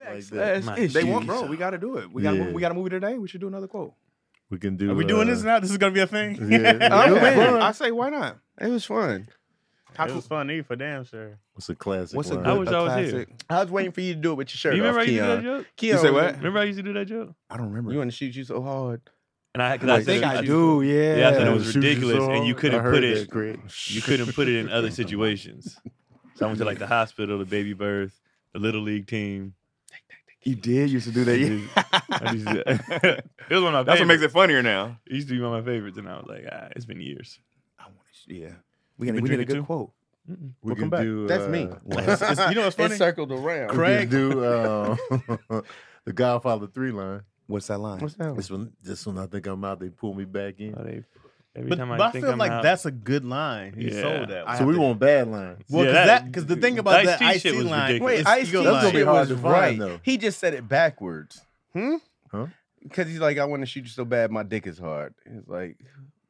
Like Uh, that. it's- My it's- they want, jeez. bro. We got to do it. We got Yeah. to we got to move it today. We should do another quote. We can do. Are we doing uh, this now? This is gonna be a thing. Yeah. I'm It was in. fun. I say why not? It was fun. How it was cool. funny for damn sure. What's a classic? What's a line? good I That a wish I was here. classic? I was waiting for you to do it with your shirt You remember I off, used to do that Keon. joke? Keon, You say what? Remember I used to do that joke? I don't remember. You want to shoot you so hard. And I, 'cause I I think said I it was- do. Yeah. Yeah, I said it was Shoot you ridiculous, so and you hard. couldn't I heard put it- that, Craig. You couldn't put it in other situations. So I went to like the hospital, the baby birth, the little league team. You did used to do that. yeah. I used to- it was one of my That's what makes favorites. it funnier now. It used to be one of my favorites, and I was like, ah, it's been years. I wanna sh- yeah. We got been we need a drinking good too? quote. Mm-mm. We We'll can come back. do. That's uh, me. well, It's- it's- you know what's It funny? circled We around. Craig. can do uh, the Godfather three line. What's that line? What's that? This one, this one, I think I'm out. They pull me back in. Oh, they- every But, time but I, think feel I'm like out- that's a good line. He sold Yeah. that. I One. so have we to- want bad lines. Well, Yeah, because that- because the thing about Ice-T that ice shit was line, ridiculous. it's Wait, Ice your That's T gonna line. be shit hard was to find, right. though. He just said it backwards. Hmm? Huh? Because he's like, I want to shoot you so bad, my dick is hard. He's like,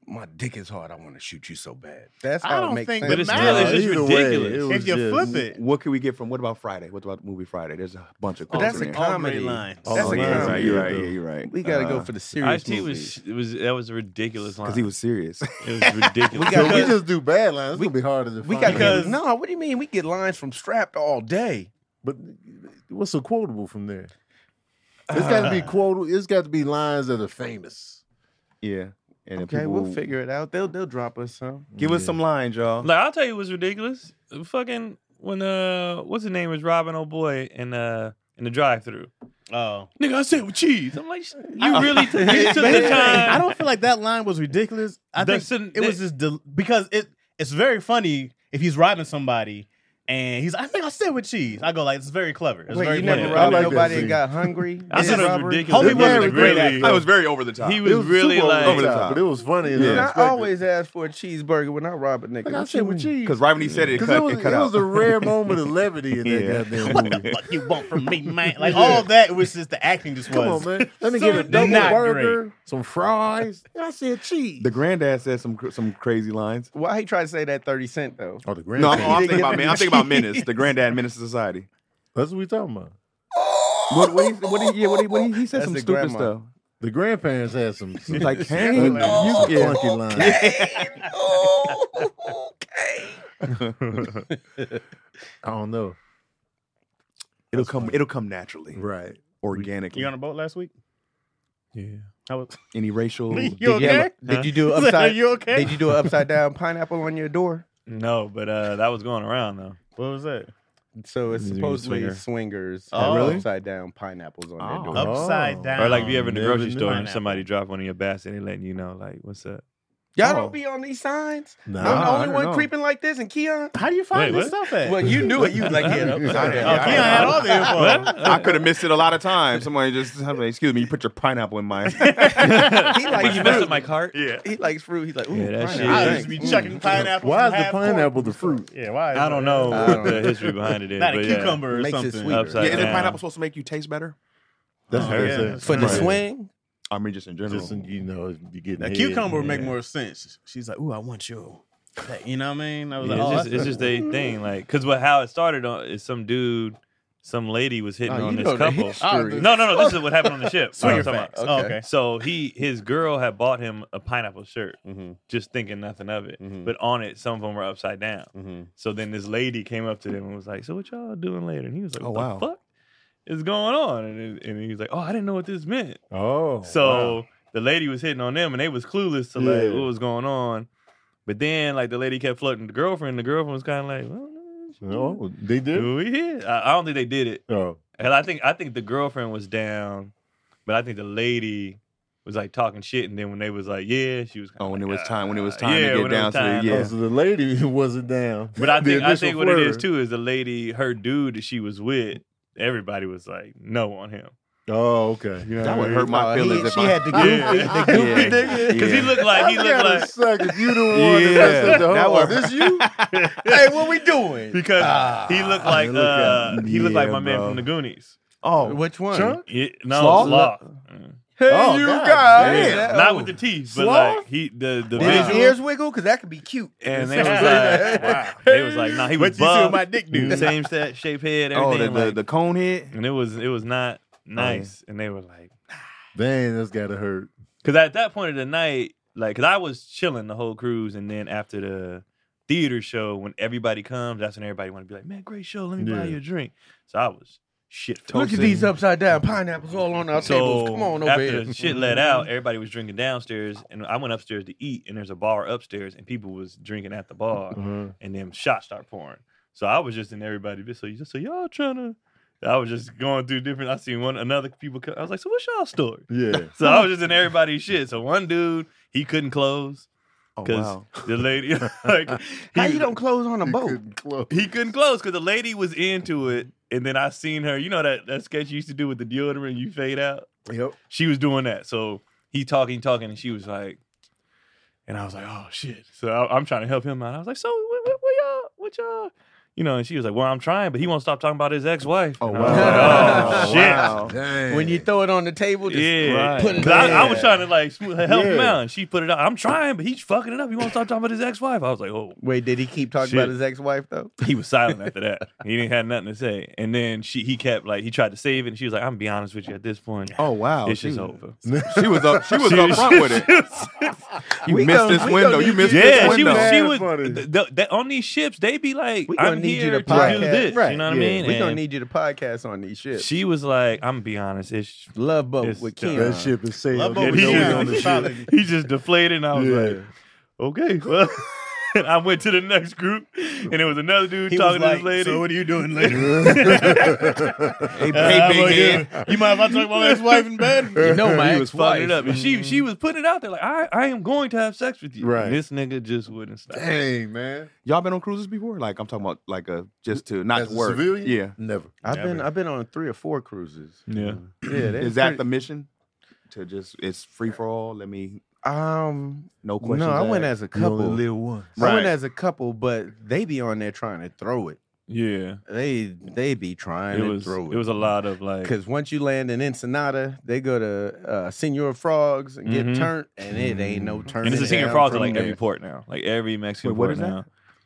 my dick is hard. I want to shoot you so bad. That's I how it don't makes think sense. But it's Nah, still, it's either just way, ridiculous. it was- If you just- flip it, What could we get from what about Friday? What about movie Friday? There's a bunch of But quotes. that's a in there. all great comedy. line. Oh, That's a yeah, comedy. yeah, You're right. though. Yeah, you're right. we gotta go Uh, for the serious IT movies. was it was that was a ridiculous line. Cause he was serious. it was ridiculous. We got- so we just do bad lines. It's we- gonna be harder to we find. got Because- no. What do you mean? We get lines from Strapped all day. but what's so quotable from there? It's got to be quotable. It's got to be lines that are famous. yeah. And if Okay, people we'll figure it out. They'll they'll drop us some. Give us some lines, y'all. Like I'll tell you what's ridiculous. Fucking when uh what's his name is Robin old boy in uh in the drive through. oh, Nigga, I said with cheese. I'm like, you really you took the time. I don't feel like that line was ridiculous. I The think sin- it was just del- because it it's very funny if he's robbing somebody and he's. I think I said with cheese. I go like it's very clever. It's Wait, very you funny. funny. never I robbed like that nobody scene. and got hungry. I said Did it was robbery? ridiculous. Homie It wasn't a really- great actor. I I was very over the top. He was, really super over like the Over the top, top. but it was funny. Yeah. Yeah. And I always ask for a cheeseburger when I rob a nigga. like I What said you with mean? cheese. Because right when he said it, it Because cut, it was, it cut it out. was a rare moment of levity in that Yeah. goddamn What movie. the fuck you want from me, man? Like all of that was just the acting. Just Come was on, man. Let me So get a not double great. burger, some fries. And I said cheese. the granddad said some cr- some crazy lines. Why he try to say that thirty cent though? oh, the No, I'm, grandfather. I'm thinking about men. I'm thinking about menace. The granddad menace to society. That's what we talking about. What, what, he, what, he, yeah, what, he, what he, he said That's some the stupid grandma. stuff. The grandparents had some, some Like, some hey, funky- oh, some funky lines. I don't know. It'll come. It'll come naturally, Right. organically. you on a boat last week? Yeah. How was? Any racial? You Did you, okay? have- did you do Are upside? you okay? Did you do an upside down pineapple on your door? No, but uh that was going around though. what was that? So it's Mm, supposedly swinger. swingers Oh, have really? upside down pineapples on Oh. their door. Upside down. Or like if you ever in the Never grocery knew. store and somebody drop one of your baskets and they letting you know like what's up. Y'all Oh. don't be on these signs. Nah, I'm the I only don't one know. creeping like this, and Keon. How do you find Wait, this what? stuff at? Well, you knew it. You was like, yeah, that's upside down. Oh, Yeah, I Keon don't had know. all the info. I could have missed it a lot of times. Somebody just, I'm like, excuse me, you put your pineapple in mine. He likes you messed fruit. up my cart. yeah. He likes fruit. He's like, ooh, Yeah, that pineapple. shit I is- just be chucking E. pineapple. Why is the pineapple the fruit? Yeah, why? is I don't it- know I what don't the know. history behind it is. Not a but yeah. cucumber or Makes it something. sweeter. Upside yeah, isn't down. pineapple supposed to make you taste better? That's Oh, what I yeah. said. For the Right. swing, I mean, just in general. Just you know, you get A cucumber would make more sense. She's like, "Ooh, I want you." Like, you know what I mean? I was Yeah, like, oh, it's, just, it's that's- just a thing, like, cause what how it started on is some dude, some lady was hitting Oh, on you this know the couple. Oh, the- No, no, no. This is what happened on the ship. Swinger That's what I'm talking facts. about. Oh, Okay. okay. So he his girl had bought him a pineapple shirt, just thinking nothing of it. Mhm. But on it, some of them were upside down. Mhm. So then this lady came up to them and was like, "So what y'all doing later?" And he was like, Oh, "What wow. the fuck is going on?" And it- and he was like, "Oh, I didn't know what this meant." Oh, So the lady was hitting on them, and they was clueless to like Yeah. what was going on. But then, like the lady kept flirting with the girlfriend. The girlfriend was kind of like, well, no, no, oh, they she- did. we here." I, I don't think they did it, Oh, and I think I think the girlfriend was down, but I think the lady was like talking shit, and then when they was like, "Yeah," she was. kinda Oh, when it like, was time- when it was "Ah." time to get when it was down to the- time. Yeah. Oh, so the lady wasn't down. But I The think I initial think what it is flirt. too is the lady, her dude that she was with, everybody was like no on him. Oh, okay. That would hurt my he- feelings if she I- Oh, had the Yeah. goofy, Yeah. the goofy Because he looked like he That's looked gotta like suck if you the one yeah. Yeah. that said the That whole. would- This you? hey, what we doing? because he looked like look at uh, him. he looked like Yeah, my man bro. from the Goonies. Oh, Which one? Chunk? Yeah, no, Sloth? Sloth. Hey, Oh, you God. guys. Yeah. Not with the teeth, but Sloth? like he the the Did his visual. ears wiggle? Because that could be cute. And they It was sounds like, good. wow. They was like, nah, he was What you see buff. with my dick, dude? Same set, shape head, oh, everything. the, the, like- the cone head. and it was it was not nice. And they were like, Man, that's gotta hurt. Because at that point of the night, like, because I was chilling the whole cruise, and then after the theater show, when everybody comes, that's when everybody want to be like, "Man, great show! Let me buy Yeah. you a drink." So I was shit. Look at toasted. these upside down pineapples all on our So tables. Come on over after here. Mm-hmm. the shit let out, everybody was drinking downstairs, and I went upstairs to eat, and there's a bar upstairs, and people was drinking at the bar, Mm-hmm. Uh-huh. and then shots start pouring. So I was just in everybody. So you just so y'all trying to. I was just going through different. I seen one another people. Come, I was like, "So what's y'all story?" Yeah. So I was just in everybody's shit. So one dude, he couldn't close Oh, because the lady like How he, you don't close on a You boat? couldn't close. he couldn't close because the lady was into it. And then I seen her, you know that that sketch you used to do with the deodorant you fade out. Yep. She was doing that. So he talking, talking, and she was like, and I was like, oh shit. So I, am trying to help him out. I was like, so what, what, what y'all, what y'all, you know? And she was like, well, I'm trying, but he won't stop talking about his ex wife. Oh, wow. oh shit. Wow. Dang. When you throw it on the table, just Yeah, put it 'Cause I, I down. was trying to like smooth, help him Yeah. out, and she put it out. I'm trying, but he's fucking it up. He won't stop talking about his ex-wife. I was like, oh, Wait, did he keep talking Shit. about his ex-wife though? he was silent after that. He didn't have nothing to say. And then she, he kept like he tried to save it, and she was like, I'm gonna be honest with you at this point. Oh wow. it's She just was- over. She was up. She was up front with it. You We missed gonna- this we window. gonna You need missed you- this Yeah, she window. was. She Mad was funny. th- th- th- on these ships. They be like, We gonna I'm need you here to to, do podcast. this. Right, You know what yeah. I mean? We gonna And need you to podcast on these shit. she was like, I'm gonna be honest. It's Love boat It's with done. Kim. that ship is Love sailing. boat And with he, Kim. Yeah. on the just, ship. he just deflated, and I was like, Yeah. okay. Well, and I went to the next group, and it was another dude He was talking to like, this lady. so what are you doing later? Hey, Uh, hey, I'm big like, head. "Yeah, You mind if I talk about my ex-wife in bed? You Mm-hmm. know my he was ex-wife. fucking it up, and she she was putting it out there like, I I am going to have sex with you. Right. And this nigga just wouldn't stop. Dang, man. Y'all been on cruises before? Like I'm talking about, like uh, just to not As to a work. civilian? Yeah. Never. I've been Never. I've been on three or four cruises. Yeah. Yeah, that's Is that pretty- the mission? To just it's free for all. Let me um? no questions. No, I went asked. as a couple. live once. I Right. went as a couple, but they be on there trying to throw it. Yeah. They they be trying It to was throw it. it was a lot of like Because once you land in Ensenada, they go to uh, Senor Frogs and get Mhm. turned, and it ain't no turn. and it's a senior frogs at like every port now. Like every Mexican Wait, what port is that? now.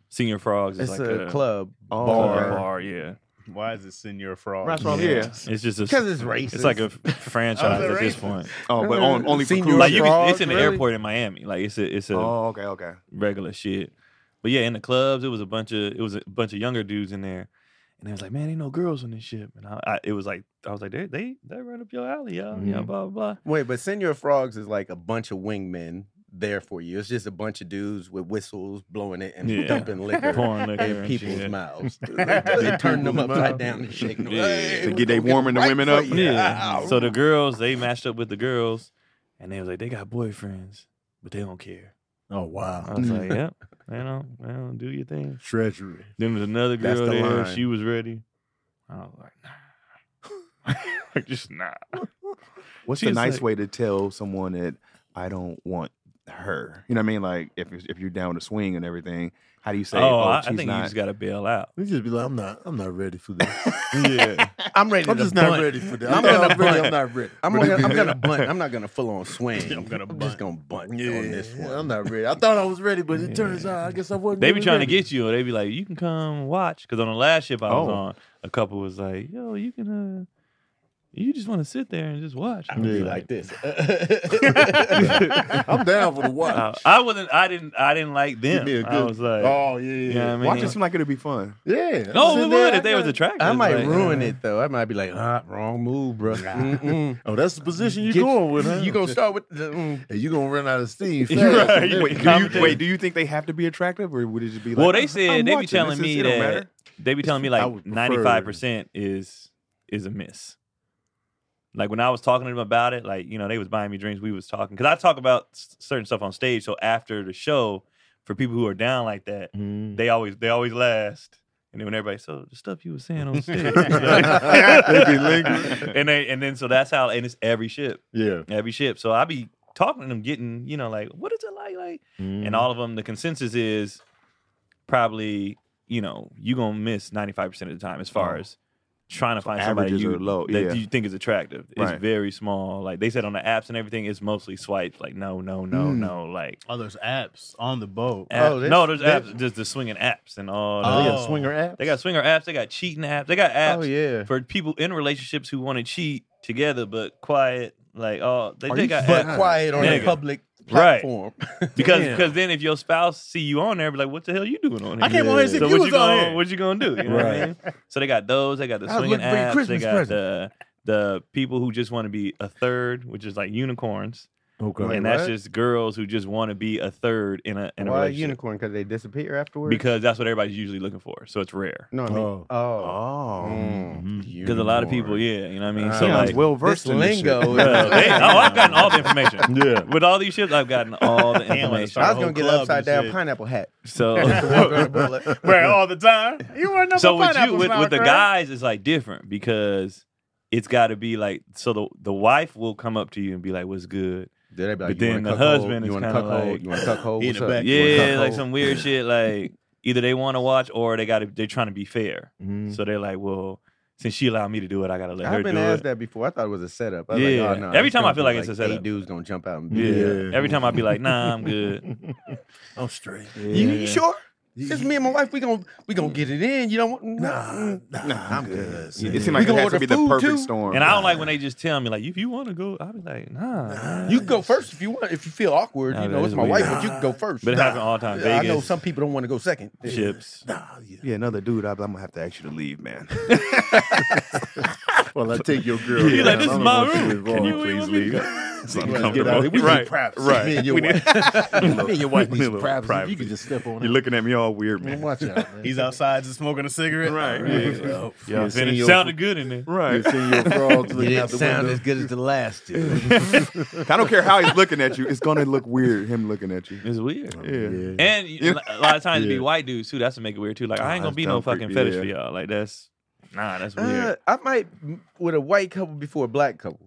Senior frogs is It's like a, club Oh, bar. bar. bar, yeah. Why is it Senor Frog? That's what I'm- Yeah. yeah. It's just a 'Cause it's racist. It's like a f- franchise it at this racist? point. Oh, but on, only for Senior cruises. Like you can, Frogs, it's in the really? airport in Miami. Like it's a it's a Oh, okay, okay. regular shit. But yeah, in the clubs, it was a bunch of it was a bunch of younger dudes in there, and they was like, "Man, ain't no girls on this ship." And I, I it was like, I was like, "They they they right up your alley, y'all." Yeah, Mhm. blah blah. blah. Wait, but Senor Frogs is like a bunch of wingmen there for you. It's just a bunch of dudes with whistles blowing it and Yeah. dumping liquor Pouring liquor in and people's shit. mouths. they turn them upside down and shake them. Yeah. Hey, To we get they gonna warming the right women for up. you. Yeah. Ow. So the girls, they matched up with the girls, and they was like, they got boyfriends, but they don't care. Oh I wow. was like, yep, they don't, they don't do your thing. Treachery. Then there's another That's girl the there. line. She was ready. I was like, nah, like just nah. What's She's the nice like- way to tell someone that I don't want her? You know what I mean? Like if it's- if you're down to swing and everything, how do you say? oh, Oh, I, I she's think you not. just gotta bail out. We just be like, I'm not. I'm not ready for this. yeah, I'm ready I'm to just not bunt. ready for that. I'm I'm, not, gonna ready. bunt. I'm not ready. I'm gonna, I'm gonna bunt. I'm not gonna full on swing. I'm gonna I'm just gonna bunt Yeah, on this one. I'm not ready. I thought I was ready, but it turns out I guess I wasn't. they be really trying to ready. get you, or they be like, you can come watch. Because on the last ship I was Oh. on, a couple was like, yo, you can, uh, you just want to sit there and just watch. I I'm was be like this. I'm down for the I, watch. Uh, I wasn't. I didn't. I didn't like Give them. me a I good- was like, oh yeah, you yeah. know what I mean? Watch it seem like it'll be fun. Yeah. no, I'm we sitting would there, I if they got- was attractive. I might like, ruin uh, it though. I might be like, ah, wrong move, bro. Mm-mm. Oh, that's the position you Get- going with, huh? You gonna start with the mm. Hey, you gonna run out of steam. You're fast. right. You- Wait, do you, Commentate. wait, do you think they have to be attractive, or would it just be like? Well, they I'm said they be watching. telling This is- me it don't that matter. they be telling me I like would prefer- ninety five percent is is a miss. Like when I was talking to them about it, like you know they was buying me drinks. We was talking because I talk about s- certain stuff on stage. So after the show, for people who are down like that, Mm-hmm. Mm. they always they always last. And then when everybody, so the stuff you were saying on stage, It'd be lingering. and they, and then so that's how, and it's every ship, Yeah. every ship. So I be talking to them, getting you know like, what is it like, like, Mm-hmm. Mm-hmm. and all of them. The consensus is probably you know you gonna miss ninety five percent of the time as far Oh. as trying to find somebody averages you, are low, that yeah. you think is attractive. Right. It's very small. Like they said on the apps and everything, it's mostly swipes. Like no, no, no, Mm. no. Like Oh, there's apps on the boat. app- Oh, this- no, there's this- apps. Just the swinging apps and all. Oh, that. They got swinger apps. They got swinger apps. They got cheating apps. They got apps Oh yeah. for people in relationships who want to cheat together, but quiet. Like oh, they, Are they you got But apps. quiet on a Nigga. public Right. platform. Because Damn. because then if your spouse see you on there, be like, "What the hell you doing on here?" I came on here and see if so you what was you gonna, on here. What you gonna do? You know what I mean? So they got those. They got the I was swinging looking for your apps. They Christmas got present. the the people who just want to be a third, which is like unicorns, Okay. Wait, and that's what? just girls who just want to be a third in a in a Why a relationship unicorn? Because they disappear afterwards. because that's what everybody's usually looking for. So it's rare no, I mean, Oh. oh, because a lot of people, yeah, you know what I mean. Uh, so Sounds like, well Mm. This versed in this shit. lingo. is- uh, they- oh, I've gotten all the information. Yeah. With all these ships, I've gotten all the Damn, when I information. started- I our was gonna whole get an club upside and down shit. pineapple hat. So Where all the time. You weren't up so on with you pineapples, with, my with the girl. guys it's like different because it's got to be like so the the wife will come up to you and be like what's good They be But "You then wanna the cuckold? husband you is wanna kinda cuckold? like- you want to cuckold? He in What's the up? back. You wanna yeah like cuckold?" some weird shit like either they want to watch or they got to they're trying to be fair so they're like well since she allowed me to do it I got to let her Mm. I've been do asked it that before. I thought it was a setup. I was yeah. Yeah. Like, oh, no, Every it's time I gonna feel be like it's a eight setup. dudes gonna jump out and yeah. beat me up. every time I'd be like nah I'm good I'm straight. You, you sure? It's me and my wife. We gonna we gonna get it in. You don't want nah. Nah, I'm good. It Yeah. seemed like We it gonna has to order be the food, perfect too? storm. and I don't like when they just tell me like if you want to go I'd be like nah, man. You can go first if you want. If you feel awkward, Nah, you that know it's is my weird. wife, but you can go first. but it happens all the time I know Vegas some people don't want to go second. ships Nah, yeah. Yeah, another dude. I, I'm gonna have to ask you to leave, man. Well, I take your girl. You're down. like, this I is don't my want you room. Can involved. you please want me to leave? go? It's Get out of here. We uncomfortable. need Right, privacy. right. Me and your We wife. Me and your wife need We some need privacy. privacy. You can just step on You're out. looking at me all weird, man. Watch out, man. He's outside just smoking a cigarette. right You yeah, seen it your- sounded good in there You Right. seen your frogs looking out the window. good as the last two. I don't care how he's looking at you. It's gonna look weird him looking at you. it's weird Yeah. And you- a lot of times it be Yeah. white dudes too. That's to make it weird too. Like I ain't Ah, gonna be that's no dumb creep- fucking fetish yeah. for y'all. Like that's nah, that's Uh, weird. I might m- with a white couple before a black couple.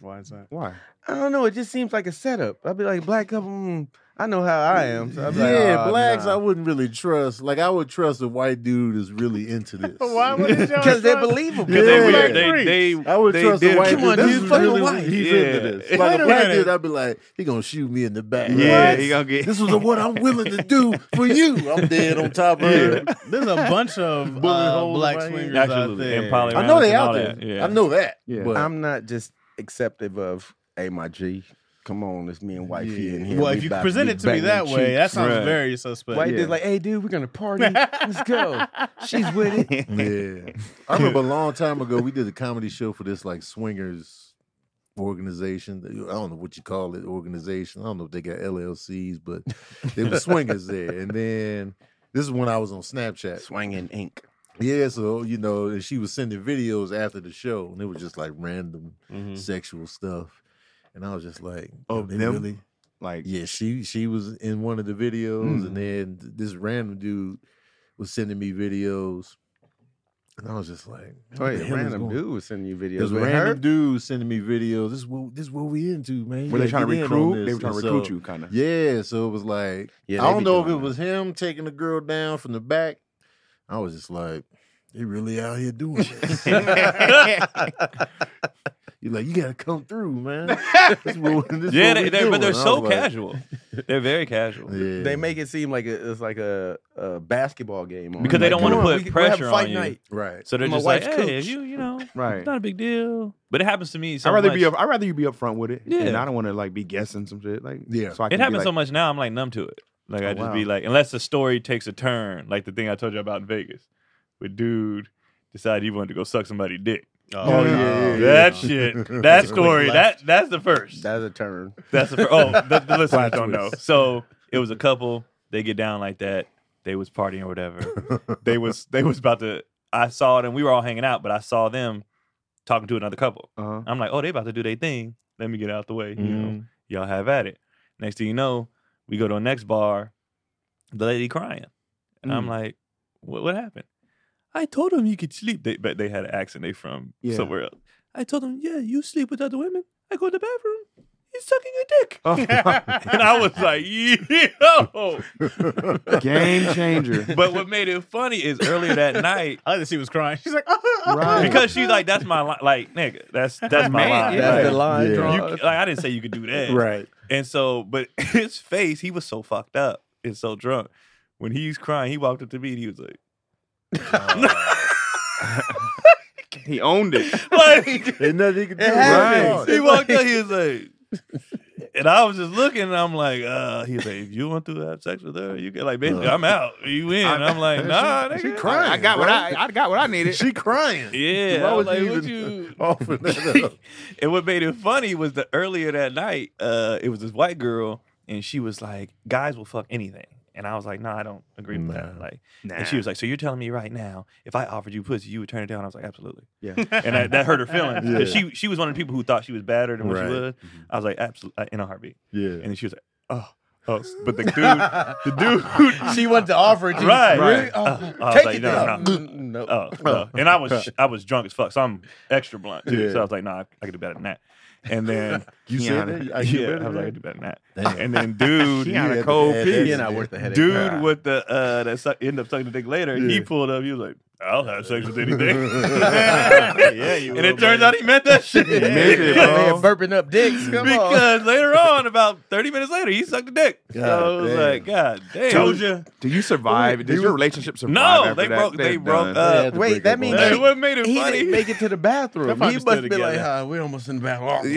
Why is that? Why? I don't know. It just seems like a setup. I'd be like, black couple. mm, I know how I am. So I'd be like, yeah, "Oh, blacks nah." I wouldn't really trust. Like I would trust a white dude is really into this. Why would you because they're believable. Because they Yeah. Like weird. They, they, I would they trust a did- white Come dude. on, this dude, is fucking really white. he's Yeah. into this. Like Wait a a black minute. dude, I'd be like, he gonna shoot me in the back. Yeah, Like, he gonna get. this was a, what I'm willing to do for you. I'm dead on top of her. There's a bunch of uh, holes black in my ear. swingers out Absolutely. there. And poly- I know they and all out there. that, yeah. I know that. Yeah. But I'm not just acceptive of, hey, my G, come on, it's me and wife here and here. Well, we if you about present be it to me banging that way, cheeks." that sounds Right. very suspect. White Yeah. dude's like, hey, dude, we're gonna party. Let's go. She's with it. yeah, I remember a long time ago we did a comedy show for this like swingers organization. I don't know what you call it organization. I don't know if they got LLCs, but they were swingers there. And then this is when I was on Snapchat. Swinging ink. Yeah, so you know, and she was sending videos after the show, and it was just like random Mm-hmm. sexual stuff. And I was just like, Oh, "Are they them? really? Like, Yeah, she she was in one of the videos, and then th- this random dude was sending me videos, and I was just like, "What Wait, the a hell is Oh, random going-" dude was sending you videos. This with random her? dude sending me videos. This is what this is what we into, man. You were they gotta trying to get in on recruit? They this." were trying to And recruit so- you, kind of. Yeah, so it was like Yeah, I they don't be know if it doing was him taking the girl down from the back. I was just like, they really out here doing this. You're like, you gotta come through, man. This what- this yeah, what they, we they, but doing. I they're was so like, casual. They're very casual. Yeah. They make it seem like a, it's like a, a basketball game on. Because they Like, don't wanna "Come on, put we can- we'll have pressure on fight you." Night. right. So they're My just like, wife's hey, coach. you, you know, Right. it's not a big deal. But it happens to me so I'd rather be. much. Up, I'd rather you be upfront with it. Yeah. And I don't want to like be guessing some shit. Like, Yeah. So I it can be happens like, so much now. I'm like numb to it. Like I Oh, just be wow. like, unless the story takes a turn, like the thing I told you about in Vegas, with dude decided he wanted to go suck somebody dick. Oh, yeah, yeah, yeah. that shit, that story, that that's the first. That's a turn. That's the first. Oh, the, the listeners Plot don't know. twist. So it was a couple. They get down like that. They was partying or whatever. they was they was about to. I saw them. We were all hanging out, but I saw them talking to another couple. Uh-huh. I'm like, oh, they about to do their thing. Let me get out the way. You Mm-hmm. know, y'all have at it. Next thing you know, Mm. we go to the next bar. The lady crying, and I'm like, what what happened? I told him you could sleep. They, but they had an accent. They from Yeah. somewhere else. I told him, yeah, you sleep with other women. I go to the bathroom. He's sucking a dick. Oh, and I was like, yo. Game changer. But what made it funny is earlier that night, I like that she was crying. She's like, Right. because she's like, that's my line. Like, nigga, that's that's my Man, line. Like, yeah. That's the line Yeah. you, like, I didn't say you could do that. right. And so, but his face, he was so fucked up and so drunk. When he's crying, he walked up to me and he was like, he owned it. like Ain't nothing he can do. happens. he walked up, he was like, and I was just looking, and I'm like, uh, he's like, if you want to have sex with her, you can like, basically, I'm out, you win. I'm, like, nah, she nigga. crying. I got what bro. I I got what I needed. She crying. Yeah, Why I was would like, you what even- you? Offering that up. and what made it funny was that earlier that night, uh, it was this white girl, and she was like, "Guys will fuck anything," and I was like, "No, I don't agree with that." Nah. Like, Nah. and she was like, "So you're telling me right now, if I offered you pussy, you would turn it down?" I was like, "Absolutely," yeah. and that, that hurt her feelings. 'Cause Yeah. She she was one of the people who thought she was badder than what Right. she was. I was like, "Absolutely," in a heartbeat. Yeah. And then she was like, "Oh." Oh, s- but the dude, the dude, she wanted to offer it to you. right? Really? Oh, Oh, I was Take like, it no, down. no. Mm, No. Oh, no. and I was I was drunk as fuck, so I'm extra blunt. Too. Yeah. So I was like, nah, I, I could do better than that. And then You said Kiana. that? I yeah, better I was like, I than that. could do better than that. Damn. And then dude, You had Kiana to Cole add that Pease. in You're not there. worth the headache. dude Ah. with the uh that suck, ended up sucking the dick later, he Yeah. pulled up. He was like, I'll have sex with anything. yeah, you and it turns out he meant that shit. He meant it, Because- Man, bro. burping up dicks. Come on. Because later on, about thirty minutes later, he sucked the dick. so I God was damn. like, God damn! Told Do you survive? Did your relationship survive? No, after they that? broke. They're They broke done. They up. had to wait, break that up means on she- Hey, what made it He funny? didn't make it to the bathroom. probably He must still be like, together. "Ah, we almost in the bathroom.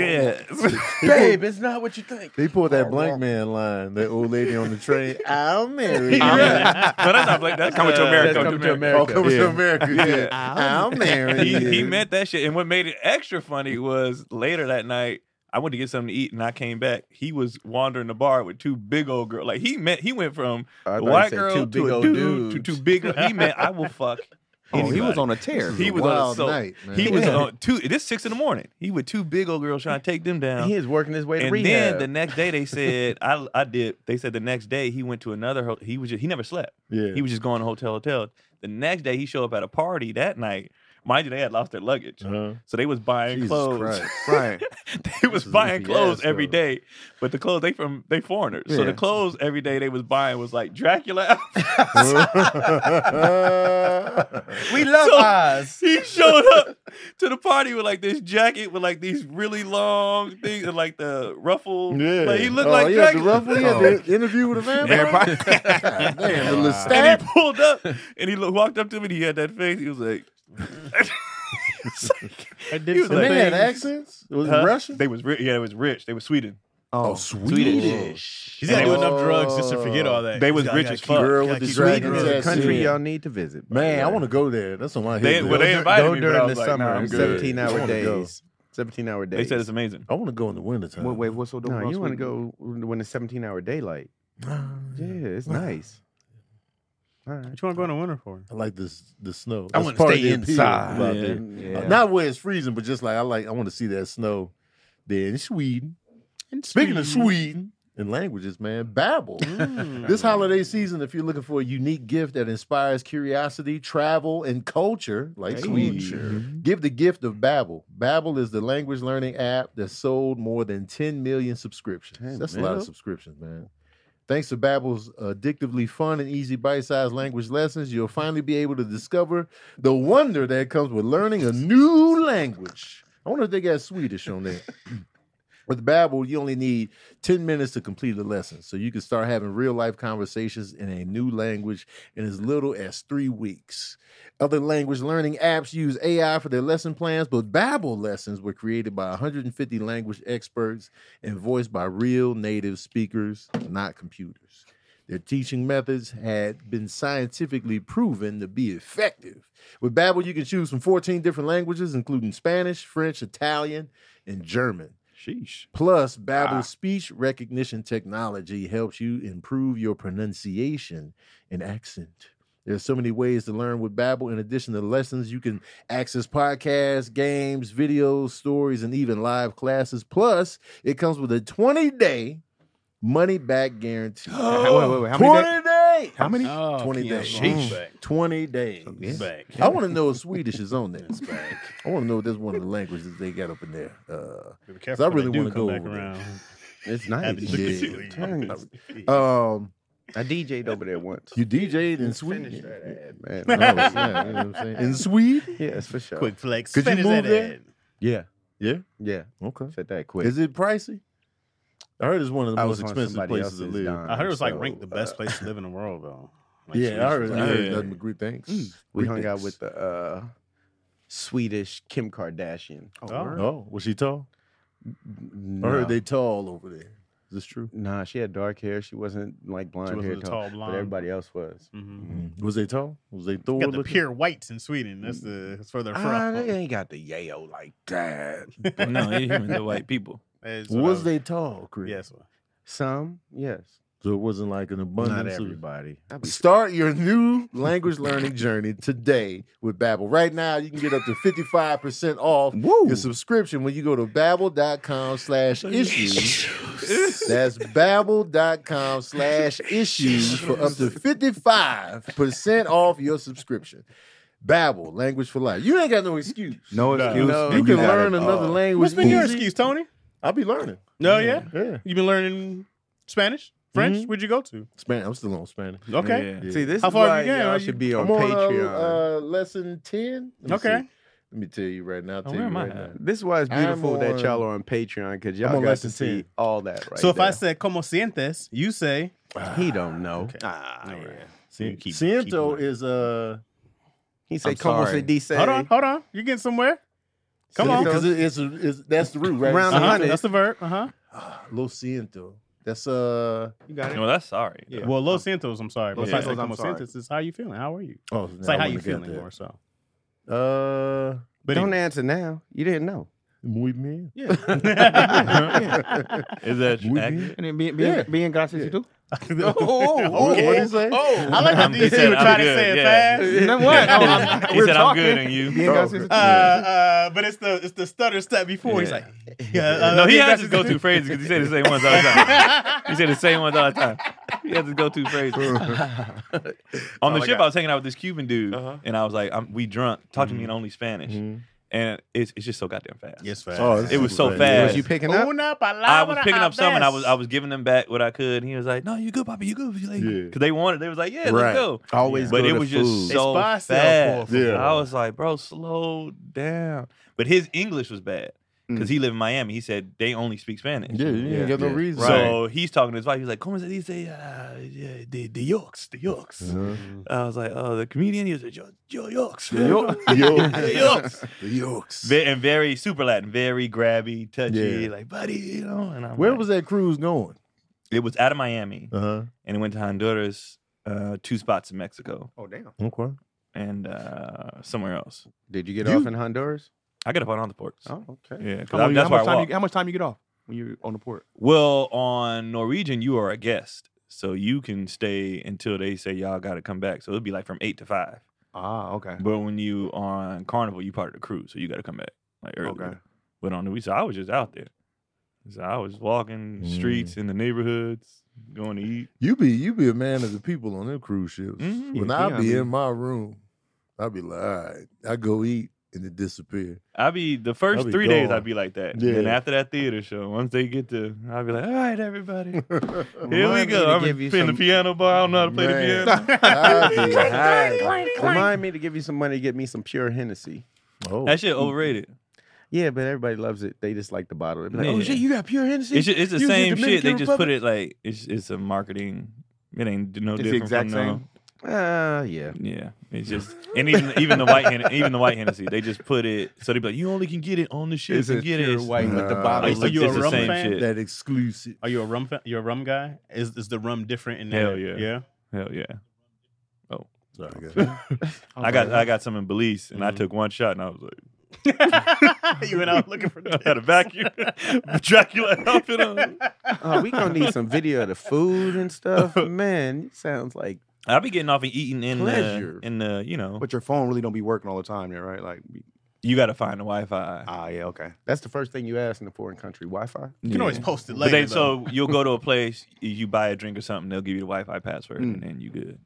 yeah. Babe, it's not what you think. He pulled that blank man line, that old lady on the train. I'll marry you. Yeah. no, that's not Blake. That's Coming to uh, America. that's Coming to Oh, coming Yeah. to America. Yeah. I'll marry He, you. he meant that shit. And what made it extra funny was later that night, I went to get something to eat and I came back. He was wandering the bar with two big old girls. Like he meant he went from I a thought you white said girl two to big a old dude to dudes. two big. He meant I will fuck. Oh, he was anybody. on a tear. He It was a on wild so- night, man. He was Yeah. on two. This six in the morning. He with two big old girls trying to take them down. He is working his way to and rehab. then the next day they said I I did. They said the next day he went to another. ho- He was just, he never slept. Yeah. He was just going to hotel hotel. The next day he showed up at a party that night. Mind you, they had lost their luggage, Uh-huh. so they was buying Jesus clothes. Christ. right. they was This is buying a clothes fiasco. every day, but the clothes they from they foreigners. So Yeah. the clothes every day they was buying was like Dracula. outfits. we love So- eyes. he showed up to the party with like this jacket with like these really long things and like the ruffle. yeah. like, he looked oh, like yeah, Dracula. The ruffle, yeah, Oh. the interview with a vampire. Everybody- God damn, the little Oh, And stab. he pulled up and he lo- walked up to me and he had that face. He was like, I did He was some And they had things. accents. Was it Huh? Russian? They was rich. Yeah, they was rich. They was Sweden. oh, Swedish. He's got to do Oh. enough drugs just to forget all that. They He's was gotta- rich gotta as keep- fuck. Girl gotta with the keep dragon reading Sweden is it. a That's country it. y'all need to visit. by Man, the I way. want to go there. That's on my head. They- list. well, they Go invited me, but I during was the like, summer. nah, I'm good. 17 I hour wanna go. days. 17 hour days. They said it's amazing. I want to go in the wintertime. Wait, wait, what's so dope? no, about you want to Sweden? go when it's 17 hour daylight. Yeah, it's nice. All right. What you want to go in the winter for? I like this the snow. I That's wanna part of stay the appeal inside. about Yeah. it. Yeah. Not where it's freezing, but just like I like I want to see that snow there in Sweden. Speaking of Sweden and languages, man, Babbel. Mm. This holiday season, if you're looking for a unique gift that inspires curiosity, travel, and culture, like Sweden, give the gift of Babbel. Babbel is the language learning app that sold more than 10 million subscriptions. 10 That's a lot million? of subscriptions, man. Thanks to Babbel's addictively fun and easy bite-sized language lessons, you'll finally be able to discover the wonder that comes with learning a new language. I wonder if they got Swedish on there. With Babbel, you only need 10 minutes to complete a lesson. So you can start having real life conversations in a new language in as little as three weeks. Other language learning apps use AI for their lesson plans, but Babbel lessons were created by 150 language experts and voiced by real native speakers, not computers. Their teaching methods had been scientifically proven to be effective. With Babbel, you can choose from 14 different languages, including Spanish, French, Italian, and German. Sheesh. Plus, Ah. Babbel's speech recognition technology helps you improve your pronunciation and accent. There's so many ways to learn with Babbel. In addition to lessons, you can access podcasts, games, videos, stories, and even live classes. Plus, it comes with a 20-day money-back guarantee. Wait, wait, wait. How 20 many, day- days. How many? Oh, 20 Keanu days. Reeves. Sheesh. 20 days. Back. I want to know if Swedish is on there. I want to know if that's one of the languages they got up in there. Uh, Be I careful. when really they do wanna come go back over there. around. It's nice. Happens. Look at Yeah. you. um, I DJ'd over there once. you DJ'd in Just Sweden? finished Oh, that ad, man. yeah, you know what I'm saying? In Sweden? yes, for sure. Quick flex. Could you Finish move that there? ad. Yeah, Yeah. yeah. Okay. Said that quick. Is it pricey? I heard it's one of the I most was on expensive somebody places to else's live. dime, I heard it was like so, ranked the best uh, place to live in the world though. Like, Yeah, I heard, Swedish I is heard like- nothing but good things. Hmm. We Good hung out things. with the uh, Swedish Kim Kardashian. Oh. word. Oh, was she tall? no. I heard they tall over there. Is this true? Nah, she had dark hair. She wasn't like blonde She hair wasn't a tall, tall but blonde. everybody else was. Mhm. Was they tall? Was they Thor? You Got the looking? pure whites in Sweden. That's the that's where they're Ah, they from. ain't got the yayo like that. no, he even the white people. That's what I Was they tall, Chris? Yes. well, Some, yes, So it wasn't like an not abundance. of- everybody. Start your new language learning journey today with Babbel. Right now, you can get up to 55% off your subscription when you go to babbel.com slash issues. That's babbel.com slash issues for up to 55% off your subscription. Babbel, language for life. You ain't got no excuse. No excuse. No, and You can got learn it another all. language. What's been your easy. excuse, Tony? I'll be learning. No, yeah. Yeah. You've been learning Spanish, French. Where'd you go to? Spanish. I'm still on Spanish. Okay. Yeah. See, this How is far have why you gotten? y'all Are you- should be on I'm on, uh, Patreon. uh, lesson 10. Let me see. Okay. Let me tell you right now. Tell where you am I right at? now. this is why it's I'm beautiful that on- y'all are on Patreon because I'm y'all on got to lesson see 10. all that. Right so if I there. said "Como sientes," you say he don't know, Ah, yeah. Cien- You keep- keep Ciento going. is uh he said, I'm "Como se sorry. dice?" "Hold on, hold on, you getting somewhere?" Come So on, it because it, it's, it's that's the root right. Around Uh-huh, the hundred. that's the verb. Uh huh. Ciento. Lo siento. That's uh You got No, that's sorry. Yeah. Well, Um, Los Santos, I'm sorry. Los but if I Santos, say I'm Como sorry. Santos, is how you feeling? How are you? oh It's no, I like how you wouldn't have got feeling more so. that. Uh, But Don't anyway. answer now. You didn't know. muy bien. Yeah. Is that Would be. accurate? And then being Yeah. being being gracias Yeah. too. Oh, What Okay. did he say? I like how I'm DC good. would I'm try to good. say it Yeah. fast. Then what? Oh, He We're said, "I'm talking. good," and you. Oh, Being gracias uh, uh, but it's the it's the stutter step before. He's Yeah. like, yeah, uh, no, he yeah, has that's- his go-to phrases because he said the same ones all the time. he said the same ones all the time. He has his go-to phrases. On the ship, I was hanging out with this Cuban dude, and I was like, I'm, "We drunk. Talk to me in only Spanish." Mm-hmm. And it's, it's just so goddamn fast. Yes, fast. Oh, it's it was so super fast. Was you picking up? Una I palabra was picking up some, and I was I hablas. was giving them back what I could. And he was like, "No, you good, Papa. You good." Because Yeah. they wanted. They was like, "Yeah, Right. let's go." Always, but go it to was food. just so Espacio, fast. por favor. I was like, bro, slow down. But his English was bad because he lived in Miami. He said they only speak Spanish. Mm. Yeah, you ain't got no Yeah. reason. So he's talking to his wife. He's like, "Cómo se dice uh, yeah, the the Yorks, the Yorks." Uh-huh. I was like, "Oh, the comedian." He was like, "Yo, yo Yorks, The York- The Yorks." the Yorks. Ve- and very super Latin, very grabby, touchy, Yeah. like buddy, you know. And I'm Where like- was that cruise going? it? Was out of Miami, Uh huh. and it went to Honduras, uh, two spots in Mexico, Oh damn! Okay. and uh, somewhere else. Did you get You- off in Honduras? I got up on all the ports. Oh okay. Yeah, 'cause How, I- long- that's how where I much time walk. you, how much time you get off when you're on the port? Well, on Norwegian, you are a guest, so you can stay until they say y'all got to come back. So it'll be like from eight to five. Ah, okay. But when you on Carnival, you part of the crew, so you got to come back like early. Okay. But on the week, so I was just out there. So I was walking the streets in the neighborhoods, going to eat. You be you be a man of the people on them cruise ships. Mhm. When Yeah, I yeah, I be mean- in my room, I be like, all right, I go eat and it disappear. I'd be the first be three days. gone. I'd be like that. And then Yeah. after that theater show, once they get to, I'd be like, all right, everybody, here we Remind me to go. I'm give you playing the some- piano bar. I don't know how to play Man. the piano. I be high. Remind me to give you some money to get me some pure Hennessy. Oh, That shit overrated. Yeah, but everybody loves it. They just like the bottle. They be like, Yeah. Oh shit, you got pure Hennessy. It's, ju- it's the You was in same shit. They Dominican just put it like it's it's a marketing. It ain't d- no It's the different exact from same. Uh, yeah. No, yeah, it's just and even even the white Hen- even the white Hennessy. They just put it so they be like, you only can get it on the ship. It's and just get it. pure It's- white with the Nah. bottle. It's, Are you a it's the rum same fan? shit. that exclusive. Are you a rum? Fan, you're a rum guy? Is is the rum different in that? Hell yeah. Yeah. Hell yeah. Oh, Sorry, guys. I got I got some in Belize and I took one shot and I was like, you went out looking for I had a vacuum, Dracula outfit on. uh, Oh, we gonna need some video of the food and stuff. Man, it sounds like I be getting off and eating in Pleasure. the in the you know But your phone really don't be working all the time, there, right? Like, You got to find the Wi-Fi. Ah, yeah, okay. That's the first thing you ask in a foreign country. Wi-Fi. You can always post it But later. they, though. so you'll go to a place, you buy a drink or something, they'll give you the Wi-Fi password, and then you good.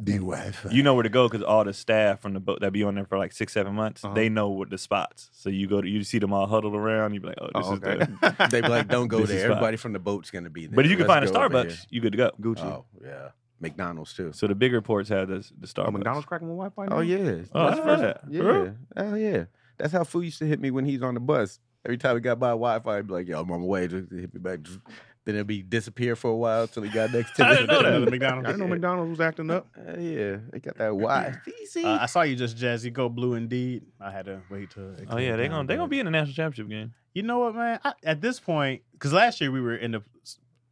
The Wi-Fi. You know where to go because all the staff from the boat that be on there for like six, seven months, they know what the spots. So you go to, you see them all huddled around. You be like, oh, this Oh, is okay. the. They be like, don't go This is there. fine. Everybody from the boat's gonna be there. But if you can find a Let's go over Starbucks, you good to go. here. Gucci. Oh yeah, McDonald's too. So the bigger ports have this, the Starbucks. Oh, McDonald's cracking with Wi-Fi. now? Oh yeah, Oh, That's I first- didn't know that. yeah, For real? oh yeah. That's how Foo used to hit me when he's on the bus. Every time he got by Wi-Fi, he'd be like, "Yo, I'm on my way." Just hit me back. Then it'd be disappear for a while till he got next to I didn't know that. me. I didn't know McDonald's was acting up. Uh, yeah, they got that Wi. Easy. Uh, I saw you just Jazzy go blue indeed. I had to wait till. it Oh yeah, they're came down, gonna they but- gonna be in the national championship game. You know what, man? I, at this point, because last year we were in the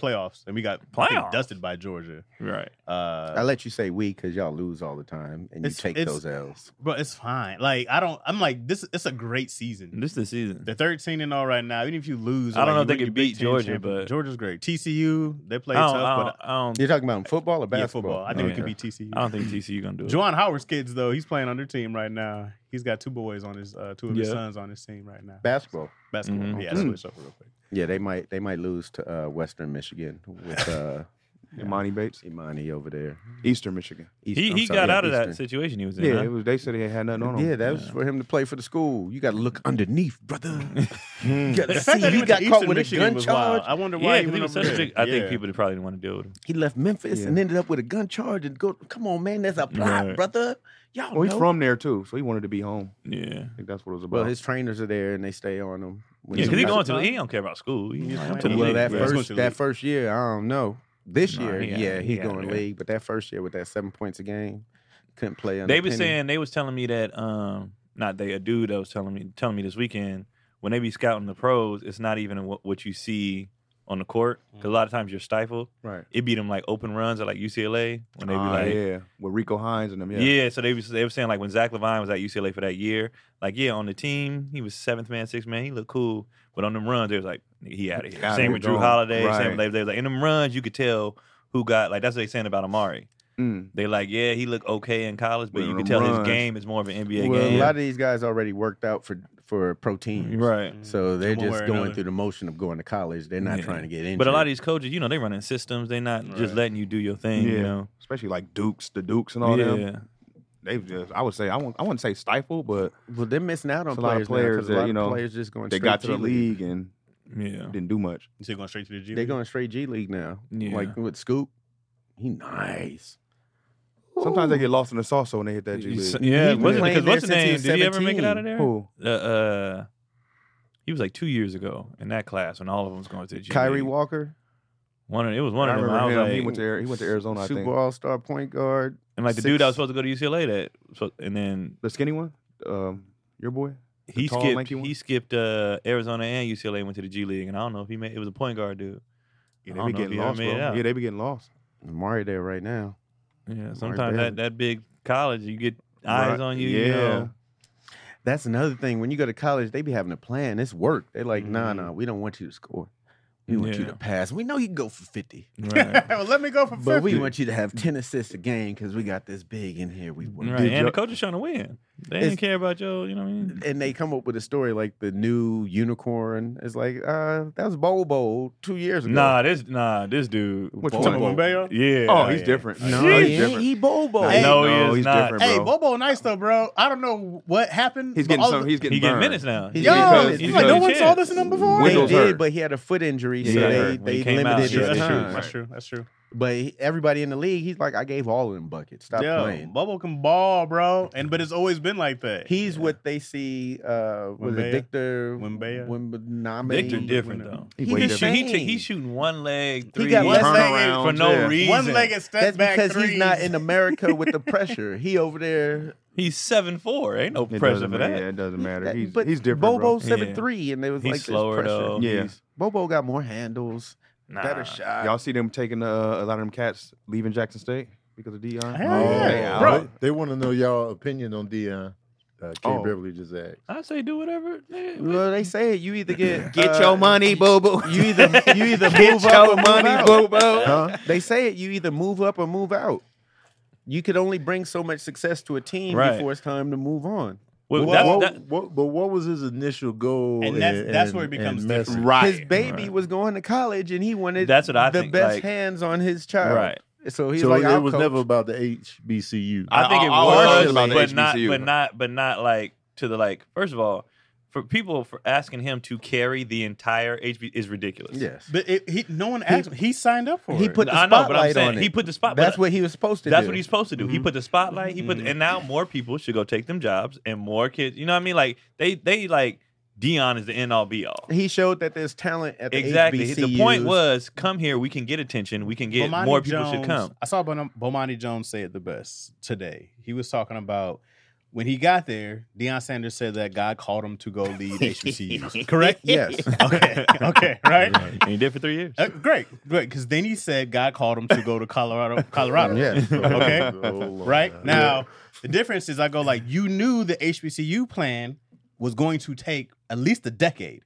playoffs and we got I think, Playoffs? dusted by Georgia. Right. I Uh, let you say we because y'all lose all the time and uh, you It's- take it's- those L's. but it's fine. Like I don't. I'm like this. It's a great season. This is the season. They're 13 and all right now. Even if you lose, I don't know like, you if they win could your Big beat Ten Georgia, champion- but- Georgia's great. TCU, they play I don't, I tough, don't, I don't, You're talking about in football or but yeah, basketball? football. I think Yeah. it could be TCU. I don't think TCU gonna do it. Juwan Howard's kids though. He's playing on their team right now. He's got two boys on his uh, two of his Yeah. sons on his team right now. Basketball. Basketball. Mhm. Yeah, Okay. switch up real quick. Yeah, they might they might lose to uh, Western Michigan with uh, Imani Bates, Imani over there. Eastern Michigan. East- he I'm he sorry, got yeah, out of that Eastern. situation he was in. Yeah, huh? it was. They said he had nothing on him. Yeah, that was for him to play for the school. You got to look underneath, brother. Hmm. You got to The fact see. that You he went got to caught Eastern with Michigan a gun was charge. wild. I wonder why yeah, because he he went was over such a there. big. I think Yeah. people probably didn't want to deal with him. He left Memphis Yeah. and ended up with a gun charge. And go, come on, man, that's a plot, Right. brother. Y'all Well, he's know. from there too, so he wanted to be home. Yeah, I think that's what it was about. Well, his trainers are there, and they stay on him. When yeah, because he got- going to. He don't care about school. He just come to the well, league. that Yeah. He's going first to that league. first year, I don't know. This Nah, year, he out- yeah, he he's out of going there. league, but that first year with that seven points a game, couldn't play. Under They was Penny. saying they was telling me that um not they a dude that was telling me telling me this weekend when they be scouting the pros it's not even what, what you see on the court because a lot of times you're stifled right. it be them like open runs at like UCLA when they be Ah, like yeah, with Rico Hines and them. yeah. Yeah. so they was they were saying like when Zach Levine was at UCLA for that year like yeah on the team he was seventh man sixth man he looked cool but on them runs they was like nigga, he out of here Outta same here, with Drew gone. Holiday same Right. with they, they was like in them runs you could tell who got like that's what they saying about Amari Mm. they like yeah he looked okay in college but With you them could tell his runs. game is more of an NBA well, game a lot of these guys already worked out for for pro teams, Right. So they're one way or just going another. through the motion of going to college. They're not Yeah. trying to get injured. But a lot of these coaches, you know, they running systems. They not just Right. letting you do your thing, you Yeah. know. Especially like Dukes, the Dukes and all yeah. them. They just, I would say, I won't, I wouldn't say stifled, but Well, they're missing out on It's a lot players of now 'cause players a that, lot you of know, players just going they straight got to the league and Yeah. didn't do much. You said going straight to the G. They're League? going straight G League now. Yeah. Like with Scoop, he nice. Sometimes they get lost in the sauce when they hit that G S- League. Yeah, He's been what's, playing because there what's the since he name? was Did he ever make it 17. out of there? Who? Uh, uh, he was like two years ago in that class when all of them was going to the G Kyrie League. Walker, One of, it was one I of them. remember I was him. he like- went to Ari- he went to Arizona, I Super think. All Star point guard. and like the dude that was six. supposed to go to UCLA that, so, and then The skinny one, um, your boy. he tall, skipped. lanky one? He skipped uh, Arizona and UCLA and went to the G League, and I don't know if he made. It was a point guard dude. Yeah, I they don't be know if getting he ever lost, made bro. it out. Yeah, they be getting lost. Amari there right now. Yeah, sometimes there. that, that big college, you get eyes Right. on you. Yeah. you know. That's another thing. When you go to college, they be having a plan. It's work. They're like, nah, nah, we don't want you to score. We want you Mm-hmm. Yeah. to pass. We know you can go for 50. Right. well, let me go for But 50. we want you to have 10 assists a game because we got this big in here. We work. Right, Did and y'all- the coach is trying to win. They It's- didn't care about your, you know what I mean? and they come up with a story like the new unicorn is like uh that was Bowl Bowl two years ago. Nah, this nah, this dude. Which Boy, one? Talking boy. about Mayo? Yeah. Oh, he's yeah. different. no, Jeez. he he's ain't. different. He Bowl Bowl. Hey, no, he is he's not. different, Hey, bro. Bobo, nice though, bro. I don't know what happened. He's but getting all some. the- He's getting he getting burned. minutes now. He's Yo, getting minutes he's like no getting one chance. saw this in him before. they Wendell's did, hurt. but he had a foot injury, so Yeah. they, When he they came out, limited yeah, Uh-huh. his that's true. time. That's That's true. That's true. But he- everybody in the league, he's like, I gave all of them buckets. Stop Yeah, playing. Bobo can ball, bro. And but it's always been like that. He's what they see. Uh, was Wembanyama? it Victor Wembanyama? Wembanyama? Victor different though. He way the He, different. he, ta- same. he's shooting one leg, three, got one one leg leg for no yeah. reason. One legged step That's back because he's not threes. in America with the pressure. He over there. He's seven four. Ain't no It pressure doesn't for matter. that. Yeah, it doesn't matter. that- He's, but he's different. Bobo bro. seven Yeah. three, and they was He's like this slower pressure. though. Yeah. He's, Bobo got more handles, nah. better shot. Y'all see them taking uh, a lot of them cats leaving Jackson State because of Oh, Dion. Hell yeah. They out. Bro. They want to know y'all opinion on Dion. Uh, Kay Oh. Beverly just asked. I say do whatever. nigga. Well, they say it. You either get uh, money, Bobo. You either you either move up or move out. Bobo. Huh? They say it. You either move up or move out. You could only bring so much success to a team Right. before it's time to move on. Well, What- that's, what- that, what- but what was his initial goal? And that's- that's where it becomes and different. message? Right. His baby was going to college, and he wanted That's what I the think, best like- hands on his child. right. So he's so like, it I'll was coach. never about the HBCU. I think it I- I was was, thinking about the but not, HBCU. but not, but not like to the like. First of all, for people for asking him to carry the entire HB is ridiculous. Yes, But it, he, no one asked him. He signed up for he it. put the I know, but I'm spotlight saying on it. he put the spotlight. that's what he was supposed to that's do. what he's supposed to do. Mm-hmm. He put the spotlight. He put, and now more people should go take them jobs, and more kids. You know what I mean? Like they, they like Dion is the end all be all. he showed that there's talent at the Exactly. HBCUs. The point was, come here. We can get attention. We can get Bomani more people should Jones- come. I saw Bon- Bomani Jones say it the best today. He was talking about when he got there, Deion Sanders said that God called him to go lead HBCUs. Correct? yes, Okay. Okay. Right? And he did for three years. Uh, great. Great. Because then he said God called him to go to Colorado. Colorado. yes. Okay. Oh, Lord. Right? Now, the difference is I go like, you knew the HBCU plan was going to take at least a decade.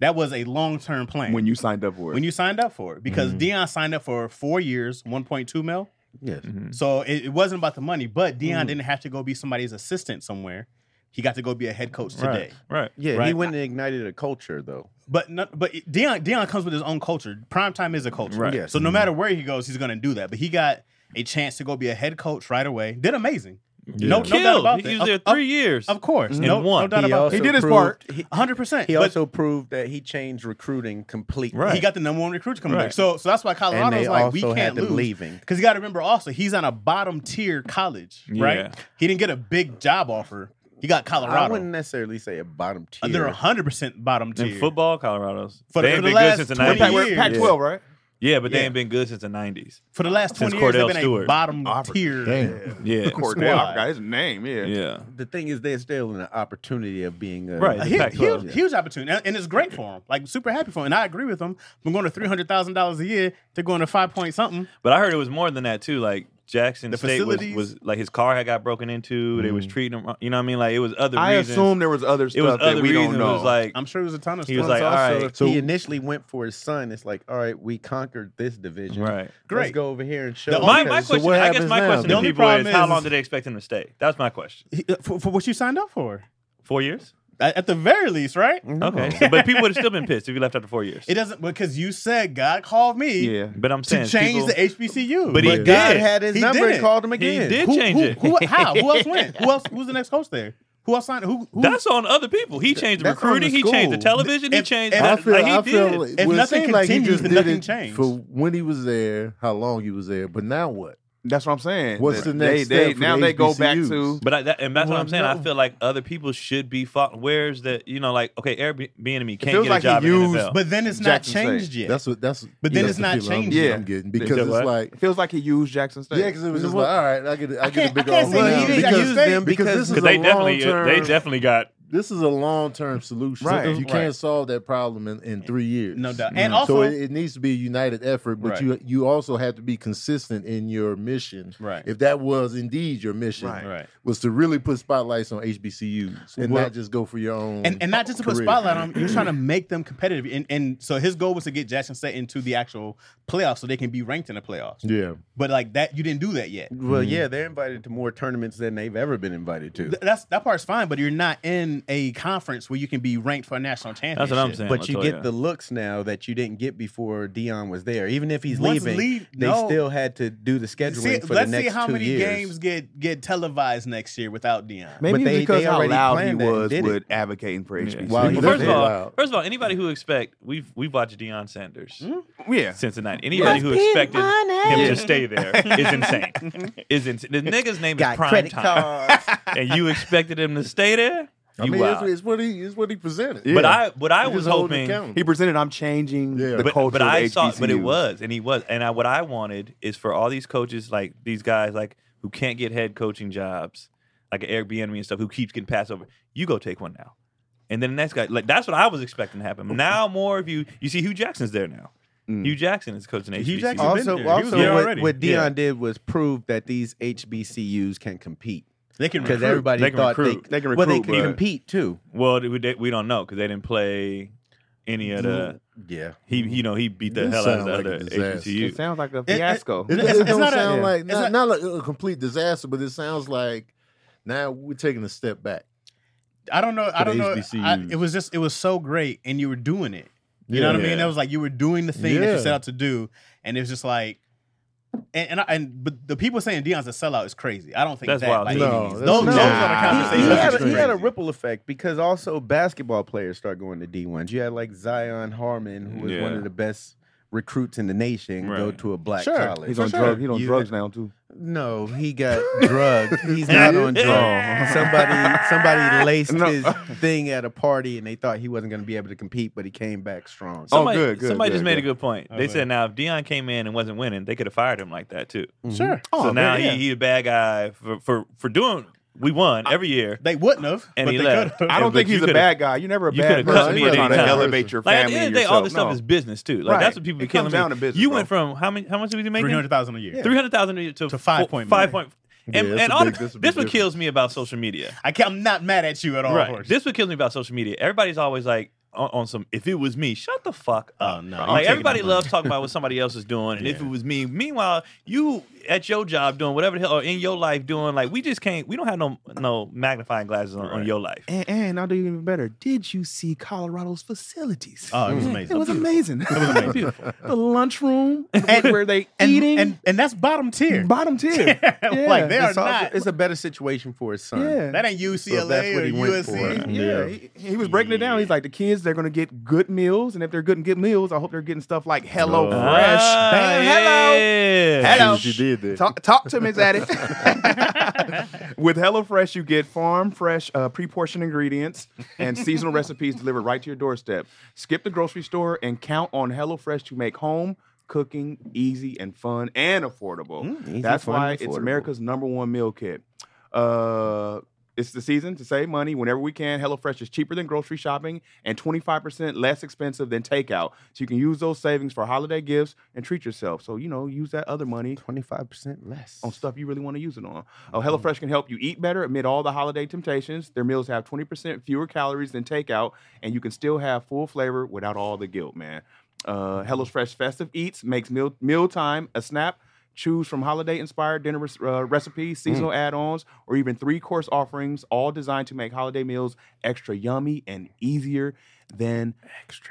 That was a long term plan. when you signed up for it. when you signed up for it because Mhm. Dion signed up for four years, 1.2 mil. Yes. Mhm. So it, it wasn't about the money, but Dion didn't have to go be somebody's assistant somewhere. He got to go be a head coach today. Right. Right. Yeah, he Right. went and ignited a culture though. But no, but Dion Dion comes with his own culture. Primetime is a culture. Right. Yes. So no matter where he goes, he's going to do that. But he got a chance to go be a head coach right away. Did amazing. No No doubt kill. about He that. was there Of- of- three years. Of course. And No, won. no doubt He about also it. He did his proved- part. He, 100%. he but also proved that he changed recruiting completely. Right. he got the number one recruit coming Right. back. So so that's why And Colorado's they like, also we can't had them lose. leaving. Because you got to remember also, he's on a bottom tier college, right? Yeah. He didn't get a big job offer. He got I Colorado. wouldn't necessarely say a bottom Uh, tier. They're 100% bottom In tier. football, Colorado's. For the- they for ain't the been last good since the 20 nineties. years. Pac 12, right? Yeah, but they Yeah. ain't been good since the nineties. For the last Since 20 years, they've Cordell been a Stewart. bottom tier. Damn. Yeah. Cordell, I Squad. forgot his name. Yeah. Yeah. the thing is, they're still in an opportunity of being a, Right. A The hu- Pac-12. huge, huge opportunity, and, and it's great for him. Like super happy for him, and I agree with him. From going to three hundred thousand dollars a year to going to five point something, But I heard it was more than that too. Like Jackson The State was, facilities? was like his car had got broken into. They was treating him. wrong. You know what I mean? Like it was other. I reasons. assume there was other stuff it was that other we reasons. don't It know. was like I'm sure it was a ton of. He stuff. was like, also, all right. if he initially went for his son, it's like, all right, we conquered this division. right. Let's Great. go over here and show. The them My, that- my so question, what I guess happens my now? question The to only people is, problem how is- long did they expect him to stay? That's my question. He- uh, for, for what you signed up for, Four years? at, at the very least, right? Okay. So- but people would have still been pissed if he left after four years. It doesn't because you said God called me yeah. but I'm to saying change people- the HBCU. But he But God did. had his He number did and it. called him He again. did who, change who- it. who- how? Who else went? Who else? Who's the next coach there? Who else signed? Who? who That's on other people. He changed the that's on the recruiting. he changed the school. television. He If- changed. if- that- I feel, like, he I feel did. like, If well, it nothing seemed like he continues, just then did nothing it changed. for when he was there, how long he was there, but now what? That's what I'm saying. What's They- the next they, step They, for now the they go back HBCUs? to But I, that, and that's Well, what I'm saying. no. I feel like other people should be fought. Where's the you know like okay Airbnb can't get feels a like he job in used- the NFL. But then it's Jackson not changed yet. That's what. That's. But then that's it's the not feeling I'm- changed. Yeah. I'm getting because said it's what? like it feels like he used Jackson State. Yeah, because it was just like, all right, I get, a- I get a can't- I big can't old say money he didn't because, use because them because- this is Because a they definitely long-term- they definitely got this is a long term solution. Right. You can't Right. solve that problem in, in three years, No doubt. And so also- it, it needs to be a united effort. But Right. you you also have to be consistent in your mission. Right. If that was indeed your mission, Right. right. was to really put spotlights on HBCUs and Well- not just go for your own And and not just to put career. spotlight on them, you're trying to make them competitive. And and so his goal was to get Jackson State into the actual playoffs so they can be ranked in the playoffs. Yeah, But like that, you didn't do that yet. Well, yeah, they're invited to more tournaments than they've ever been invited to. Th- That's that part's fine, but you're not in a conference where you can be ranked for a national championship. That's what I'm saying. But you Latoya. get the looks now that you didn't get before Dion was there. Even if he's Once leaving, leave- they no. still had to do the scheduling See, for let's the next see how two many years. games get get televised next year without Dion. Maybe But it's they- because they how already loud he planned that and was did it. with advocating for HBCU. Well, he Well, was first of there. all, Wow. first of all, anybody who expect we've we've watched Deion Sanders, Hmm? yeah. Cincinnati. Anybody who expected him to stay there is insane. is insane. The nigga's name is Prime Time, and you expected him to stay there. I You mean, it's, wild. it's what he it's what he presented. But yeah. I but I He was just holding hoping. accountable. He presented, I'm changing Yeah. the but, culture. but of I saw, but it HBCUs. was, and he was, and I, what I wanted is for all these coaches, like these guys, like who can't get head coaching jobs, like Airbnb and stuff, who keeps getting passed over. You go take one now, and then the next guy, like that's what I was expecting to happen. Now more of you, you see Hugh Jackson's there now. Mm. Hugh Jackson is coaching HBCU. Hugh Jackson- He's been Also, there. He was also there what, already. what Yeah. Dion did was prove that these HBCUs can compete They can because recruit. everybody They can thought recruit. they They can well they recruit, can but- compete too. Well, we, they, we don't know because they didn't play any of the. Yeah, He, you know, he beat the This hell out of sound the like a other disaster. It HBCU. sounds like a it- fiasco. It, it It's- it's don't not a- sound yeah. like It's not, not like a complete disaster, but it sounds like now we're taking a step back. I don't know. I For don't the know. I, HBCUs. it was just it was so great, and you were doing it. You know Yeah. what I mean? It was like you were doing the thing that you Yeah. set out to do, and it was just like, and and, I, and but the people saying Dion's a sellout is crazy. I don't think That's that, wild. Like, No, those, that's those not- are the Nah. He, he conversations. That's had that's a, he had a crazy. ripple effect because also basketball players start going to D ones. You had like Zion Harmon, who was one Yeah. of the best recruits in the nation, go Right. to a black Sure. college. He's For on sure. drugs. He's on You- drugs now too. No, he got drugged. He's not on drugs. somebody somebody laced Oh. No. his thing at a party and they thought he wasn't going to be able to compete, but he came back strong. Oh, Somebody, good, good, somebody good, just made good. a good point. Oh, they good. said now if Dion came in and wasn't winning, they could have fired him like that too. Mm-hmm. Sure, Oh, so now he he a bad guy for for for doing. We won every year. they wouldn't have. And but he they left. could've. I don't but think you he's a could've- bad guy. You're never a you bad could've cut person. me You're at trying any to time. elevate your Like at family. the end of and the day, all yourself. this stuff No. is business too. Like Right. that's what people It be killing comes me. down to business, you bro. went from how many? How much was he making? Three hundred thousand a year. Three hundred thousand to, to To five point Five million. point. And, Yeah, that's and a all big- the- that's a big this what difference. kills me about social media. I can't, I'm not mad at you at all. right. of course. This what kills me about social media. Everybody's always like on, on some. If it was me, shut the fuck up. Oh, no. I'm Like taking everybody that loves talking about what somebody else is doing, and if it was me, meanwhile you at your job doing whatever the hell or in your life doing like we just can't. We don't have no no magnifying glasses on, on your life. And, and I'll do you even better. Did you see Colorado's facilities? oh, it was amazing. it was amazing. Beautiful. the lunchroom And- where they and, eating and and that's bottom tier. bottom tier. like they are it's, also- not. it's a better situation for his son. Yeah. that ain't So that's UCLA what he or went USC. for. Yeah, he, he was breaking it down. He's like, the kids, they're gonna get good meals, and if they're good good meals, I hope they're getting stuff like Hello Fresh. Ah, Bam, hello. yeah. Hello. She did that. Talk, talk to Ms. Addis. With HelloFresh, you get farm fresh, uh, pre portioned ingredients and seasonal recipes delivered right to your doorstep. Skip the grocery store and count on HelloFresh to make home cooking easy and fun and affordable. easy, That's fun, why and it's affordable. America's number one meal kit. Uh, it's the season to save money whenever we can. HelloFresh is cheaper than grocery shopping and 25% less expensive than takeout. So you can use those savings for holiday gifts and treat yourself. So, you know, use that other money Twenty five percent less. Mm-hmm. on stuff you really want to use it on. Oh, HelloFresh can help you eat better amid all the holiday temptations. Their meals have 20% fewer calories than takeout, and you can still have full flavor without all the guilt, man. Uh, HelloFresh Festive Eats makes meal mealtime a snap. Choose from holiday inspired dinner res- uh, recipes, seasonal add ons, or even three course offerings, all designed to make holiday meals extra yummy and easier than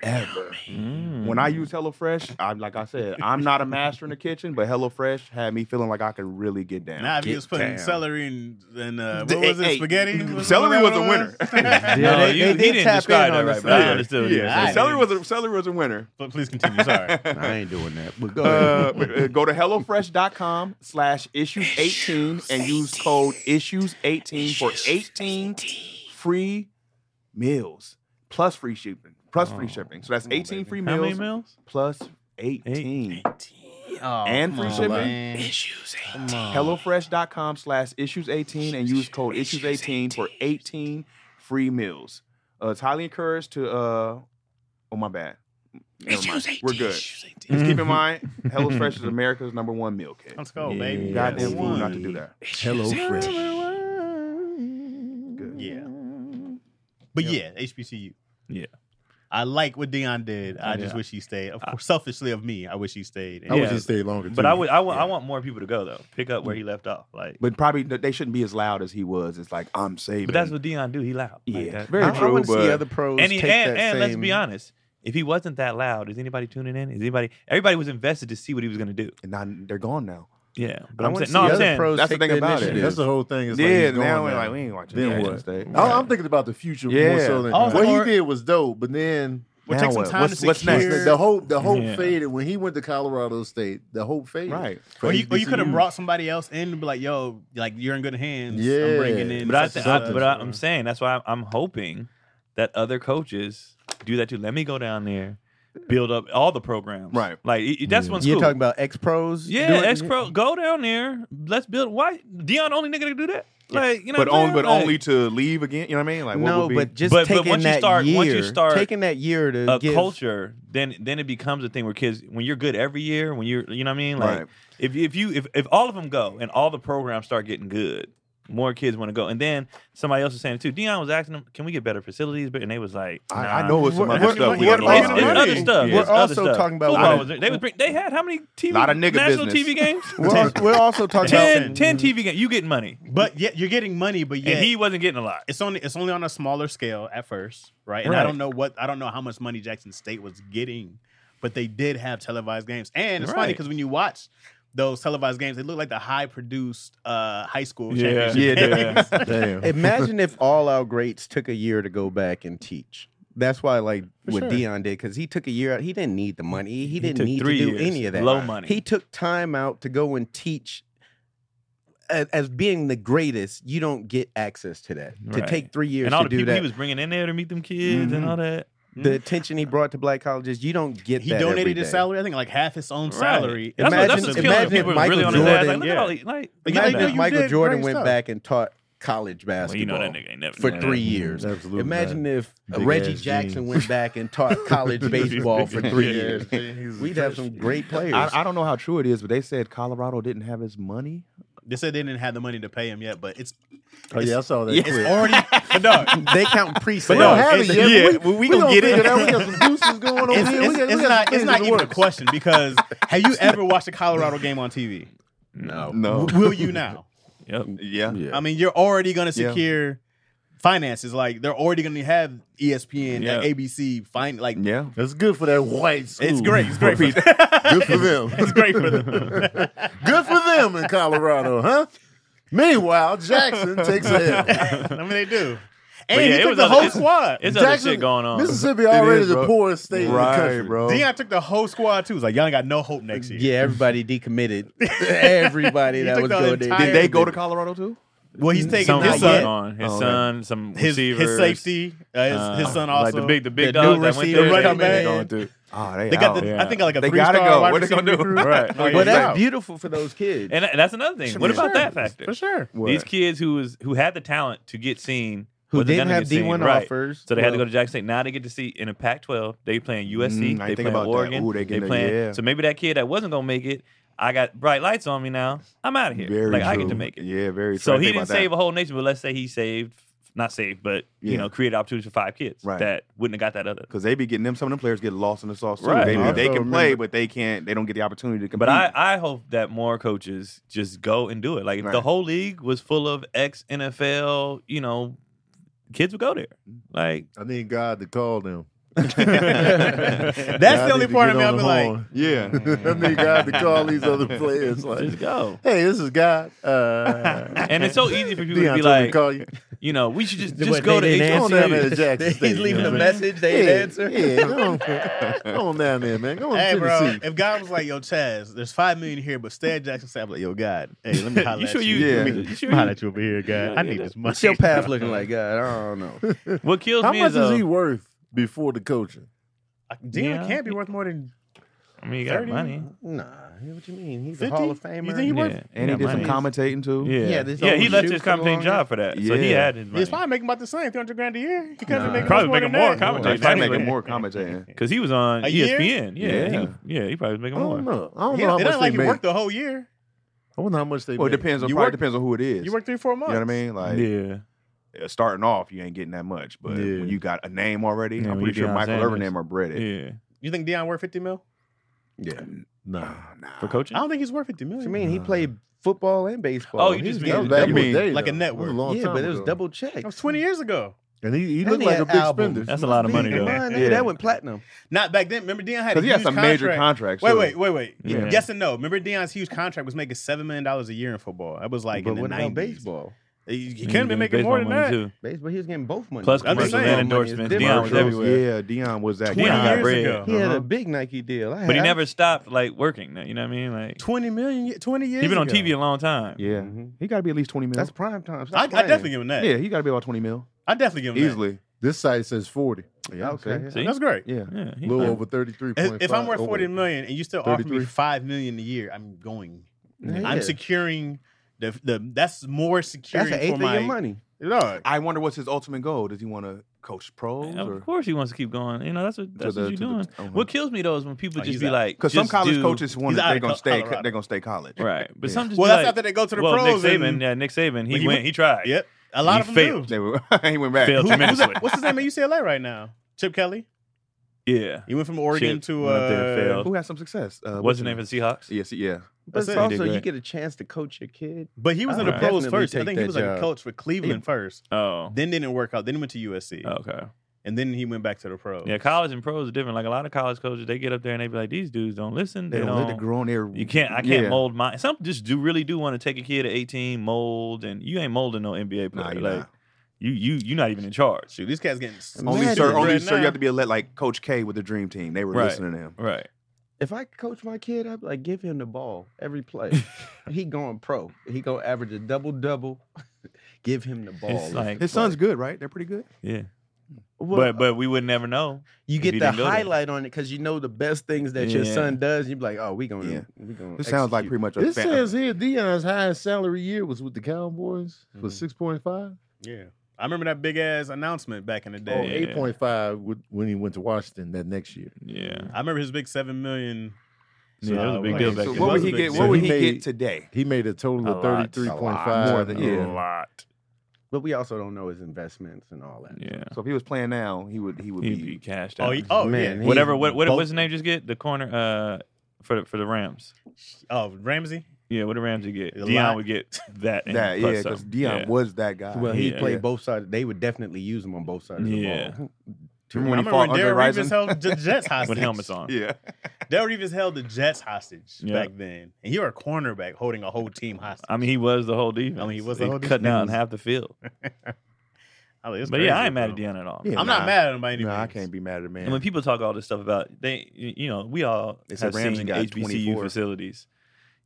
ever. Mm. When I use HelloFresh, I'm like I said, I'm not a master in the kitchen, but HelloFresh had me feeling like I could really get down. Now if you Get was putting down. celery and, and uh, The- what was it? hey, spaghetti. mm-hmm. Was celery that was what a it winner. No, they- you, they he did didn't tap describe in that on right, the but I side. understood. what you were yeah. saying. Celery was a celery was a winner. but please continue. Sorry. I ain't doing that. But go ahead. Uh, uh, go to HelloFresh.com slash issues 18 and use code issues 18 for 18 free meals plus free shipping. Plus free shipping. So that's 18 free How many meals meals? plus 18. And free Oh, come on, shipping? man. Come on. HelloFresh.com slash issues 18 and use code issues 18 for 18 free meals. Uh, it's highly encouraged to, uh, oh, my bad. Never mind. We're good. Just keep in mind, HelloFresh is America's number one meal kit. Let's go, baby. Goddamn Yes. fool not to do that. Hello, Fresh. Good. Yeah. But yeah, HBCU. Yeah. I like what Dion did. I just Yeah. wish he stayed. Of course, selfishly of me, I wish he stayed. I Yeah. wish he stayed longer. But too. I would, I, wa- I want more people to go though. Pick up where he left off. Like, But probably th- they shouldn't be as loud as he was. It's like I'm saving. but that's what Dion do. He loud. Like Yeah. that. Very I, I true, wanna but- see other pros and he, take and, that and let's be same- honest. If he wasn't that loud, is anybody tuning in? Is anybody? Everybody was invested to see what he was going to do. and now they're gone now. Yeah, but I I'm wanna saying, no, see I'm other saying, pros That's the take thing about it. initiative. That's the whole thing. Is like yeah, he's now gone we're like we ain't watching. Then that what? State. Oh, I- I'm thinking about the future more Yeah. so than Also, what or- he did was dope, but then We'll Now take some what? time What's- to what's next? secure. the hope the hope Yeah. faded when he went to Colorado State. The hope faded. Right. For Or you, or you HBCUs. could have brought somebody else in and be like, "Yo, like you're in good hands. I'm Yeah. bringing in." but I, th- such and I, such." but I, I'm saying that's why I'm, I'm hoping that other coaches do that too. Let me go down there, build up all the programs. Right. Like it- it- that's what's You're cool. talking about ex pros. yeah, ex pro, go down there. Let's build. Why Dion only nigga to do that? Like you know, but what I'm only, saying? but Like- only to leave again. You know what I mean? Like what no, would be, but just But- but taking once you that start- year, once you start taking that year to a give, culture, then then it becomes a thing where kids, when you're good every year, when you're, you know what I mean? Like Right. if if you if, if all of them go and all the programs start getting good, more kids want to go. And then somebody else was saying too. Dion was asking them, "Can we get better facilities?" But and they was like, I, nah. I know it's some We're- other we're- stuff. we we're- don't we're- know It's, about. it's money. other stuff. We're It's other also stuff. talking about- Football Lot was- they was bring, they had how many TV Lot of nigga national business. TV games? We're, al- we're also talking about Ten, 10 TV games. You getting money, But yet you're getting money, but yet and he wasn't getting a lot. it's only it's only on a smaller scale at first, right? And I Right. don't know what I don't know how much money Jackson State was getting, but they did have televised games, and it's funny Right. because when you watch those televised games, they look like the high produced uh, high school Yeah. championship Yeah, games. yeah. Damn. Imagine if all our greats took a year to go back and teach. That's why, like For what sure. Dion did, because he took a year out. He didn't need the money. He didn't took need to three do years, any of that. low money. He took time out to go and teach. As, as being the greatest, you don't get access to that. To Right. take three years and all to the do people that, Mm-hmm. he was Mm-hmm. bringing in there to meet them kids and all that. the attention he brought to black colleges, you don't get. He that every donated his day. salary, I think, like half his own salary. That's, what, that's Imagine- what's killing imagine if people is Michael really on his ass. Like, Jordan- look at all these, like, Like, look at Imagine know if that. you Michael did Jordan great went stuff. back and taught college Well, you basketball know that nigga ain't never for done that. three years. Absolutely. Imagine if Big Reggie ass Jackson jeans. went back and taught college baseball for three Yeah. years. We'd have some great players. I, I don't know how true it is, but they said Colorado didn't have his money. They said they didn't have the money to pay him yet, but it's Oh yeah, I saw that. it's clip. already but no, they count We pre-sale. don't have it it's- yet. yeah, but we, we, gonna gonna get figure it. it. out. We got some deuces going Oh, on it's, here. it's, we got, it's we got not some it's things not in the even a works. question because have you ever watched a Colorado game on TV? No. No. Will you now? Yep. yeah. Yeah. I mean, you're already going to Yeah. secure finances. Like they're already going to have E ESPN, Yeah. like ABC, find like Yeah. That's good for that white school. it's great. It's great. For, Good for them. it's great for them. Good for them in Colorado, huh? Meanwhile, Jackson takes a hit. I mean, they do. But And yeah, he it took was the other- whole it's- squad. It's other shit going on. Mississippi already is, the bro. poorest state Right, in the country. bro. Dion took the whole squad too. It's like y'all ain't got no hope next year. Yeah, everybody decommitted. Everybody He that took was the going entire- there. Did they go to Colorado too? Well, he's taking Some his was son, on his Oh, okay. son, some his, his receivers, safety, uh, his, uh, his son also. like the big the big The dogs new that went receiver there. they- running back. they Man. don't do Oh, they, they got out. the, yeah. I think like a They three gotta star go. wide What they gonna receiver do? group. Right. Oh, yeah, But he's that's out. beautiful for those kids. And that's another thing. What about that factor? for sure. These kids who was who had the talent to get seen who wasn't didn't gonna have get seen, D1 right. offers. So they had to go to Jackson State. Now they get to see in a Pac-12. They playing USC. Mm, I they ain't think playing about that. Oregon. Ooh, they they getting a- playing. yeah. So maybe that kid that wasn't gonna make it, I got bright lights on me now. I'm out of here. Very like I true. get to make it. Yeah, very true. So he I think didn't about that. save a whole nation, but let's say he saved, not saved, but you Yeah. know, created opportunities for five kids Right. that wouldn't have got that other. Because they be getting them. Some of them players get lost in the sauce too. Right. They, Yeah. they I can remember- play, but they can't. They don't get the opportunity to compete. But I, I hope that more coaches just go and do it. Like if the Right. whole league was full of ex NFL, you know, kids would go there. Like I need God to call them. That's the only part of me. I'll be like, yeah, I need God to call these other players. Like, just go. hey, this is God. Uh, And it's so easy for people Deion to told me to be like, call you. you know, we should just What, just go to they didn't Go on down there HBCU. to Jackson State. He's leaving you a know what I'm message. saying? They didn't answer. Yeah, yeah, go, on, go on down there, man. Go on Hey, to bro, Tennessee. if God was like, yo, Chaz, there's five million here, but stay at Jackson State, I'm like, yo, God, hey, let me holler You at sure you. you- Let me you sure holler you- at you over here, God. Yeah, I yeah, need yeah. this money. What's your path looking like? God, I don't know. What kills How me much is, uh, is he worth before the coaching? Dion Yeah. can't be worth more than I mean, you got 30? money. Nah, what you mean? He's 50? a Hall of Famer. You think he Yeah. worth? and he you did got some money. commenting too. Yeah, Yeah, yeah, this he old left shoe his for the commentating long- job for that, so he Yeah. had his money. He's probably making about the same, three hundred grand a year. He could Nah. be making Probably much making than more that. commentators. He's probably making more commentating. Because he was on A year? ESPN. Yeah, Yeah. He, yeah, he probably I was making don't more. know. I don't He- know how It much ain't they like he make. worked the whole year. I wonder how much they Well, it make. depends on You probably work- depends on who it is. You worked three, four you months. know what I mean? Like Yeah, uh, starting off, you ain't getting that much, but Yeah. when you got a name already, Yeah, I'm when you pretty sure Deion Michael Sanders. Irvin name are breaded. yeah. You think Dion worth fifty mil? Yeah. Nah. For coaching? I don't think he's worth fifty What million. you mean? He played football and baseball. Oh, you He just was mean- That was getting back in double- the day, like a though. network. That was a long Yeah, time but it was ago. double check. That was twenty years ago. And he, he Then looked he like had a big albums. spender. That's a lot of money, though. Come on, nigga, Yeah. That went platinum. Not back then. Remember Dion had a Because he had huge some contract. major contracts. Wait, too. wait, wait, wait. Yeah. Yes and no. Remember Dion's huge contract was making seven million dollars a year in football. That was like but in the what about 90s. baseball? He, He he couldn't was be getting making more than baseball that. money, too. Baseball, he was getting both money. Plus I'm commercials just saying. and endorsements. Dion was Commercials, everywhere. Yeah, Dion was that. Twenty Dion got years bread. ago. He had Uh-huh. a big Nike deal. I But he had- never stopped like working. You know what I mean? Like 20 million, 20 years. he been on ago. TV a long time. Yeah, Mhm. he got to be at least twenty mil. That's prime time. I, I Stop playing. definitely give him that. yeah, he got to be about twenty mil I definitely give him easily. This site says 40. Yeah, okay. that. See? That's great. Yeah, Yeah, he A little fine. over 33. If, if I'm worth 40 million and you still offer me 33. 5 million a year, I'm going. Yeah. I'm securing the the that's more securing That's an eighth for of my your money. No, I wonder what's his ultimate goal. Does he want to coach pros? or Of course, he wants to keep going. You know, that's what that's what you're doing. What kills me though is when people Oh, just he's be out. like, Because some just college do- coaches want he's out they're of gonna Col- stay Colorado. they're gonna stay college. right? But some just well, be that's like, after they go to the well, pros. Nick Saban, and- yeah, Nick Saban, he, Well, he went, went- he tried, Yep, a lot He of them failed. do. They were, he went back. failed Who- who's tremendously. that- what's his name at UCLA right now? Chip Kelly. yeah, He went from Oregon Chip to went up there uh, and failed. Who has some success? Uh, what's the name of the Seahawks? Yes, yeah. But But it's it's also great. you get a chance to coach your kid. but he was in the I'd pros definitely first. I take think he that was like a job. coach for Cleveland first. Oh, Then didn't work out. Then he went to USC, okay. and then he went back to the pros. Yeah, college and pros are different. Like a lot of college coaches, they get up there and they be like, "These dudes don't listen. They They, don't let it don't. grow in there. you can't. I can't Yeah. mold my. Some just do really do want to take a kid at 18, mold, and you ain't molding no NBA Nah, player. you're like not. you, you, you're not even in charge. Shoot, these cats getting Only Imagine sir, that only right sir, you now. have to be a let like Coach K with the Dream Team. They were Right. listening to him. Right. If I could coach my kid, I'd be like, give him the ball every play. he going pro. He gonna average a double double. give him the ball. It's like, His son's good, right? They're pretty good. yeah. Well, but but we would never know. you if get he the didn't go there. highlight on it because you know the best things that your Yeah. son does. You be like, oh, we gonna, Yeah. we gonna. This sounds like execute. pretty much a It fan- says here Dion's highest salary year was with the Cowboys for Mhm. six point five. Yeah, I remember that big ass announcement back in the Oh, day. yeah. eight point five when he went to Washington that next year. Yeah. I remember his big seven million. Yeah, that was a big like, deal back So then. what would was he a get? big What would deal. he He get made- today? He made a total A of thirty lot. three point More five. than- A Yeah. lot. But we also don't know his investments and all that. Yeah. So if he was playing now, he would he would He'd be be cashed out. Oh, he, oh Man, yeah. he- Whatever. What what Both- what's the name? Just get the corner. Uh, for the for the Rams. Oh, Ramsey. Yeah. What did Ramsey get? A Dion lot. would get that. and that. Yeah, plus some. because Dion Yeah. was that guy. Well, he Yeah. played both sides. They would definitely use him on both sides Yeah. of the ball. Remember when I he remember fought when under Daryl Rising? Reeves held the Jets hostage. with helmets on. Yeah. Daryl Reeves held the Jets hostage Yeah. back then, and you're a cornerback holding a whole team hostage. I mean, he was the whole defense. I mean, he was the They whole cut defense. down half the field. I mean, it's But yeah, crazy, I ain't mad bro. at Dion at all. Yeah. I'm Nah. not mad at him by any No, means. I can't be mad at a And when man. people talk all this stuff about they, you you know, we all They said have Ramsey seen got HBCU 24. facilities.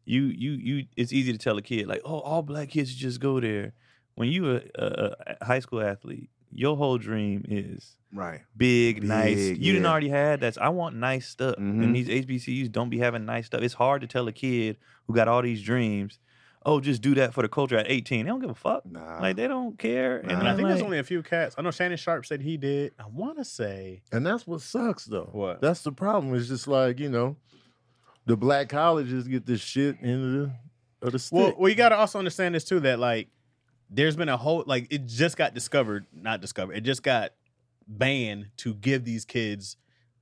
You, you, you. It's easy to tell a kid like, oh, all black kids just go there. When you a, a, a high school athlete, your whole dream is Right. big, nice. Big, You didn't yeah. already had that's. I want nice stuff, Mm-hmm. Mhm. and these HBCUs don't be having nice stuff. It's hard to tell a kid who got all these dreams, oh, just do that for the culture at 18. They don't give a fuck. Nah. Like they don't care. Nah. And then, I think there's like- only a few cats. I know Shannon Sharp said he did. I want to say And that's what sucks though. What? That's the problem. It's just like, you know, the black colleges get this shit into the of the stick. Well, well, you got to also understand this too that like there's been a whole like it just got discovered, not discovered. It just got banned to give these kids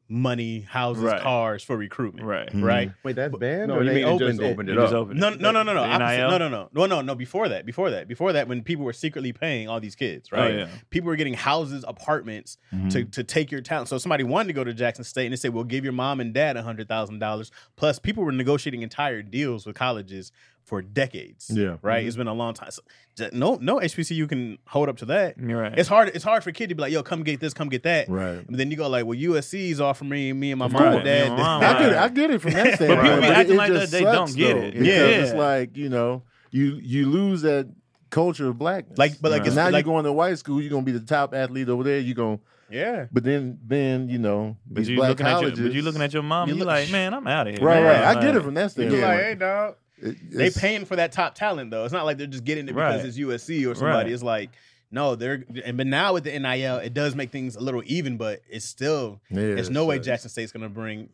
money, houses, Right. cars for recruitment. right. Mm-hmm. Right? Wait, that's banned? no, or you they mean it opened just opened it It was up. open. No, no, no, no, no. The opposite. NIL? No, no, no, no, no, no. Before that, before that, before that, when people were secretly paying all these kids, Oh, right? yeah. Mm-hmm. People were getting houses, apartments to, to take your talent. So if somebody wanted to go to Jackson State and they said, "We'll give your mom and dad hundred thousand dollars." Plus, people were negotiating entire deals with colleges for decades. Yeah. right. It's been a long time. So, j- no, no HBCU can hold up to that. You're right. It's hard. It's hard for a kid to be like, "Yo, come get this, come get that." Right. And then you go like, "Well, USC's offering me, me and my Of mom course. and dad." Your mom, I get it. I Right. get it from But that people standpoint. be it- acting it like that, just they don't sucks, get though, it. because Yeah. It's like, you know, you you lose that culture of blackness. Like, but like, and Right. it's now like, you're going to white school, you're gonna be the top athlete over there, you're gonna yeah. but then then, you know, But these you black looking colleges. at your, but you looking at your mom, You you look- like, man, I'm out of here. Right, man. right. I get Like, it from that You're standpoint. like, hey, dog. It- they it's- paying for that top talent though. It's not like they're just getting it because Right. it's USC or somebody. Right. It's like no, they're and but now with the NIL, it does make things a little even, but it's still Yeah, it's no way so- Jackson State's gonna bring.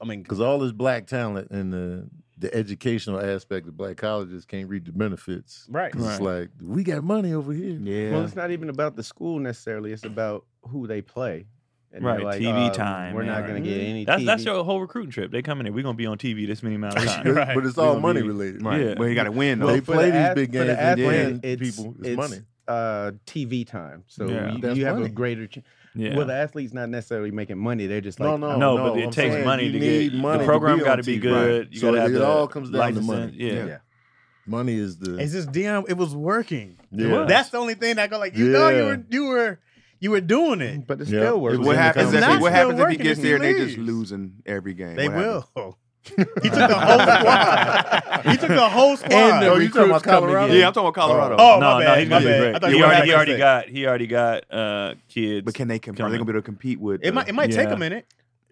I mean, because all this black talent and the the educational aspect of black colleges can't reap the benefits. right? 'Cause It's like we got money over here. Yeah. Well, it's not even about the school necessarily. It's about who they play. And Right, they're like, TV uh, time, We're man. not going to get any That's TV. that's your whole recruiting trip. They coming here. We're gonna be on TV this many amount of But- time. But it's We all gonna money be- related. right. yeah. Well, you got to win. They Though. for play the these ath- big for the games and then athlete, it's- people it's, money. uh, TV time. So Yeah. you, That's you have a money. greater chance. Yeah. Well, the athlete's not necessarily making money. They're just like, no, no, no, no, but it I'm takes saying money you to get need money the to program. be on got to be TV. good. Right. You so gotta have it the all comes down to license. money. Yeah. Yeah. Money is the It's just damn. It was working. yeah. That's the only thing that go like you know you Yeah. were you were you were doing it. but it's Yeah. still It working. was What in the happens? If he, conversation. what happens if he Working if gets he there? They just leaves. losing every game. They What happens? will. he took the whole squad. he took the whole squad. the recruits coming in. Yeah, I'm talking about Colorado. Oh, no, my no, bad, he's my gonna bad. be I great. thought He you were already, he half already a sec. got, he already got uh, kids. But can they compete? Are they Coming. gonna be able to compete with? It uh, might it might take Yeah. a minute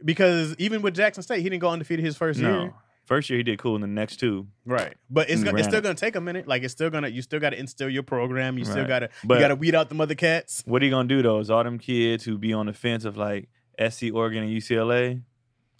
because even with Jackson State, he didn't go undefeated his first no, year. First year he did cool, and the next two, Right. But it's Mm, gonna, it's right. still gonna take a minute. Like it's still gonna you still gotta instill your program. You still Right. gotta But- you gotta weed out the mother cats. what are you gonna do though? Is all them kids who be on the fence of like SC Oregon and UCLA,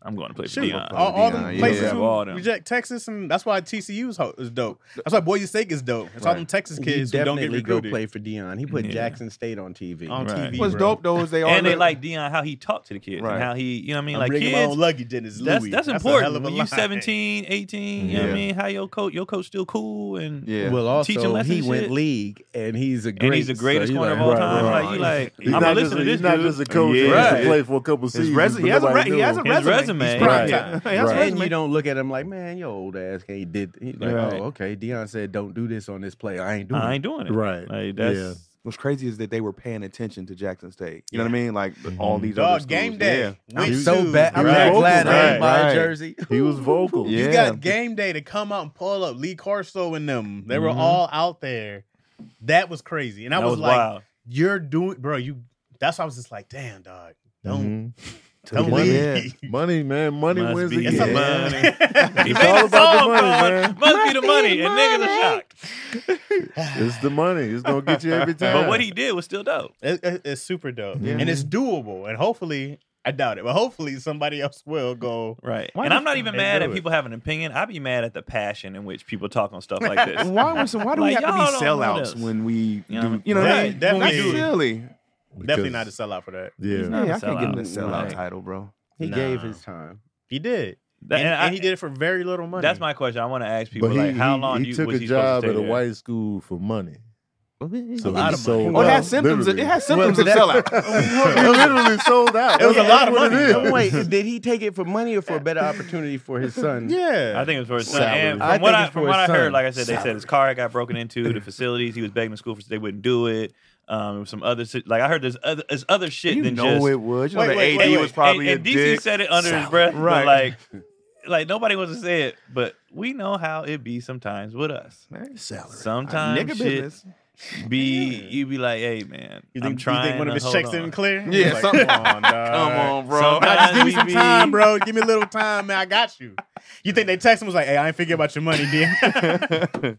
I'm going to play for Shoot. Deion. All, all Deion, them yeah. places Yeah. who All them. reject Texas and that's why TCU's ho- is dope. That's why Boise State is dope. It's all Right. them Texas You kids who don't get definitely go recruited. play for Dion. He put Yeah. Jackson State on TV. on Right. TV. What's bro. dope though is they are and they look- like Dion how he talked to the kids Right. and how he, you know what I mean, I'm like bringing my own kids. luggage in his That's Louis. that's a important. hell of a when you line. 17, 18, you know what Yeah. I mean, how your coach your coach still cool and Yeah. Well, Teaching also he lessons went shit. league, and he's a great, and he's the greatest so you corner like, of all right, time. right, Like right. you like, He's I'm not gonna just listen a- to this He's not dude. just a coach. Yeah. He just Right. played for a couple His seasons. res- but he has a nobody re- he knew has a him. His resume. resume, He's prime right. time. He has a And resume. you don't look at him like, man, your old ass can't did. He's like, Right. oh, okay. Dion said, don't do this on this play. I ain't doing. I it. ain't doing it. Right. Like that's Yeah. What's crazy is that they were paying attention to Jackson State. You know what I mean? Like all these other Dog schools. game day. Yeah. I'm Went so to- bad. I'm Right. so glad I Right. ain't buy Right. a jersey. He was vocal. Yeah. You got game day to come out and pull up Lee Carso and them. They were Mhm. all out there. That was crazy. And I that was, was like, wild. you're doing bro, you that's why I was just like, damn, dog. Don't Mhm. don't money. leave. Money, man. Money Must wins be the It's Yeah. a game. money. He Mm-hmm. It's made all a about the song, money, dog. man. Must be the money, and niggas are shocked. It's the money. It's gonna get you every time. But what he did was still dope. It- it- it's super dope. Yeah. And it's doable. And hopefully, I doubt it, but hopefully somebody else will go. Right. Why and the I'm not fuck even they mad do at it? people having an opinion. I'd be mad at the passion in which people talk on stuff like this. Why was why do Like, we have to y'all be don't know sellouts this. when we You you know what I do mean? you know Right, what I mean? When we definitely. do it. silly. Definitely not a Because- sellout for that. Yeah. not Yeah, a I can't give him the sellout. sellout Right. title, bro. He Nah. gave his time. He did. That- and, and I- and he did it for very little money. That's my question. I want to ask people like, how long he you, took was a he job at supposed a to stay there? white school for money. So lot he of money. sold Oh, it out, has symptoms. It literally. has symptoms of Well, that- sellout. He literally sold out. It was That's a lot of what it money, is. though. Wait, did he take it for money or for a better opportunity for his son? Yeah. I think it was for his son. Salary. And I from what think I it's for from what I his heard, son. like I said, they said his car got broken into, the facilities. He was begging the school for they wouldn't do it. Um, it was some other si- like I heard there's other there's other shit You than know just it would. You know Wait, the wait, AD wait, was wait. probably and, and a DC dick. said it under his breath, but Right. like like nobody wants to say it, but we know how it be sometimes with us. Sometimes Nigga shit business. be you be like, hey man, you I'm think, you trying think one of to his hold checks on. didn't clear? Yeah, Like, something- come on, dog. Come on, bro. Sometimes Nah, just give me we some be- time, bro. Give me a little time, man. I got you. You think they text him was like, "Hey, I ain't forget about your money, D."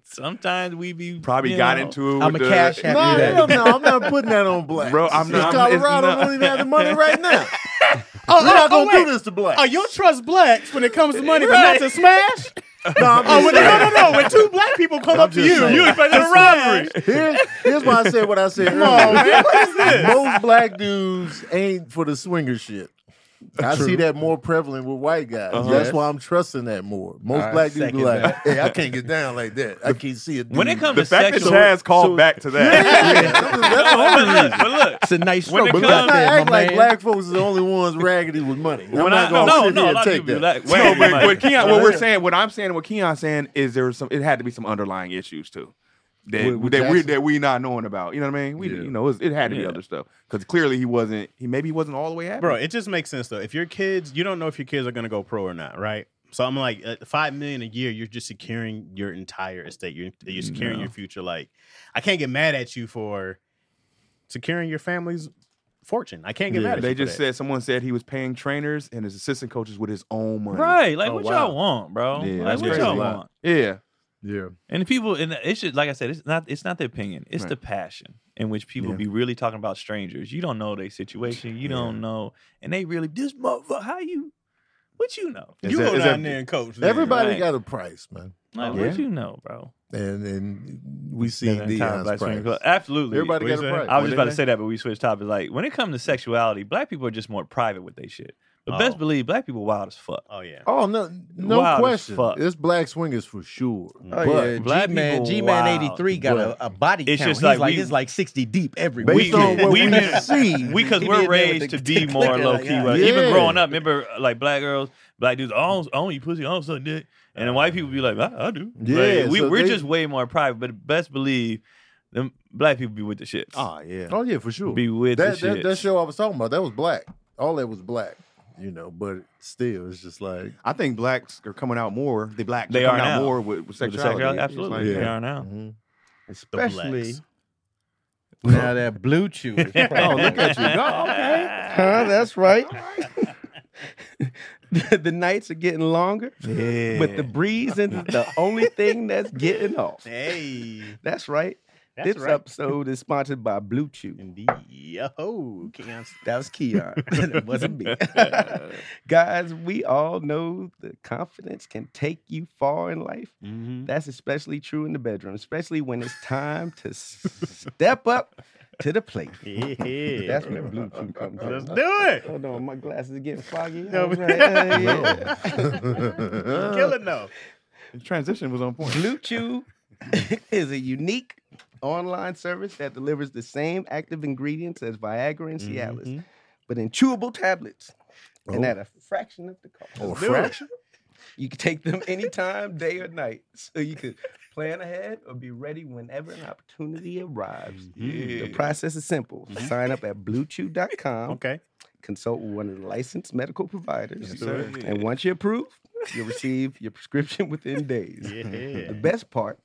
Sometimes we be Probably you got know, into it. I'm with a the- cash No, app. Yeah. hell no, I'm not putting that on black. Bro, I'm it's not- it's Colorado not- don't even have the money right now. oh, We're not gonna wait. do this to black. Oh, you'll trust blacks when it comes to money, Right. but not to smash. No, I'm Oh, just when, no, saying. no, no. When two black people come I'm up to just you, saying. you expect a robbery. Here- here's why I said what I said. Come on, earlier. man. What is this? Most black dudes ain't for the swinger shit. I see that more prevalent with white guys. Uh-huh. That's why I'm trusting that more. Most I black dudes be second like, that. "Hey, I can't get down like that. I can't see it." When it comes The to fact that sexual, Chaz called back to that. No, but look, but look, It's a nice When stroke. it you But got let's comes- not there, my act like man. black folks is the only ones raggedy with money. I'm when I not gonna no no, sit no, here a and lot take of people be that. like, No, wait, but like- what Keon, what we're saying, what I'm saying, and what Keon's saying is there was some. It had to be some underlying issues too that With- with that we Jackson? that we not knowing about. You know what I mean? We Yeah. you know it, was- it had to be Yeah. other stuff because clearly he wasn't. He maybe he wasn't all the way happy. Bro, it just makes sense though. If your kids, you don't know if your kids are gonna go pro or not, right? So I'm like, at five million a year, you're just securing your entire estate. You're you're securing No. your future. Like, I can't get mad at you for securing your family's fortune. I can't get Yeah, mad at they you. for just that. said someone said he was paying trainers and his assistant coaches with his own money. right? Like Oh, what wow. y'all want, bro? Yeah, like that's what crazy. y'all want? Yeah. "Yeah, And the people, and it's just like I said, it's not it's not the opinion, it's the passion in which people Yeah. be really talking about strangers. You don't know their situation, you don't know, and they really this motherfucker. How you? What you know? Is you that- go is down that- there and coach. then. everybody Right. got a price, man." Like Oh, Yeah. what you know, bro? And and we see That's the entire Dion's Black Swing price. Club. Absolutely, Everybody What got you a saying? price. I was What just they about to say? say that, but we switched topics. Like when it comes to sexuality, black people are just more private with their shit. But Oh. best believe, black people wild as fuck. Oh yeah. Oh no, no Wild as question. fuck. It's black swingers for sure. Oh, but yeah. black G-Man, people G-Man wild. 83 got But- a, a body It's count. just He's like like, we- it's like 60 deep every based weekend. on what we, we been- see, We, because He we're did that with raised the to be more clicker, low like, key. yeah. Right? Even Yeah. growing up, remember like black girls, black dudes, oh, oh you pussy, oh, so dick, and then white people be like, I, I do. Yeah, Like, we so we're they- just way more private. But best believe, them black people be with the shit. Oh yeah. Oh yeah, for sure. Be with that, the that, shit. that show I was talking about, that was black. All that was black, you know. But still, it's just like I think blacks are coming out more. The black They coming are out now. more with, with With the sexuality. sexuality, It's absolutely, like- Yeah. they are now. mhm. Especially blacks. now that blue chew. is Oh, prevalent. look at you. go. Okay. Huh, that's right. the nights are getting longer, Yeah. but the breeze isn't the only thing that's getting off. Hey, That's right. that's this right. episode is sponsored by Blue Chew. Indeed. Yo, Keon. That was Keon. it wasn't me. Guys, we all know that confidence can take you far in life. Mm-hmm. That's especially true in the bedroom, especially when it's time to s- step up to the plate. Yeah. That's where Blue Chew comes Let's do in. it. Hold on, my glasses are getting foggy. No, All but- right, uh, yeah. Kill it though. The transition was on point. Blue Chew is a unique online service that delivers the same active ingredients as Viagra and Cialis, Mm-hmm. but in chewable tablets and Oh. at a fraction of the cost. Oh. Or do it. fraction? You can take them anytime, day or night, so you can plan ahead or be ready whenever an opportunity arrives. The process is simple. Sign up at bluechew.com, Okay. consult with one of the licensed medical providers, sir. and once you're approved, you'll receive your prescription within days. Yeah. The best part,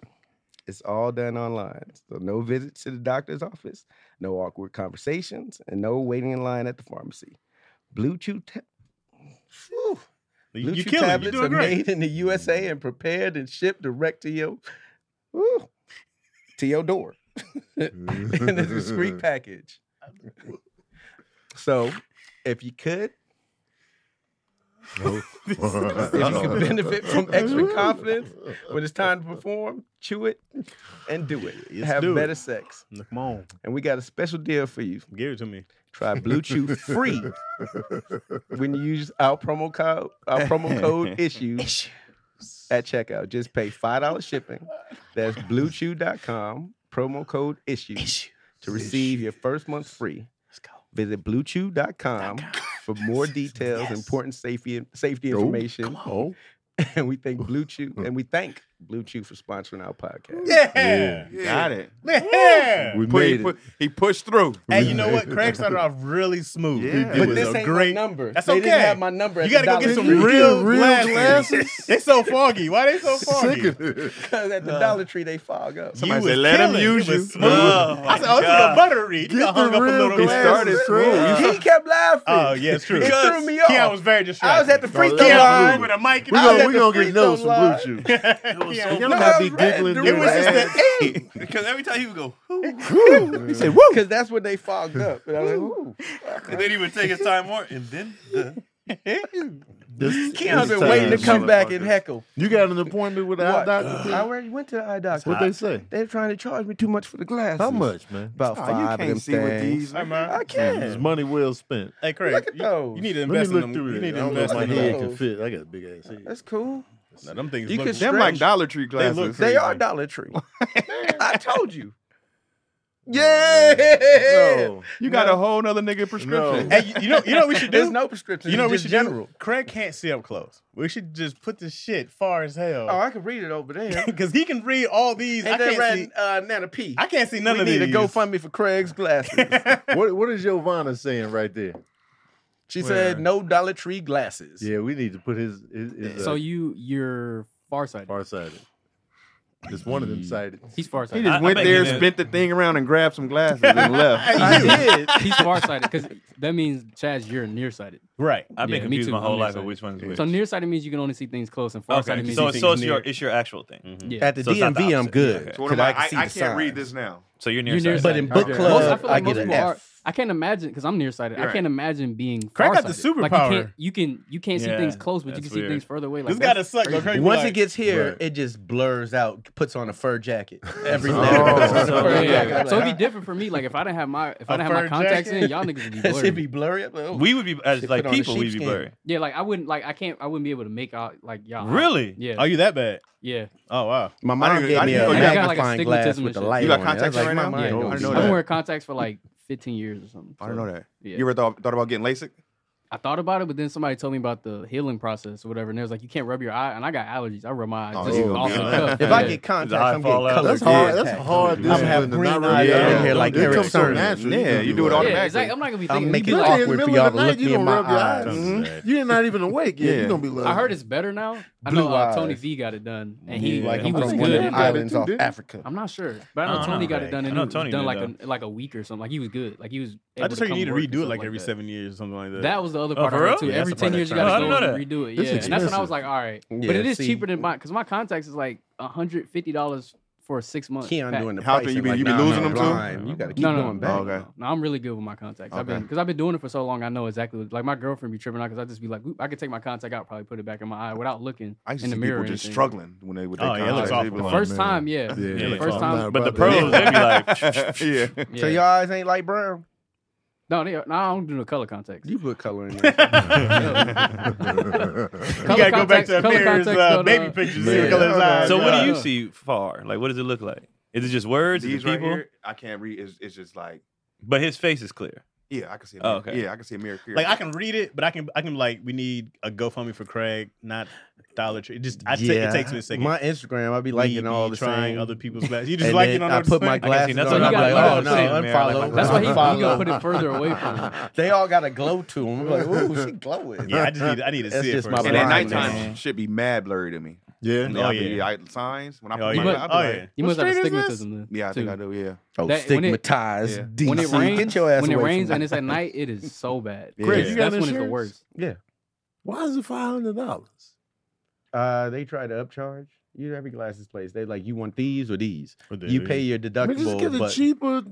it's all done online. So no visits to the doctor's office, no awkward conversations, and no waiting in line at the pharmacy. Blue Chew, ta- Whew. You, Blue you Chew kill it. You're tablets doing are great. made in the USA and prepared and shipped direct to your, whew, to your door in a discreet package. So, if you could, if you could benefit from extra confidence when it's time to perform, chew it and do it. Yes, Have do it. better sex. Come on. And we got a special deal for you. Give it to me. Try Blue Chew free when you use our promo code our promo code issue at checkout. Just pay five dollars shipping. That's bluechew.com, promo code issue, to receive your first month free. Let's go. Visit bluechew.com for more details, important safety safety information. Oh, And we thank Blue Chew and we thank Blue Chew for sponsoring our podcast. Mm. Yeah. Got it. Yeah. we Put- he, made it. put- he pushed through. Hey, you know what? Craig started off really smooth. Yeah. It But was this a ain't great my number. That's they okay. Didn't have my number. You got to go get Did some you get real, real glasses. glasses? they so foggy. Why they so Sick foggy? of it. because at the Uh, Dollar Tree they fog up. Somebody was said, "Let him killing. use was you." smooth. Oh, I said, oh, this is a God. butter read. You Get got hung the up a real little bit. glasses. Craig. he kept laughing. Oh, yeah, it's true. It threw me off. Keon was very distracted. I was at the free throw Keon was with line. a mic. in We his got gonna, at we the gonna free get notes throw from line. Blue Chew. hand. Y'all Keon- don't No, gotta be I'm ready. giggling. It It during was just that. the eight. Because every time he would go, "Ooh," He said, "Woo," because that's when they fogged up. And I was like, "Ooh." and then he would take his time more, and then the This- Keon's this been waiting to time, come back and motherfucker. heckle. You got an appointment with our What? doctor? I already went to the eye doctor. What they say? They're trying to charge me too much for the glasses. How much, man? About Oh, five you of can't them see what things. these. Hey, man. I It's can. money well spent. Hey, Craig. Look at you- those. You need to Let invest me in look them. through You it. need I to don't know if invest my in that. head them. can fit. I got a big ass head. That's cool. No, them things You look can good. Them like Stretch. Dollar Tree They look glasses. They are Crazy. Dollar Tree. I told you. Yeah. No. You got a whole nother nigga No. prescription. Hey, you- you know, you know what we should do? There's no prescription. You know it's what we just should general. do? Craig can't see up close. We should just put this shit far as hell. Oh, I can read it over there. Because he can read all these. I And can't, then see, ran uh, Nana P. I can't see none we of need these. a GoFundMe for Craig's glasses. What what is Giovanna saying right there? She Where? said no Dollar Tree glasses. Yeah, we need to put his. his, his So uh, you you're farsighted. farsighted. It's one of them sighted. He's He farsighted. just I- I went bet there, he did. spent the thing around, and grabbed some glasses and left. I did. He's farsighted because that means Chaz, you're nearsighted. right. I've been Yeah, me confused too. my I'm whole life excited. of which one's which. So nearsighted means you can only see things close, and farsighted okay, means so, you it's- so see Mm-hmm. things it's near. your it's your actual thing. yeah. At the So it's not the DMV, I'm opposite. good Okay. because So what am I I, can I, see I the can't read this signs. now. So you're You're nearsighted. But in nearsighted. book Okay. club, Most- I, feel like I get most an people are- F. I can't imagine because I'm nearsighted. I Right. can't imagine being. Craig got the farsighted. Like, you superpower. can't you can you can't see Yeah, things close, but you can that's see weird. things further away. Like This that's gotta suck. though. Craig be Once like, it gets here, Right. it just blurs out, puts on a fur jacket. Every Oh. now So- fur Yeah. jacket. So it'd be different for me. Like if I didn't have my if I A didn't have my fur contacts jacket? in, y'all niggas would be That shit be blurry. blurry. I'm like, oh. we would be as Shit, like put on a people, we'd be sheepskin. blurry. Yeah, like I wouldn't like I can't I wouldn't be able to make out like y'all. Uh-huh. out. Really? Yeah. Are Oh, you that bad? Yeah. Oh wow. my mom didn't- gave I me didn't a know you got, like, magnifying glass astigmatism with the and shit. light. You got on it. I was contacts like, right my now? mind Yeah, I don't didn't do know I've that. been that. wearing contacts for like 15 years or something. I don't so, know that. Yeah. You ever thought, thought about getting LASIK? I thought about it, but then somebody told me about the healing process or whatever, and it was like you can't rub your eye, and I got allergies. I rub my eye Oh, just you gonna off be the all right. cuff. If I Yeah. get contacts, eye I'm fall getting out. color. That's hard. That's contact. hard. I'm having discipline to green not eyes really- out here like It Eric comes so Sermon. natural. Yeah, you do like- it yeah, automatically. exactly. I'm not gonna be I'm thinking. making you it know, Really, in the awkward for middle y'all of to the night, look you me in gonna my rub your eyes. eyes. Mhm. You're not even awake yet. Yeah. You're gonna be like, Mm-hmm. I heard it's better now. I Blue know uh, Tony eyes. V got it done, and he Like, he I'm was from one of the good. Yeah, I did islands too, off dude. Africa. I'm not sure, but I know I don't Tony know, got it done, I and know it was Tony done did, like a, though. like a week or something. Like he was good. Like he was. I able just to heard you come need to work and redo it stuff like every that. seven years or something like that. That was the the other Oh, part for of it real? too. Yeah, that's Every the part ten years, that you gotta sucks. go I didn't and redo it. It's Yeah, and that's when I expensive. was like, all right, Yeah, but it is see, cheaper than my because my contacts is like hundred fifty dollars for a six month. Keon pack. doing the How often pricing, you been- like, you been nah, losing nah, them too? blind. You gotta keep no, no, going no, back. Oh, okay. no, I'm really good with my contacts. I've been Okay. because I've been doing it for so long. I know exactly what- like my girlfriend be tripping out because I just be like, "Oop," I could take my contact out, probably put it back in my eye without looking I used in to the see mirror. people or just anything. struggling when they would. Oh, yeah, it looks awful. Oh, First man. time, yeah. Yeah, Yeah, like, first I'm time- not But the about pros, that. they be like, yeah. yeah. So your eyes ain't like brown. no, they, no, I don't do no color contacts. You put color in there. You gotta go back contacts- to a color mirror's contacts uh, don't, baby uh, pictures. See Yeah. what color Oh, his eyes. so what are. do you see far? Like, what does it look like? Is it just words? Is it These right people? here, I can't read. It's, it's just like, But his face is clear. yeah, I can see. A Oh, mirror. okay. Yeah, I can see a mirror. Clear. Like I can read it, but I can I can like we need a GoFundMe for Craig, not Dollar Tree. It Just I take it takes me a second. My Instagram, I be liking We all the be trying same. other people's glasses. You just and like it then on I other put my thing? I can see glasses that's on. I'm what you like, gotta oh do. no, unfollow. That's why he, he unfollow. gonna put it further away from him. They all got a glow to them. I'm like, ooh, she glowing. Yeah, I just need I need to That's see it just first. my and at blind nighttime, man. shit be mad blurry to me. yeah. And Oh, I be, yeah. I, signs when I put Oh, my, yeah. I be Oh, like, yeah. You must have a street is this? stigmatism. Then, yeah, I too. think I do. Yeah. Oh, That- when it- stigmatized. yeah. DC. When it rains, get your ass when it away rains from and it's at night, it is so bad. Yeah. Chris, That's you got when it's the insurance? worst. Why is it five hundred dollars? Uh, they try to upcharge. You know, every glasses place. They like you want these or these. Whatever. You pay your I mean, just deductible, get the but cheaper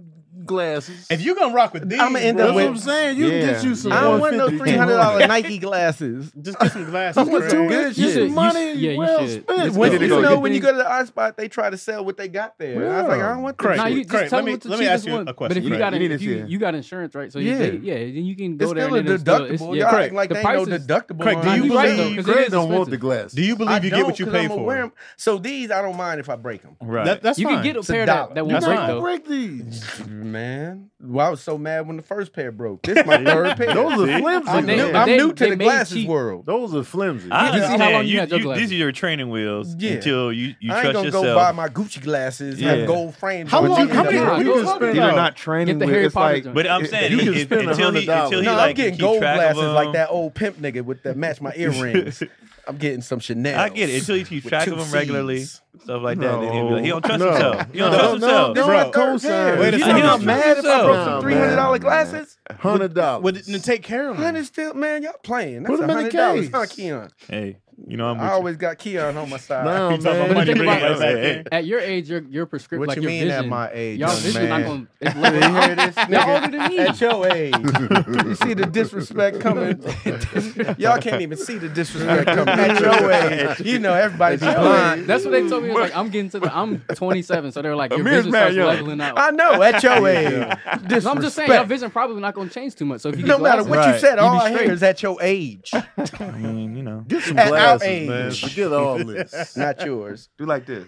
glasses. If you gonna rock with these, I'ma end that's up what with- I'm saying. You can Yeah. get you some. I don't want no 150, three hundred 200. dollar Nike glasses. just get some glasses. That's what Craig. you good You should- shit. you Money should- yeah, you well should. spent. When, Did it you go know, get when you go to the art spot, they try to sell what they got there. I was like, I don't want Craig, this. Nah, shit. you just Craig, tell let me, me- what the let me cheapest ask you a one. But question, if you Craig. got You need if to you, see it. you got insurance, right? So you Yeah. yeah, yeah, then you can go It's there. still a and then still- deductible. it's- Y'all yeah, act like the they ain't prices- no deductible. Craig, on do Nah, it. you you right, though, believe- 'cause it Craig is don't want expensive. the glasses. Do you I believe you get don't what you 'cause pay I'ma wear for? 'em. So these, I don't mind if I break them. Right. That, that's You fine. can get a It's a pair dollar. that, that You won't That's break fine. though. break these. Man, well, I was so mad when the first pair broke. This my third pair. Those are flimsy. But I'm, they- new, man. but I'm they- new to they the made glasses cheap. world. Those are flimsy. I You can see how understand. long you Ah, you, had your you- glasses. these are your training wheels Yeah. until you, you I ain't trust gonna yourself. go buy my Gucci glasses Yeah. have gold frames. How on long- it. how many- No, you Those can are spend These Yeah. are like not training Get the with. Harry It's Potter like joint. but I'm If- saying you can if- spend a until he hundred until he no, like I'm getting keep gold track glasses of 'em. like that old pimp nigga with that match my earrings. I'm getting some Chanel. I get it. Until he keeps With track two of them regularly, C's. stuff like that. then he'll be like, he don't trust No. himself. He don't No, trust no, himself. no, Bro, bro, third pair. Wait a you second. know how He don't mad if I broke trust some himself, three hundred dollar man. glasses? hundred dollars. Would it take care of Hundred them? still, man. Y'all playing? Put That's 'em in the hundred dollars, case. huh, Keon? Hey, you know I'm I with you. always got Keon on my side. No, You talking about man. money Think being about right it. back Hey, there? At your age, your your prescription, What like you your mean vision, at my age, y'all young vision not man? gonna. It's You literally hear this Y'all nigga older than me. at your age. you see the disrespect coming. Y'all can't even see the disrespect coming at your age. You know everybody be blind. That's what they told me. It was like I'm getting to the. I'm 27, so they're like your Amir's vision mad starts young. leveling out. I know at your age. So I'm just saying, your Disrespect. vision probably not gonna change too much. So if you No get matter glasses- what you Right. said, You all be I hear straight. is at your age, I mean, you know. Get some At our glasses, man. age. Forget all this. not yours. do like this.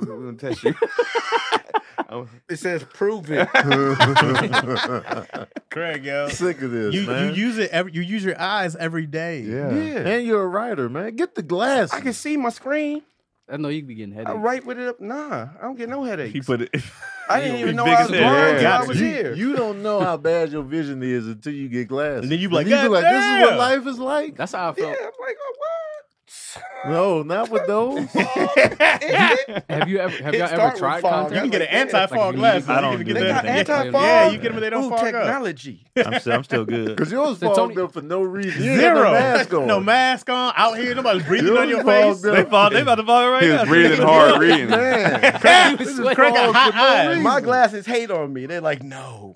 We're gonna test you. I'm- It says prove it. Craig, yo, Sick of this, you, you man. use it every. You use your eyes every day. yeah. and you're a writer, man. Get the glasses. I can see my screen. I know you be getting headaches. I write with it up. Nah, I don't get no headaches. He put it. I didn't even know big I as was hell. blind until Yeah. I was you, here. you don't know how bad your vision is until you get glasses. And then you be like, this is "Goddamn." what life is like. That's how I yeah, I'm felt. like, oh, No, not with those. what? Is it? Have you ever? Have It y'all start ever with tried fog. contacts? You can get Like, an yeah, anti-fog like, glasses. I don't You can get do They that. got Yeah, anti-fog. Yeah, you get them. They don't Ooh, fog up. technology. I'm still, I'm still good. Because yours So fogged Tony- up for no reason. You ain't got Zero. No mask on. No mask on. Out here, nobody's breathing Yours on your fogged face. up. They fall. They about to fall right He now. was breathing hard, reading. Man. This was is sweating. Craig got hot eyes. reason. My glasses hate on me. They're like, no,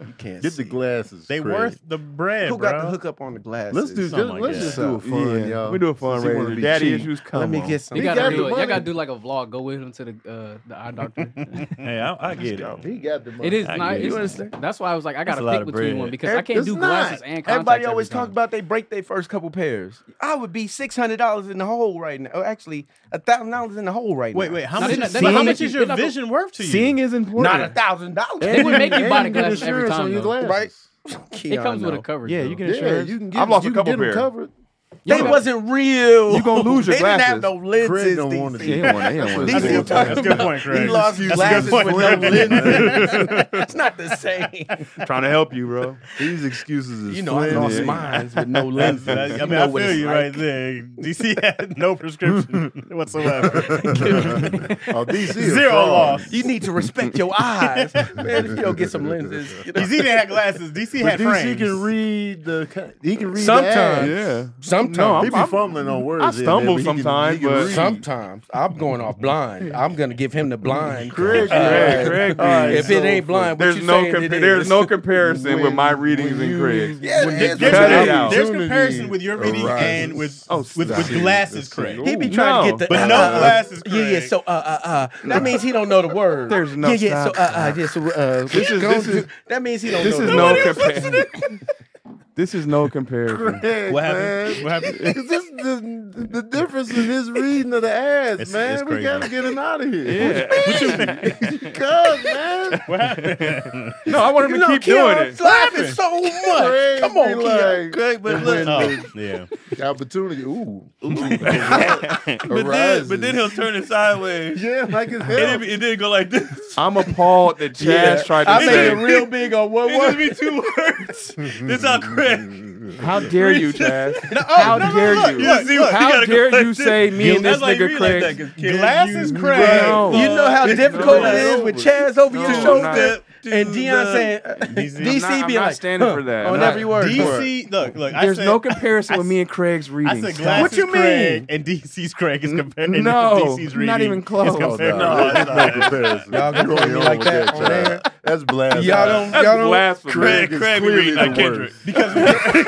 you Get can't. the see. glasses. They Craig. worth the bread, Who bro. got the hookup on the glasses? Let's do. Oh my let's just do a God. fun, Yeah. y'all. We do a Since you wanna fundraiser. be Daddy cheap. issues come. Let me on. get You some. He gotta got do the it. money. Y'all gotta do like a vlog. Go with him to the uh, the eye doctor. Hey, I, I get it. He got the money. it is I not. get it. You It's, that's why I was like, I That's a gotta lot pick of between bread. one because I Ev- can't it's do not. glasses and contacts. Everybody every always time. talk about they break their first couple pairs. I would be six hundred dollars in the hole right now. Oh, actually, a thousand dollars in the hole right Wait, now. wait. How No, much? they're not- they're but not how making much is you- your they're not gonna- vision worth to you? Seeing is important. Not a thousand They dollars. would make you And buy the get glasses every insurance time. on your though. glasses. Right? It comes with a coverage. Yeah, though. you can Yeah, insurance. you can get. I've lost you a couple can get pair. them covered. They Yeah. wasn't real. You gonna lose your they didn't have glasses. no lenses. Craig don't DC. want to. He didn't wanna- he didn't wanna That's That's a a see good what I'm point. That's a talking good about. point, Craig. He lost That's a glasses good with no point. lenses. It's not the same. Trying to help you, bro. These excuses is You know, I lost flimsy. mine with no lenses. That- I You mean, know I what feel it's you like. right there. DC had no prescription whatsoever. oh, DC a Zero fraud. loss. You need to respect your eyes, man. If you don't get some lenses, you know. DC didn't have glasses. DC But had DC frames. can read the. co- He can read Sometimes. The ads. Yeah. Sometimes, No, I'm- He be fumbling on words. I in there, stumble but he can- he sometimes, can but- read. sometimes I'm going off blind. I'm gonna give him the blind. Correct, All correct, right. correct. All right, If So, it ain't blind, what There's you no saying it compa- is? there's no comparison with my readings when and you- Craig's. Yeah, When it you- is. There's, Cut there's- it out. there's Opportunity comparison with your reading arises. and with Oh, with, with stop it. glasses, Let's Craig. see. He be trying No. to get the But no glasses, Yeah, yeah. Craig. So uh uh uh. That means he don't know the word. There's no Yeah, yeah. So stop uh uh. Yeah, so uh. This is- this is- That means he don't This know. is the no word. comparison. This is no comparison. Craig, What man. happened? What happened? It's just the, the difference in his reading of the ads, It's- man. it's we crazy. gotta get him out of here. Yeah. What you mean? Cuz, man. What happened? No, I want him You to know, keep Keon doing it. Laughing so much. Craig Come be on, Keon. like- Good, but When look. Oh, yeah. the opportunity, ooh, But then, but then he'll turn it sideways. yeah, like his It head. didn't, it didn't go like this. I'm appalled that Chaz Yeah. tried to I made say. it real big on one It just word. be two words. This how Craig. How dare you, Chaz? oh, How no, no, dare look, you? look, You see what- How gotta go dare like you this. say me and That's this why you nigga read Craig- Like that, 'cause can Glasses, you- Craig. No. You know how difficult no, it is no. with Chaz over your No, shoulder Step to and Dion the- saying I'm DC not, I'm being not like standing huh, for that. on Not- every word. DC, look, look. I There's said, no comparison I with s- me and Craig's I reading. said Stop. glasses, What you Craig, and DC's Craig is compared. and No, DC's reading not even is close. Oh, compared- nah, no, that's it's no not. comparison. Y'all gonna You're play me your like own that with on air? Chaz. That's blasphemy. Y'all don't. That's y'all don't. blasphemy. Craig, is Craig, we clearly read like the worst. Kendrick. What's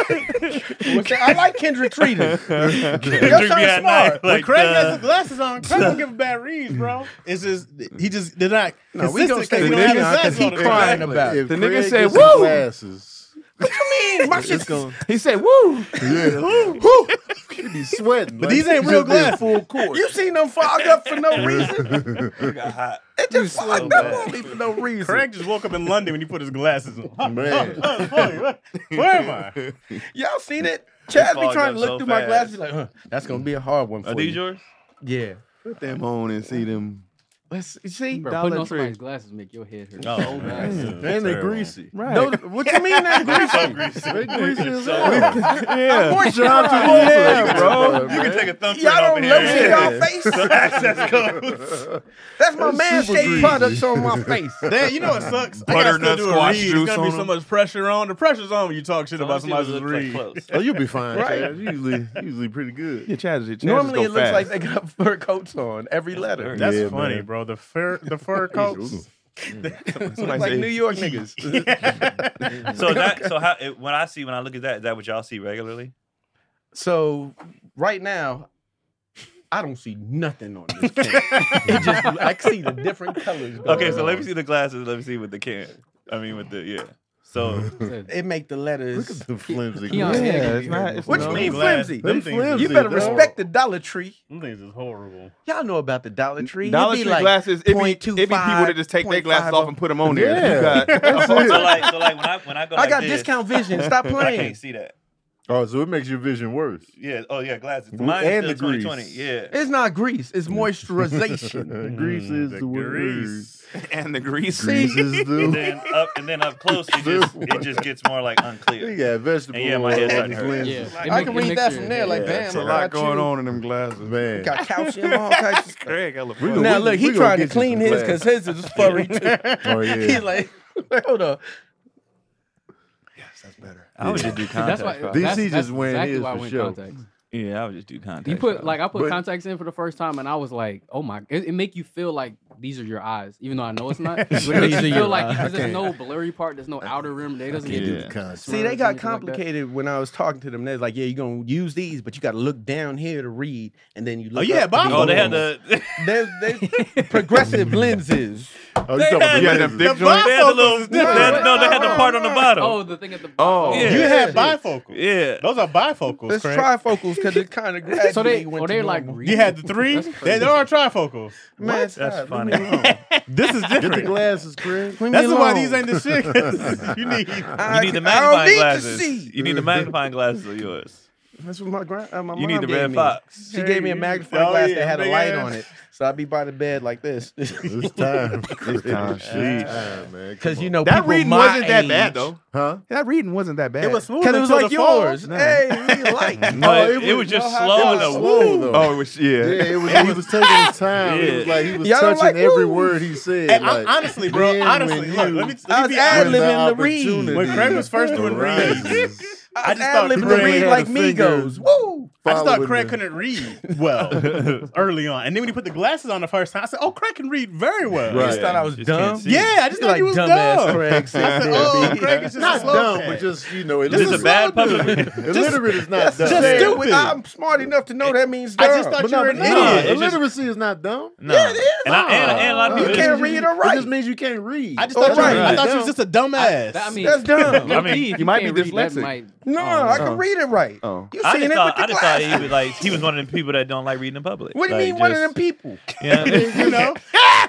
that? I like Kendrick treating. Kendrick sound be at smart. night. Like, Craig has uh, the glasses on. Craig don't give a bad reads, bro. It's just he just did not. No, we gonna stay we with don't have Dion 'cause his glasses he on. the crying Craig. Exactly. about it. If The nigga Craig said, gets some "Woo!" Glasses. I mean, my shit's He said, "Woo." Yeah, Whew. he'd be sweating. But these ain't real glasses. Full court. You seen them fog up for no reason? It just fogged up on me for no reason. Craig just woke up in London when he put his glasses on. Man. Where am I? Y'all seen it? Chad be fogged trying up to look so through my fast. glasses. Like, huh, that's gonna be a hard one for Are these you. yours? Yeah. Put them on and see them. Let's see. Bro, Dollar putting on Tree. somebody's glasses make your head hurt. Oh, bad. And they're greasy. Right. No, what you mean that greasy? They're greasy as So- hell. yeah. Moisturizer. Yeah, bro. You can take a thumbprint Y'all off don't of lotion here. y'all face. That's my man super shade greasy. products on my face. Damn, you know what sucks? I Butternut gotta still do a squash read. There's juice gonna be on so them. much pressure on. The pressure's on when you talk shit about somebody's read. Oh, you'll be fine. Right. Chaz. Usually, usually pretty good. Yeah, Chaz, Chaz Normally, go it looks fast. like they got fur coats on every letter. That's Yeah, funny, man. bro. The fur, the fur coats. Somebody Like say- New York niggas. So that, so how it, when I see when I look at that, is that what y'all see regularly? So right now, I don't see nothing on this can. it just I can see the different colors. Going Okay, so let on. me see the glasses. Let me see with the can. I mean, with the yeah. So It make the letters. Look at the flimsy. Keon glasses. Higgins. Yeah, it's not. It's What you no- mean Glass- flimsy? them They things is- flimsy. You better dog. respect the Dollar Tree. Them things is horrible. Y'all know about the Dollar Tree. It Dollar be Tree like glasses. It be, it be 0.25, people that just take their glasses 0.50. off and put them on there. You Yeah. got- so like so like when I when I go I like got this, discount vision. Stop I playing. can't see that. Oh, so it makes your vision worse. Yeah. Oh yeah, glasses. Mine is and still the grease. 2020. Yeah. It's not grease. It's moisturization. Grease is Mm, the word. and the grease. Grease is And the. then up and then up close, it just it just gets more like unclear. You got vegetable And yeah, my oil head on starting these to hurt. Yeah, lenses. it I make- can it read makes that your from there. head Like, hurt. damn, It's a I lot got going you. on in them glasses, man. Man. Got calcium, all kinds of stuff. Craig, I love We Now we- look, we he gonna trying to get you clean some his because his is furry too. Oh, He's yeah. like, hold up. I would just do contacts. That's why bro. DC that's, just that's went exactly his why I for went sure. contacts. yeah, I would just do contacts. You put like I put But- contacts in for the first time, and I was like, "Oh my!" It, it make you feel like these are your eyes, even though I know it's not. But it makes you feel like because there's no blurry part, there's no outer rim. They doesn't You get do you. the concept. See, they Smurfs, got anything like that. complicated when I was talking to them. They're like, yeah, you're going to use these, but you got to look down here to read. And then you look. Oh, yeah, up to Bob. read. oh, they had the There's, there's progressive lenses. Oh, you talking about had- the Yeah, them lenses. thick The joints. they had the bifocals little is they different. had, no they had the part on the bottom. Oh, the thing at the Oh. bottom. Yeah. You had Yeah. bifocals. yeah. Those are bifocals, There's Craig. trifocals because it kind of gradually So they, went oh, to they're like, normal. you had the three. That's They, crazy. they are trifocals. Man, stop. That's Leave funny. me alone. Uh, Leave This is Get the different. glasses, Chris. me That's why alone. these ain't the shit. 'cause you need. I You need can- the I don't magnifying need to glasses. see. You need the magnifying glasses of yours. That's what my grand. Uh, my You mom need the gave red me. fox. She gave me a magnifying Oh, glass yeah, that had a big light ass. on it, so I'd be by the bed like this. It's time. Chris. time. It's Sheesh. time, man. Because Come you on. know That people reading my wasn't that age- bad though. huh? That reading wasn't that bad. It was smooth Because it was until like the fall. yours. Nah. Hey, we like. No, it, it was just slow It and was a slow, woo. though. Oh, it was yeah. Yeah, it was, he was taking his time. It was Yeah. like he was Y'all don't touching like every movies. word he said. Hey, like, I'm, honestly, bro. then Honestly, when look, you- let me, I let was me be ad ad-libbing When libbing the honest. the read. opportunity When Craig was first doing reads, arises, I just just thought ad libbing the Craig read had like a finger. Migos. Woo! I just following thought Craig the- couldn't read well early on, and then when he put the glasses on the first time, I said, "Oh, Craig can read very well." I just Right. thought I was Just can't dumb. see. Yeah, I just thought like you was dumbass dumb. Craig sitting I said, there, "Oh, B." Craig is just not a slow dumb, cat." but just you know, Just a illiterate. bad public. Illiterate is not dumb. Just Just stupid. stupid. I'm smart enough to know that means dumb. I just thought But you no, were but an no, idiot. It just- illiteracy is not dumb. No. and, I, and, and a lot Nah. of people. You can't read or It write. just means you can't read. I just thought you, Oh, Right. were, I thought you was Dumb. just a dumbass. I mean, That's dumb. low-key, I mean, if you might be can't read, that dyslexic. might- No, Oh, I can read it right. Oh. You I seen just it thought, with I the just thought he glasses. was like he was one of them people that don't like reading in public. What do you Like, mean one of them just- people? you know what I mean? you know,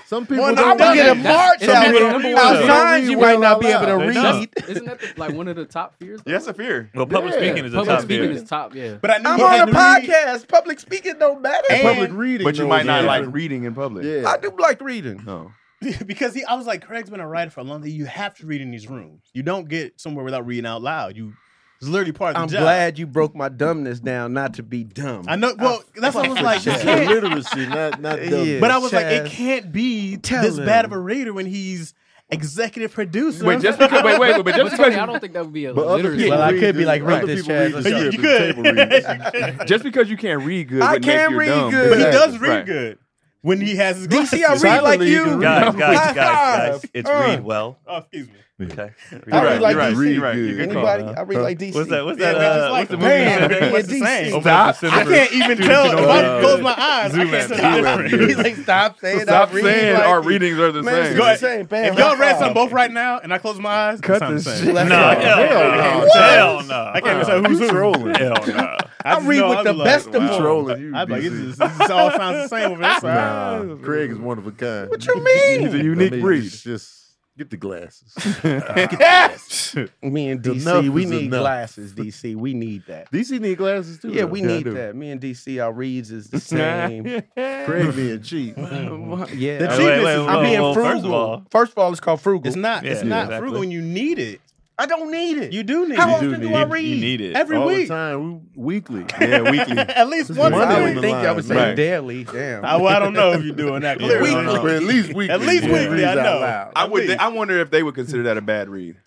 Some people Well, I'm don't gonna dumb. get a read. march Some out people here. don't read Now, well. signs you might not be able to They don't. read. Isn't that the, like one of the top fears? though? Yes, a fear. Well, public Yeah. speaking is a Public top speaking tier. is top. Yeah. but I knew I'm you had on a to read. podcast. Public speaking don't matter. Public reading, But you though, might is not like different. reading in public. Yeah, I do like reading. No. because he, I was like, Craig's been a writer for a long time. You have to read in these rooms. You don't get somewhere without reading out loud. You, it's literally part of the I'm job. glad you broke my dumbness down not to be dumb. I know. Well, that's what I was like. you It's can't- illiteracy, not not dumb. Yeah. but I was like, it Chaz, can't be tell this him. bad of a reader when he's executive producer. Wait, just because wait, wait, wait, but just But Tony, I because don't think that would be a But other literacy. people Well, I read could be this- like, read other this, people Chaz. the But you script and could. table reads. just because you can't read good. I wouldn't make can you read dumb. good. but he does Right. read good when he has his glasses. DC, I read like Silently, you you. can Guys, High guys, guys, guys, five. it's Uh, read well. Oh, excuse me. Okay. I read You're like right. DC. You're right. You're right. You're right. Anybody? I read like DC. What's that? What's Yeah, that? that's Uh, what's just like, the movie? damn, you said? reading What's the DC. same? Open up the I cinnamon. can't even tell if I Uh, close my eyes. I Zoom in, can't tell the zoom difference. in. He's like, stop saying Stop I read saying like our you. readings are the Man, same. it's the ahead. same. Bam, If y'all high read five. some both right now and I close my eyes, Cut it's not this the same. shit. No, Left hell, eye. hell, What? hell no. I can't even tell who's You who. trolling. Hell no. I just read know with I'd the be like, best of You them. trolling. You I'm like, busy. it's just, it's just all sounds the same over there. So I- Nah, Craig is one of a kind. What you mean? He's a unique I mean, breed. Just, just get the glasses. Yes. Me and DC, Enough we is need enough. glasses. DC, we need that. DC need glasses too. Yeah, though. we I need do. that. Me and DC, our reads is the same. Craig being cheap. yeah, The I'm- cheapness wait, wait, is- whoa, I'm being whoa, frugal. First of all, it's called frugal. It's not. It's Yeah, not exactly. frugal when you need it. I don't need it. You do need How it often do, need I it. read? you need it. every All week. the time, we, weekly. Yeah, weekly. At least This once is I Monday a on would week. the think I would say Right. daily. Damn. I, well, I don't know if you're doing that. Yeah, Clearly, I don't know. But at least weekly. At least Yeah. weekly, I Reads out know. loud. I would. Please. I wonder if they would consider that a bad read.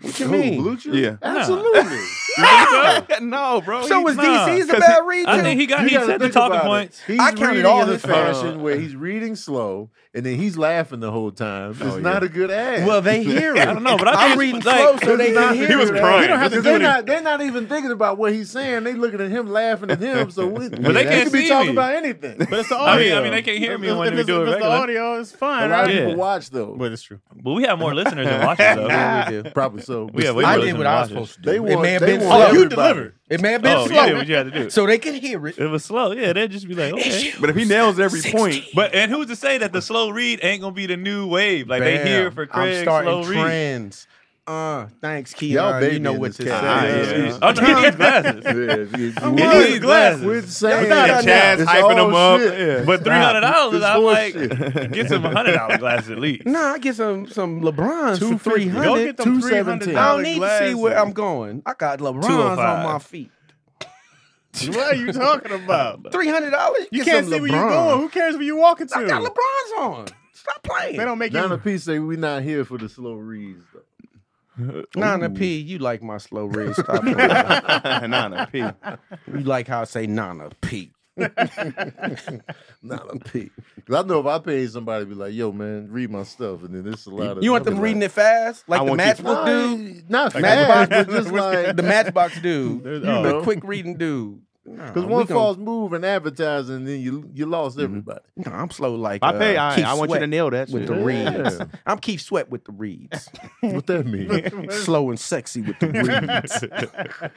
what you Who, mean? Blue Chew? Yeah. Absolutely. no, bro. So is Nah, DC's a 'cause bad read I too? think he got. He gotta said the think talking about it. points. He's I counted reading all in a his fans. fashion where he's reading slow and then he's laughing the whole time. It's Oh, not yeah. a good ad. well, they hear it. I don't know, but I think I'm it's reading like- slow so they Nah, can hear he was it. crying. You don't have Because to they're do that. not, they're not even thinking about what he's saying. They looking at him, laughing at him. So we, But they can't could be see talking me. about anything. But it's the I audio. mean, I mean, they can't hear me If when we it's- do if it it's the regular. audio, it's A fine. lot of Right? Yeah. people watch though. But it's true. But we have more listeners than watchers though. Yeah, we do. Probably so. We have way more I listeners did what than I was watchers. supposed to do. They it want- may have they been want slow. Oh, you everybody. delivered. It may have been Oh, you slow. did what you had to do. so they can hear it. It was slow. Yeah, they'd just be like, okay. But if he nails every point, But and who's to say that the slow read ain't gonna be the new wave? Like Bam. they hear for I'm Craig slow starting read. trends. Uh, thanks, Y'all Keon. You baby know in what this to cat. Ah, say. yeah. Yeah. Oh, no, he needs glasses. Yeah, if you- you He would. needs glasses. We're saying Yeah, Chaz It's hyping all him up. shit. Yeah. But three hundred dollars, It's I'm like, horseshit. get some hundred dollar glasses at least. Nah, I get some some LeBrons for $250. three Go get hundred. them three 217. hundred. I don't need to see where I'm going. I got LeBrons 205. on my feet. What are you talking about? Three hundred dollars. You can't see where you're going. Who cares where you're walking to? I got LeBrons on. Stop playing. They don't make Down the you. piece say we not here for the slow reads. Though. Nana P, you like my slow read. Stop playing. Nana P. you like how I say Nana P. Not a peak. 'Cause I know if I paid somebody, be like, "Yo, man, read my stuff," and then it's a lot of. You want I'll be them like, reading it fast, like I the want you- Matchbook "Nah, dude, Not Matchbox fast, but just like the Matchbox dude, There's- the oh. know. quick reading dude. Nah, Because one we gonna- Mm-hmm. false move in advertising, and then you you lost everybody. No, I'm slow like I uh, pay. I, Keith I want you Sweat to nail that. with shit. the reeds. Yeah. I'm Keith Sweat with the reeds. What that mean? slow and sexy with the reeds.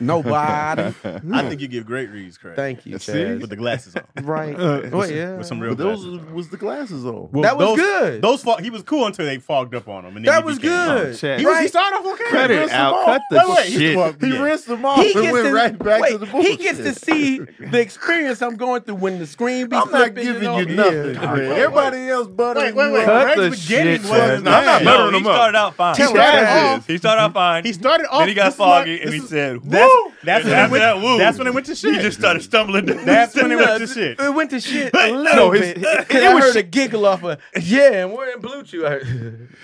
Nobody. I think you give great reads, Craig. Thank you, See? Chaz. With the glasses on. Right. Uh, well, yeah. With some real But those glasses. on. was the glasses on. Well, that was those- good. Those fog, he was cool until they fogged up on him. And then that he was became- good. Chaz. He, was, he right? started off okay. Cut it Rinsed him out. off. Cut the Wait, wait, he- shit. well, He yeah. rinsed them off he and gets went to, right back wait, to the He gets to bullshit. see the experience I'm going through when the screen be I'm not flipping giving and all- you nothing, Yeah. Craig. Everybody else buttering Wait, wait, you wait. up. Cut Craig's the beginning shit, wasn't Chaz. No, bad. I'm not No, buttering he him up. started out fine. Tell He him started that off- He started out fine. He started off. then he got this is like- foggy this and he is- said, "Woo!" That's, that's, And when it after went, that, "Woo," that's when it went to He shit. just started stumbling. down. That's when it went No, to shit. It went to shit. A little No, his- bit. And I heard a giggle off of, yeah, and we're in Bluetooth.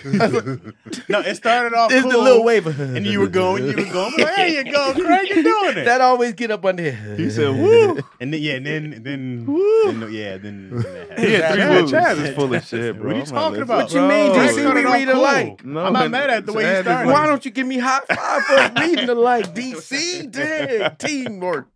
I heard, No, it started off. it's cool, the little waver. And you were going, you were going. Like, there you go, Craig. You're doing it. that always get up under here. He said, "Woo!" and then, yeah, and then, then, then yeah, then. then that happened. He had three Chaz- woos. Chaz is Chaz is full of shit, bro. What are you I'm not talking listening. about? What you mean, Craig DC? started We off read alike. No, I'm not and mad at the way Chaz he is started. Why don't you give me high five for reading alike, DC? Dang, teamwork.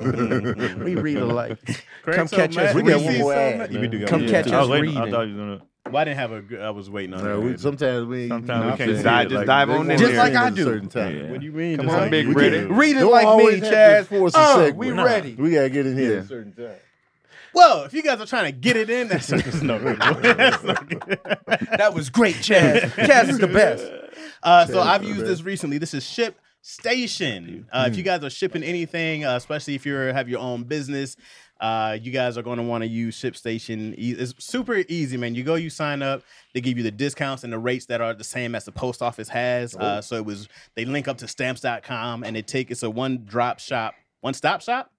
we read alike. Craig's Come so catch mad. us. We reading. got one more ad. You could do that Come one. catch I us was waiting. I reading. thought you was gonna. Well, I didn't have a. good- I was waiting on No, we, that. sometimes we ain't- Sometimes you we know, can't I dive- feel just like dive they on want in us there. in Just like at I a do. Certain time. Yeah. What do you mean? Come Just on, like- big we Reddit. can- Read it Don't like me, always have Chaz. to force a Uh, segue. we Nah. ready. We gotta get in here. Yeah. at a Certain time. Well, if you guys are trying to get it in, that's, that's no good. That's not good. That was great, Chaz. Chaz is the best. Uh, so I've Yeah, used man. this recently. This is Ship Station. Uh, If you guys are shipping anything, uh, especially if you are have your own business, uh, you guys are going to want to use ShipStation. E- It's super easy, man. You go, you sign up. They give you the discounts and the rates that are the same as the post office has. Uh, so it was they link up to stamps.com and they take it's a one drop shop, one stop shop,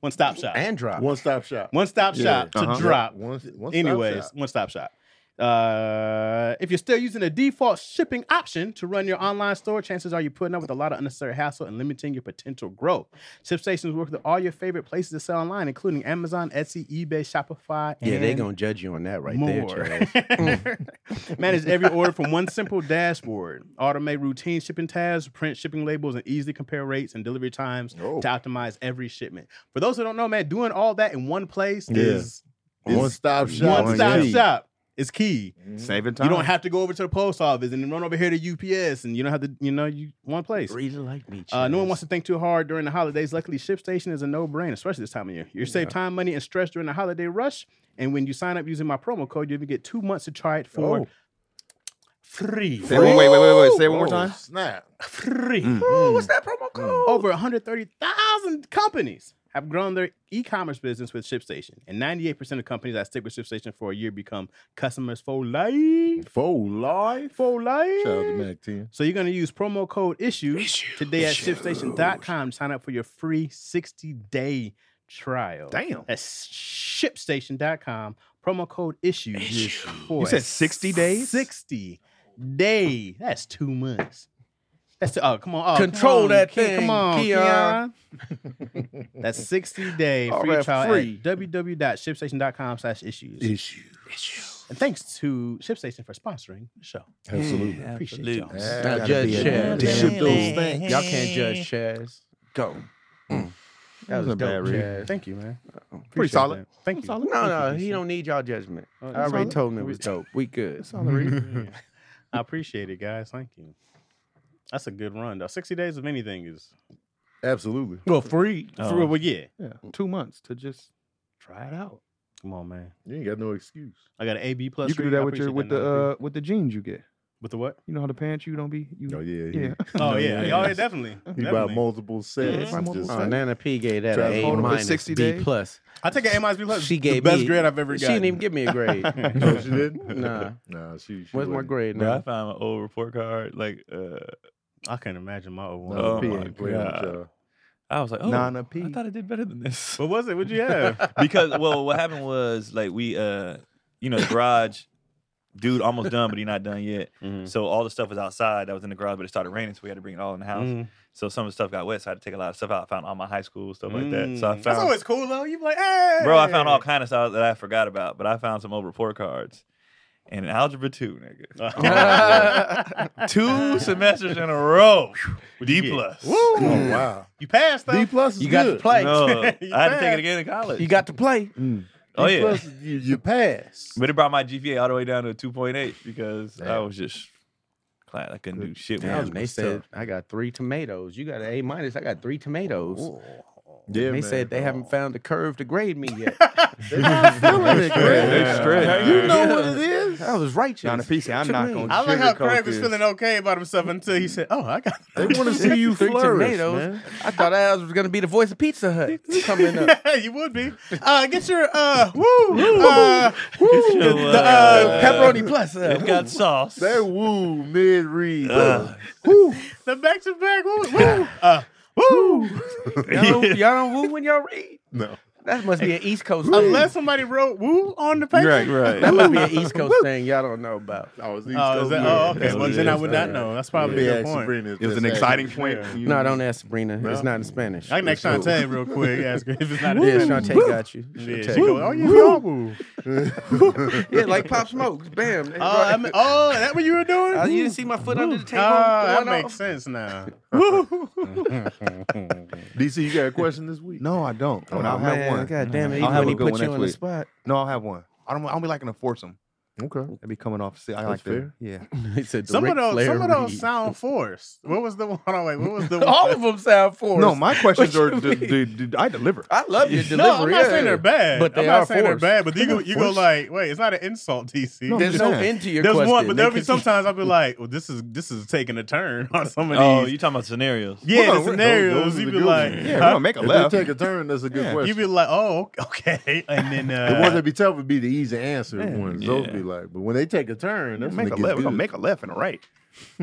one stop shop, And drop. One stop shop. one stop Yeah. shop Uh-huh. to drop. One, one stop Anyways, shop. one stop shop. Uh, if you're still using the default shipping option to run your online store, chances are you're putting up with a lot of unnecessary hassle and limiting your potential growth. ShipStations work with all your favorite places to sell online, including Amazon, Etsy, eBay, Shopify, Yeah, and they gonna judge you on that right more. there, Chaz. Manage every order from one simple dashboard. Automate routine shipping tabs, print shipping labels, and easily compare rates and delivery times Oh. to optimize every shipment. For those who don't know, man, doing all that in one place Yeah. is One stop shop. one stop Yeah. shop is key. Saving time. You don't have to go over to the post office and then run over here to UPS, and you don't have to, you know, you one place. Read it like me, Uh, no one wants to think too hard during the holidays. Luckily, ShipStation is a no-brainer, especially this time of year. You save time, money, and stress during the holiday rush. And when you sign up using my promo code, you even get two months to try it for Oh. free. Say one- wait, wait, wait, wait. Say it one more time. Snap. Free. what's that promo code? Over 130,000 companies have grown their e-commerce business with ShipStation, and 98% of companies that stick with ShipStation for a year become customers for life. Full life. For life. Shout out to Mac 10. So you're going to use promo code issue today at shipstation.com to sign up for your free 60 day trial. Damn. That's shipstation.com, promo code issue. for You a said 60 days? 60 day. That's two months. That's the, oh, come on. Oh, Control come on, that Ke- thing, Come on, Keon. Keon. That's 60 day All free right, trial free. at www.shipstation.com slash issues. Issue. And thanks to ShipStation for sponsoring the show. Absolutely. Appreciate y'all. Now Gotta judge be a- Chaz. to ship those things. Y'all can't judge Chaz. Go. Mm. That was Wasn't a dope, bad read. Chaz. Thank you, man. Uh, Pretty solid. Thank you. No, no, he don't need y'all judgment. I already told him it was dope. We good. I appreciate it, guys. Thank you. That's a good run, though. 60 days of anything is. Absolutely. Well, free. Oh. well, yeah. Yeah, two months to just try it out. Come on, man. You ain't got no excuse. I got an AB plus. you can do rating. I that with your appreciate with that, the man. uh, with the jeans you get. With the what? You know how the pants you don't be you. Oh, yeah. He, yeah. Oh, yeah. yeah. Oh, yeah, definitely. he buy Definitely. multiple sets. Buy and multiple just- sets. Oh, Nana P gave that Try an to A hold him for minus, 60 B days. plus. I take an A minus B plus. She It's the gave best me- grade I've ever She gotten. didn't even give me a grade. No, she didn't? Nah. Nah, she. she What's my wasn't. grade Bro, I now? found my old report card. Like, uh, I can't imagine my old one. Nah, Oh, P my ain't playing with God. y'all. I was like, oh, Nana P. I thought I did better than this. What was it? What'd you have? because well, what happened was like we uh you know the garage dude almost done, but he not done yet. Mhm. So all the stuff was outside that was in the garage, but it started raining, so we had to bring it all in the house. Mm. So some of the stuff got wet, so I had to take a lot of stuff out. I found all my high school stuff like that. So I Mm. That's found always cool, though. You be like, hey. bro, I found all kind of stuff that I forgot about, but I found some old report cards. And in algebra two, Mm. nigga. Two semesters in a row. D get? plus. Oh, wow. You passed, though. D plus is You got to good. play. No, I You had to take passed. it again in college. You got to play. oh D yeah. plus, you, you pass. But it brought my GPA all the way down to a 2.8 because I Damn. was just class. I couldn't do shit. Damn, with they said I got three tomatoes. You got an A minus. I got three tomatoes. Yeah, they man. said they haven't found the curve to grade me yet. They not feeling it, Craig. They stressed. You know what it is. I was righteous. Now, the PC, I'm Took not me. gonna- I like how Sugarcoat Craig was this. feeling okay about himself until he said, "Oh, I got." They want to see you Three flourish, tomatoes. man. I thought I was going to be the voice of Pizza Hut coming up. Yeah, you would be. Uh, get your uh, woo, uh, Get your, the uh, uh, pepperoni plus. Uh, It got sauce. That woo mid read. Uh, The back to back, woo, woo, uh, woo. Y'all don't, y'all don't woo when y'all read. no, That must be an East Coast thing. Unless somebody wrote woo on the paper. Right, right. that must be an East Coast thing y'all don't know about. oh, it's East Oh, is Coast, that, yeah. oh, okay. Yeah, well, it then I is. would not know. That's probably Yeah, a good ask point. Sabrina if It was that's an exciting happening. point. You- No, don't ask Sabrina. It's not in Spanish. I can ask Shantae real quick. Ask her if it's not. a Yeah, good one. Shantae got you. Uh, Yeah, Shantae. she go, oh, yeah, we all woo. Yeah, like Pop Smokes. Bam. Oh, I mean- oh, is that what you were doing? Uh, you didn't see my foot under the table. Ah, that going makes off? sense now. DC, you got a question this week? No, I don't. But I'll Oh, have man, one. God damn it. I'll Even have when a he good put one you on the next week. spot, No, I'll have one. I don't. I don't be liking to force them. Okay. That'd be coming off. See, I like That's to. fair. Yeah. he said, Some of Ric those, Flair some of those read. sound forced. What was the one? Hold on, wait. What was the one? All of them sound forced. No, my questions What are. you Do, do, do- I deliver. I love your No, I'm delivery. not yeah. saying they're bad. But they I'm not are saying forced. they're bad. But you go, not you go forced. like, wait, it's not an insult, DC. No, There's no Yeah. end to your There's question. one, but They there'll be could- sometimes I'll be like, well, this is this is taking a turn on some of oh, these. you talking about scenarios? Hold on, yeah, the wait, those- scenarios. those are You'd the be good like, ones. Yeah, huh? we're gonna make a If left. they take a turn, that's a good Yeah. question. You'd be like, oh, okay. And then the ones uh, that be tough would be the easy answer ones. Those Yeah. be like, but when they take a turn, that's when Make a it gets left. We're good. gonna make a left and a right.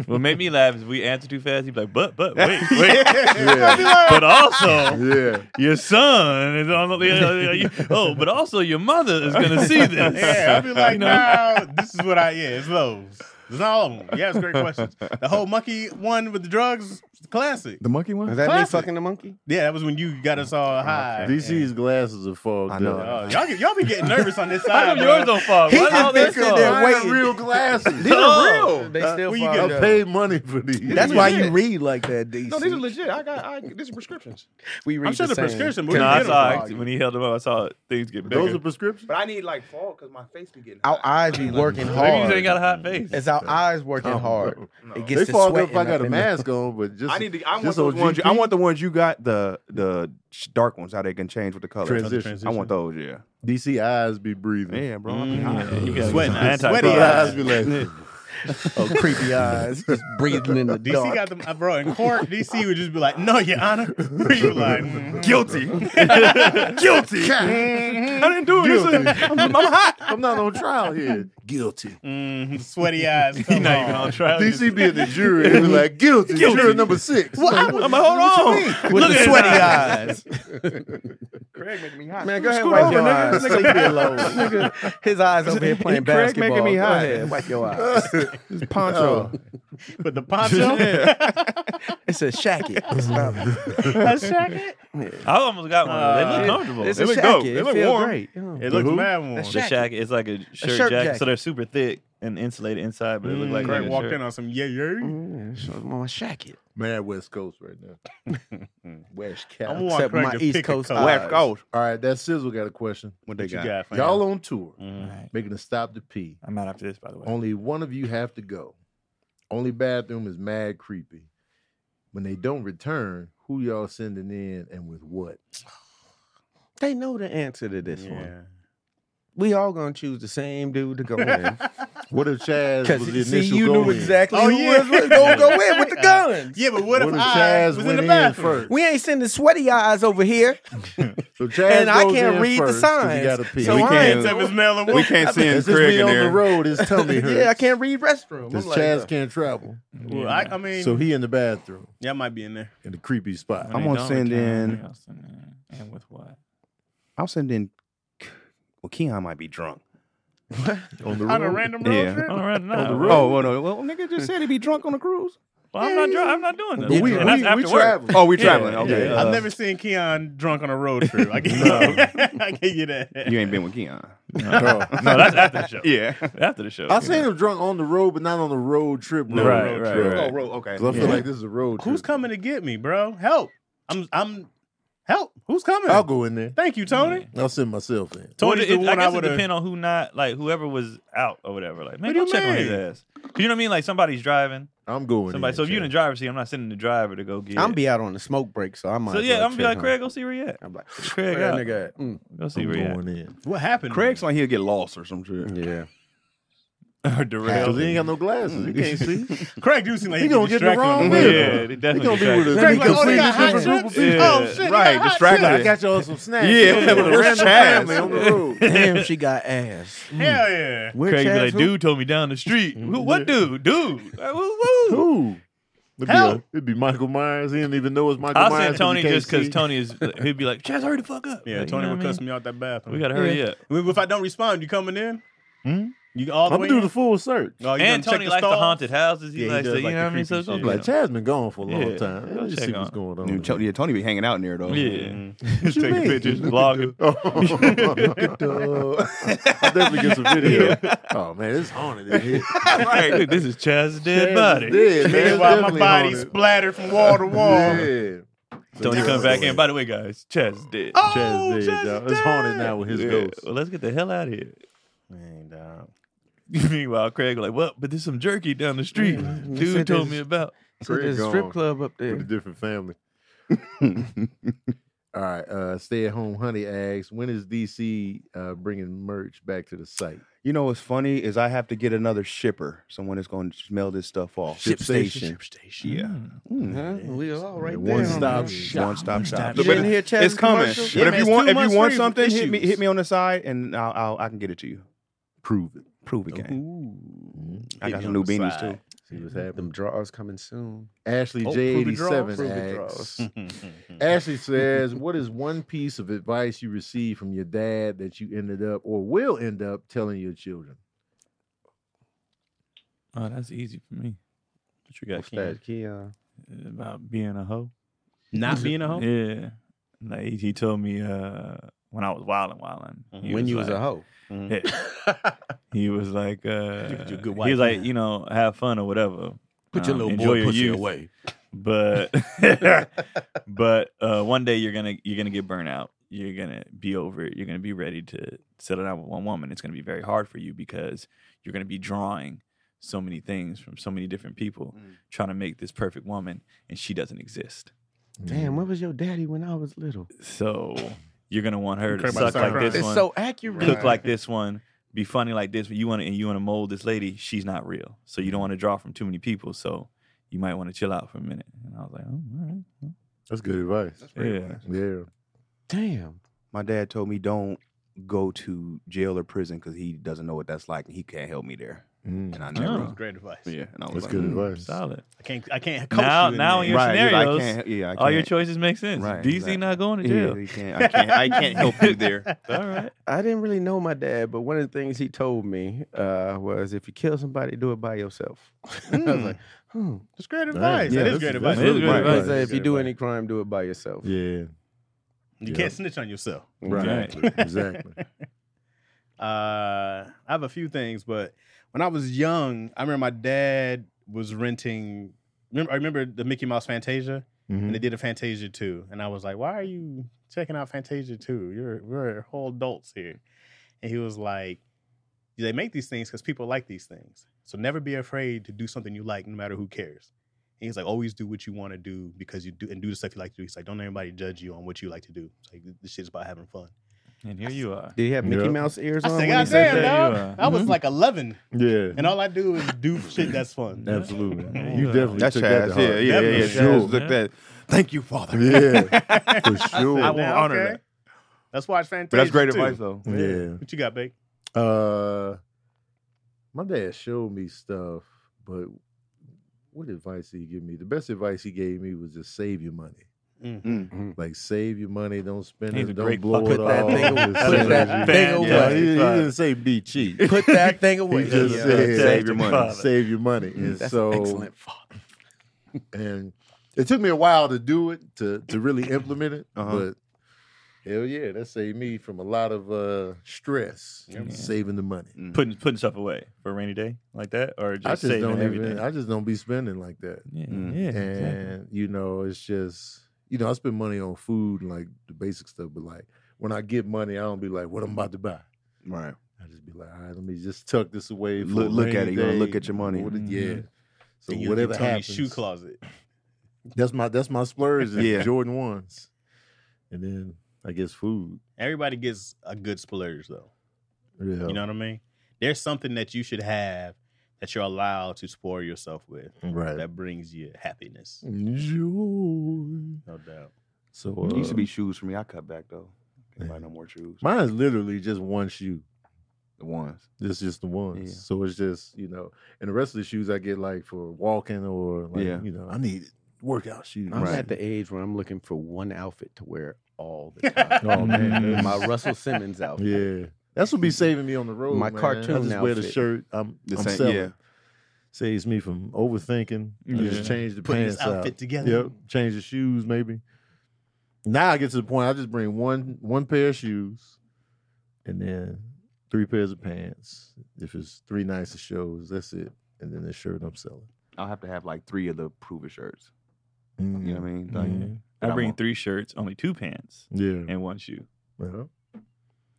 What made me laugh is we answer too fast. He'd be like, but, but, wait, wait. yeah, but also, yeah. your son is on the. Oh, but also, your mother is going to see this. yeah, I'd be like, You know? nah, this is what I. Yeah, it's those. It's not all of them. Yeah, it's great questions. The whole monkey one with the drugs, classic. The monkey one. Is that me Classic. fucking the monkey? Yeah, that was when you got us all high. DC's glasses are fogged I know. up. Oh, y'all, y'all be getting nervous on this How side. come bro. yours don't fall? Why Oh, all been this sitting fall? there Mine are waiting. real glasses. Oh, They still where you fogged I up. paid money for these. That's why you read like that, DC. No, these are legit. I got. I, these are prescriptions. we read I'm sure the same. prescription No, would I be saw beautiful. when he held him up. I saw things get bigger. Those are prescriptions. But I need like fall because my face be getting. Our hot. eyes be working Maybe you just hard. ain't got a hot face. It's our eyes working Oh, hard. no. It They gets to fog sweat. up if I got a mask on, but just I need to. I want just those on ones. You, I GP? want the ones you got. The the sh- dark ones. How they can change with the color. Transition. I want those. Yeah. DC eyes be breathing. Yeah, bro. You got Sweating. some anti- Sweaty eyes eyes. be like, Oh, creepy eyes, just breathing in the DC dark. got them, uh, bro. In court, DC would just be like, "No, Your Honor." You like mm. Guilty. Guilty. I didn't do Guilty. it. I'm, I'm hot. I'm not on trial here. Guilty. mm, sweaty eyes. He's come not on. even on trial. DC being the jury, he be like, guilty, Guilty. juror number six. I'm like, hold on. Look at sweaty eyes. Craig making me hot. Man, go ahead, Scoot wipe over, your nigga. eyes. Sleep it low. Nigga, His eyes over here playing Craig basketball. making me go hot. ahead, wipe your eyes. This Oh, poncho. But the poncho, It's a shacket. It's not- a jacket. I almost got one. they Uh, look comfortable. It's they a look shacket. dope. It They look feels warm. great. Yeah. It looks who? mad warm. The shacket is like a shirt, shirt jacket, jacket. so they're super thick and insulated inside, but it look Mm. like Craig a walked shirt. in on some yeah, yeah. Yeah, so I'm on my shacket. Mad West Coast right now. West Coast. I'm gonna want Except Craig my to East pick Coast a eyes. color. West Coast. All right, that sizzle got a question. What they You got, fam? Y'all on tour, Mm. Alright. making a stop to pee. I'm out after this, by the way. Only one of you have to go. Only bathroom is mad creepy. When they don't return, who y'all sending in and with what? They know the answer to this one. Yeah. We all gonna choose the same dude to go in. What if Chaz was Because the initial see, you go knew in? exactly Oh, who yeah. was, was gonna go in with the guns. yeah, but what, What if if I Chaz was in went the in bathroom? first? We ain't sending sweaty eyes over here. So Chaz And I goes can't in read the first 'cause He signs. got to pee. So We I can't- ain't- Except it's male and We woman. can't see It's him just Craig me in on the there. road. His tummy hurts. yeah, I can't read restroom. Because I'm like, Chaz uh, can't travel. Well, I, I mean, So he in the bathroom y'all might be in there. in the creepy spot. I'm gonna send in- And with what? I'll send in. Well, Keon might be drunk. On the On a road. random road Yeah. trip. On the road, no. Oh, well, no. Well, nigga just said he'd be drunk on a cruise. Well, I'm not. Dri- I'm not doing this. But we, and that's we, after we work. traveling. Oh, we're traveling. Okay. yeah. Uh, I've never seen Keon drunk on a road trip. I can you, I give you that. You ain't been with Keon. No, that's after the show. Yeah. After the show. I seen him drunk on the road, but not on the road trip. Oh, No, road right, trip. right, right. roll. Okay. 'Cause I feel like this is a road trip. Who's coming to get me, bro? Help! I'm I'm Help! Who's coming? I'll go in there. Thank you, Tony. I'll send myself in. So What it, is the it- I one I guess it would've- depends on who not like whoever was out or whatever. Like, man, do go you check on his mean? ass. 'Cause you know what I mean? Like somebody's driving. I'm going. Somebody. in, So if you're in the Chad. driver's seat, I'm not sending the driver to go get. I'm be out on the smoke break, so I might. So as yeah, well I'm gonna be check like on Craig, it. go see where he at. I'm like, Craig, where that out. nigga at? Mm. go see where he I'm at. going in. What happened? Craig's like he'll get lost or some shit. Yeah. Or Cause he derailed. ain't got no glasses. He can't see. Craig do seem like He gonna get in the wrong Yeah, vehicle. they He definitely. gonna be with a distracted. Craig's completely like, oh, they got hot different group of chips? people. Yeah. Oh shit! they Right, got hot distracted. I chips. got y'all some snacks. Yeah, with a where's random Chaz? family on the road. Damn, she got ass. Hell yeah! Where Craig be Chaz like, who? dude told me down the street. Who- What dude? Dude. Like, woo, woo. Ooh. It'd be, Help. a- it'd be Michael Myers. He didn't even know it's Michael I'll Myers. 'cause send he Tony can't just because see. Tony is. He'd be like, Chaz, hurry the fuck up. Like, Yeah, you Tony know what I would mean? cuss me out that bathroom. We gotta hurry up. If I don't respond, you coming in? Hmm? You all I'm the gonna way? do in? the full search. Oh, you and gonna check Tony likes the stalls? haunted houses. He Yeah, he likes does the, you like know the what I mean? So it's creepy gonna shit. be Like Chad's been gone for a long Yeah, time. go Let's just check see what's on going on. Dude, Tony, yeah, Tony be hanging out in there though. Yeah. What you mean? vlogging. Oh, look at the- I'll definitely get some video. Oh man, it's haunted in here. Right. This is Chaz's dead body. Yeah, man, it's Meanwhile, my definitely body haunted. splattered from wall to wall. Yeah. So Tony now comes it's back in. haunted. By the way, guys, Chaz is dead. Oh, Chad's dead, Chad's y'all. It's haunted now with his Yeah, ghost. Well, let's get the hell out of here. And, uh, Meanwhile, Craig like, well, but there's some jerky down the street. Mm, they Dude said told there's- me about. So there's a Craig strip club up there. with a different family. All right, uh, stay at home honey asks, when is DC uh, bringing merch back to the site? You know what's funny is I have to get another shipper, someone that's going to smell this stuff off. Ship station. station. Hmm, Yeah. Huh? We all right there. One huh? stop shop. One stop shop. You didn't hear Chaz it's coming. commercial? man, but if you it's want, two if you months want free something, hit me, issues. hit me on the side, and I'll, I'll I can get it to you. Prove it. Prove it, gang. Mhm. I Hit got me some on new the side. beanies too. See what's happening. Them draws coming soon. Ashley Oh, prove it draws, prove it J87 draws. asks, Ashley says, What is one piece of advice you received from your dad that you ended up or will end up telling your children? Oh, that's easy for me. What you got, What's Ken? that? Keon. About being a hoe. Not being a home. Yeah. Like he, he told me uh, when I was wilding, wilding. When you was a hoe. Yeah. he was like, uh, You could do good he wife, was like, man. you know, have fun or whatever. Put your Um, little enjoy boy your pussy youth. away. But but uh, one day you're gonna you're gonna get burnt out. You're gonna be over it. You're gonna be ready to settle down with one woman. It's gonna be very hard for you because you're gonna be drawing so many things from so many different people, trying to make this perfect woman, and she doesn't exist. Mm-hmm. Damn, where was your daddy when I was little? So you're gonna want her to Craig, my suck son like this cries. It's one. so accurate. cook like this one, be funny like this, but you want to and you want to mold this lady, she's not real. So you don't want to draw from too many people. So you might want to chill out for a minute. And I was like, oh, all right. well, That's good advice. yeah. Yeah. Damn. My dad told me don't go to jail or prison because he doesn't know what that's like and he can't help me there. Mm. And I Oh. never. Great advice. Yeah, and I was That's like, good mm. advice. Solid. I can't. I can't coach Now- you. in now that. you're- Your Right, he's like, I scenarios, can't, yeah, I can't. All your choices make sense. Right, DC exactly. not going to Yeah, jail. he can't, I can't. I can't help you there. All right. I didn't really know my dad, but one of the things he told me uh, was if you kill somebody, do it by yourself. I Mm. was like, hmm. That's great advice. Yeah, that that's- is great that's advice. really good He Right. said, if you do any crime, do it by yourself. Yeah. you can't snitch on yourself. Right. exactly. Uh, I have a few things, but when I was young, I remember my dad was renting. Remember, I remember the Mickey Mouse Fantasia, Mm-hmm. and they did a Fantasia two, and I was like, "Why are you checking out Fantasia two? You're we're whole adults here." And he was like, "They make these things because people like these things, so never be afraid to do something you like, no matter who cares." And he's like, "Always do what you want to do because you do and do the stuff you like to do." He's like, "Don't let anybody judge you on what you like to do. It's like this shit is about having fun." And here you are. Did he have Mickey Yeah. Mouse ears I on? said, when he said that? "Goddamn, that, you dog! are. I was Mhm. like 11, Yeah. and all I do is do shit that's fun." Absolutely. Yeah. You definitely That's took that Chaz. to Yeah, heart. yeah, yeah. Definitely yeah. Sure. Chaz looked at. Thank you, Father. Yeah, for sure. I I won't won't honor that. Let's watch Fantasia. But that's great too. advice, though. Yeah. What you got, Bake? Uh, my dad showed me stuff, but what advice did he give me? The best advice he gave me was just save your money. Mm. Mm. Like save your money, don't spend He's a it, don't great blow fuck. it Put that all. thing just away. save Put that your- thing Yeah, away. he, he didn't say be cheap. He Put that thing away. just Yeah. said Save your money. Father. Save your money. And That's so excellent. Fuck. and it took me a while to do it to to really implement it Uh-huh. but hell yeah that saved me from a lot of uh stress Yeah. saving the money Mm. Putting putting stuff away for a rainy day like that, or just, i just saving don't everything. even i just don't be spending like that yeah, Mm. yeah, and exactly. you know it's just you know, I spend money on food and like the basic stuff, but like when I get money, I don't be like, what I'm about to buy. Right. I just be like, all right, let me just tuck this away. For Look- a look at rainy it. You gonna day, look at your money. what it- Yeah. Mhm. So And Mm-hmm. you whatever whatever Tony's happens, shoe closet. that's my that's my splurge. is Yeah. Jordan ones, and then I guess food. Everybody gets a good splurge though. Yeah. You know what I mean? There's something that you should have that you're allowed to spoil yourself with right. Mm. that brings you happiness. Joy. No doubt. So It used to uh, be shoes for me. I cut back though. Can't buy no more shoes. Mine is literally just one shoe. the ones. It's just the ones. Yeah. So it's just, you know, and the rest of the shoes I get like for walking or like, Yeah. you know, I need workout shoes. I'm Right. at the age where I'm looking for one outfit to wear all the time. Oh, man. my Russell Simmons outfit. Yeah. That's what be saving me on the road. My man. I cartoon just wear the outfit. shirt. I'm, The I'm same- selling. yeah. Saves me from overthinking. I Yeah. just change the Putting pants this outfit out. together. Yep. Change the shoes maybe. Now I get to the point I just bring one one pair of shoes and then three pairs of pants. If it's three nights of shows, that's it. And then the shirt I'm selling. I'll have to have like three of the Prover shirts. You know what I mean? Like, Mhm. that I bring want. three shirts, only two pants, Yeah. and one shoe. Well, I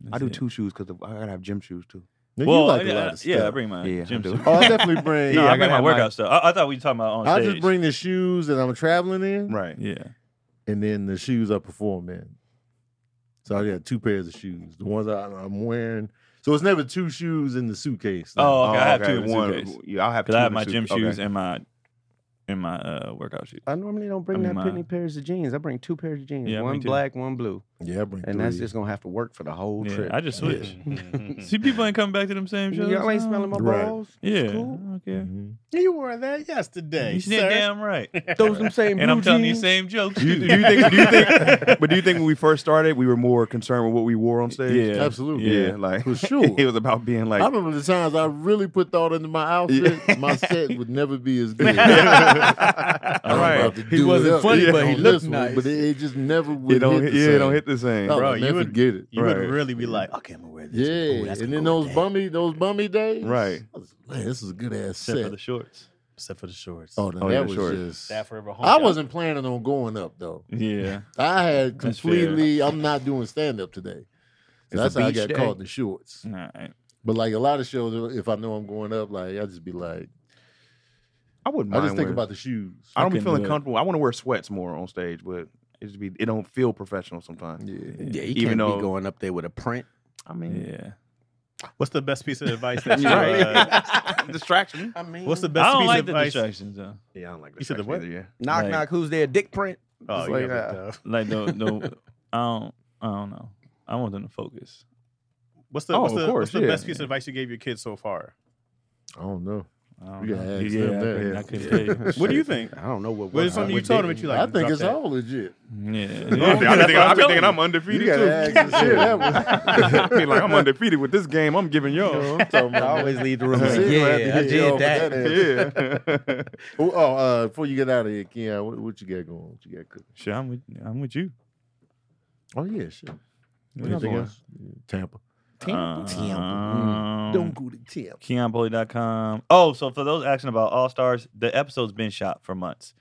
That's do it. two shoes because I gotta have gym shoes too. you Well, like I, a mean, lot I- of yeah, I stuff. bring my Yeah, I gym do. stuff. Oh, I definitely bring. no, yeah, I, I bring got my my- workout stuff. I, I thought we were talking about on I stage. just bring the shoes that I'm traveling in, Right. Yeah, and then the shoes I perform in. So I already have two pairs of shoes. The ones I, I'm wearing. So it's never two shoes in the suitcase. Oh, okay, I have two in the suitcase. Yeah, I'll have two because I in have the my suit- gym okay. shoes and my and my uh, workout shoes. I normally don't bring I mean, that my- many pairs of jeans. I bring two pairs of jeans, Yeah, me one too. black, one blue, yeah, I bring and three. that's just gonna have to work for the whole Yeah, trip. I just switch. Mhm. See, people ain't coming back to them same shows. Y'all ain't no. smelling my Right. balls. Yeah, cool. I don't care. Mhm. you wore that yesterday, You sir. said damn right. Those them same blue And I'm telling these jeans. same jokes. Do you, too. do you think? Do you think? But do you think when we first started, we were more concerned with what we wore on stage? Yeah. Absolutely. Yeah, like For sure. it was about being like I remember the times I really put thought into my outfit. Yeah. My set would never be as good. All I'm right. about to He do it wasn't up funny, but he on looked this one, nice. But it, it just never would it don't, hit. hit The yeah, same. it don't hit the same. Oh, Bro, man, you would- forget it. You Right. would really be like, okay, I'm gonna wear this. Ooh, Yeah, that's and gonna then go those bad. bummy, those bummy days. Right. I was, man, this is a good ass Except for set. the shorts. except for the shorts. oh, no, Oh, that yeah, was sure. just. that forever. Home I wasn't planning on going up though. Yeah, I had That's fair. completely. I'm not doing stand up today. So It's a that's how I beach got day. caught in the shorts. all right. But like a lot of shows, if I know I'm going up, like I just be like, I wouldn't. I Mind just think wearing- about the shoes. I don't be fucking feeling look. comfortable. I want to wear sweats more on stage, but it just be it don't feel professional sometimes. Yeah. Yeah, you Even can't though- be going up there with a print. I mean, Yeah. What's the best piece of advice that you? Uh, right. distraction. I mean, what's the best I don't piece like of the advice? distractions though. Yeah, I don't like You said the distraction what? either, yeah. knock Like- knock? Who's there? Dick print. Oh, It's yeah, like, but, uh, uh, Like the the I don't I don't know. I want them to focus. what's the Oh, what's of the, course, what's the yeah. best piece of advice you gave your kids so far? I don't know. I don't You know. gotta ask yeah, them I that, couldn't- yeah. I couldn't tell What do you think? I don't know what. What was is something you told them that you like? I think drop it's that? all legit. you. Yeah, I'm yeah. thinking, I'm, thinking I'm You undefeated gotta too. ask the shit. That was, I mean, like I'm undefeated with this game. I'm giving you know y'all. what I'm talking I about. always leave the room. Yeah, Like, you gonna have to yeah, I hit y'all did for that. that ass. Yeah. Oh, oh, uh, before you get out of here, Ken, what, what you got going? What you got cooking? Shit, I'm with I'm with you. Oh yeah, sure. Where you Anything going? else? Tampa. Tampa. Um, Mm. Don't go to Tampa. KeonPoly.com. Oh, so for those asking about All Stars, the episode's been shot for months.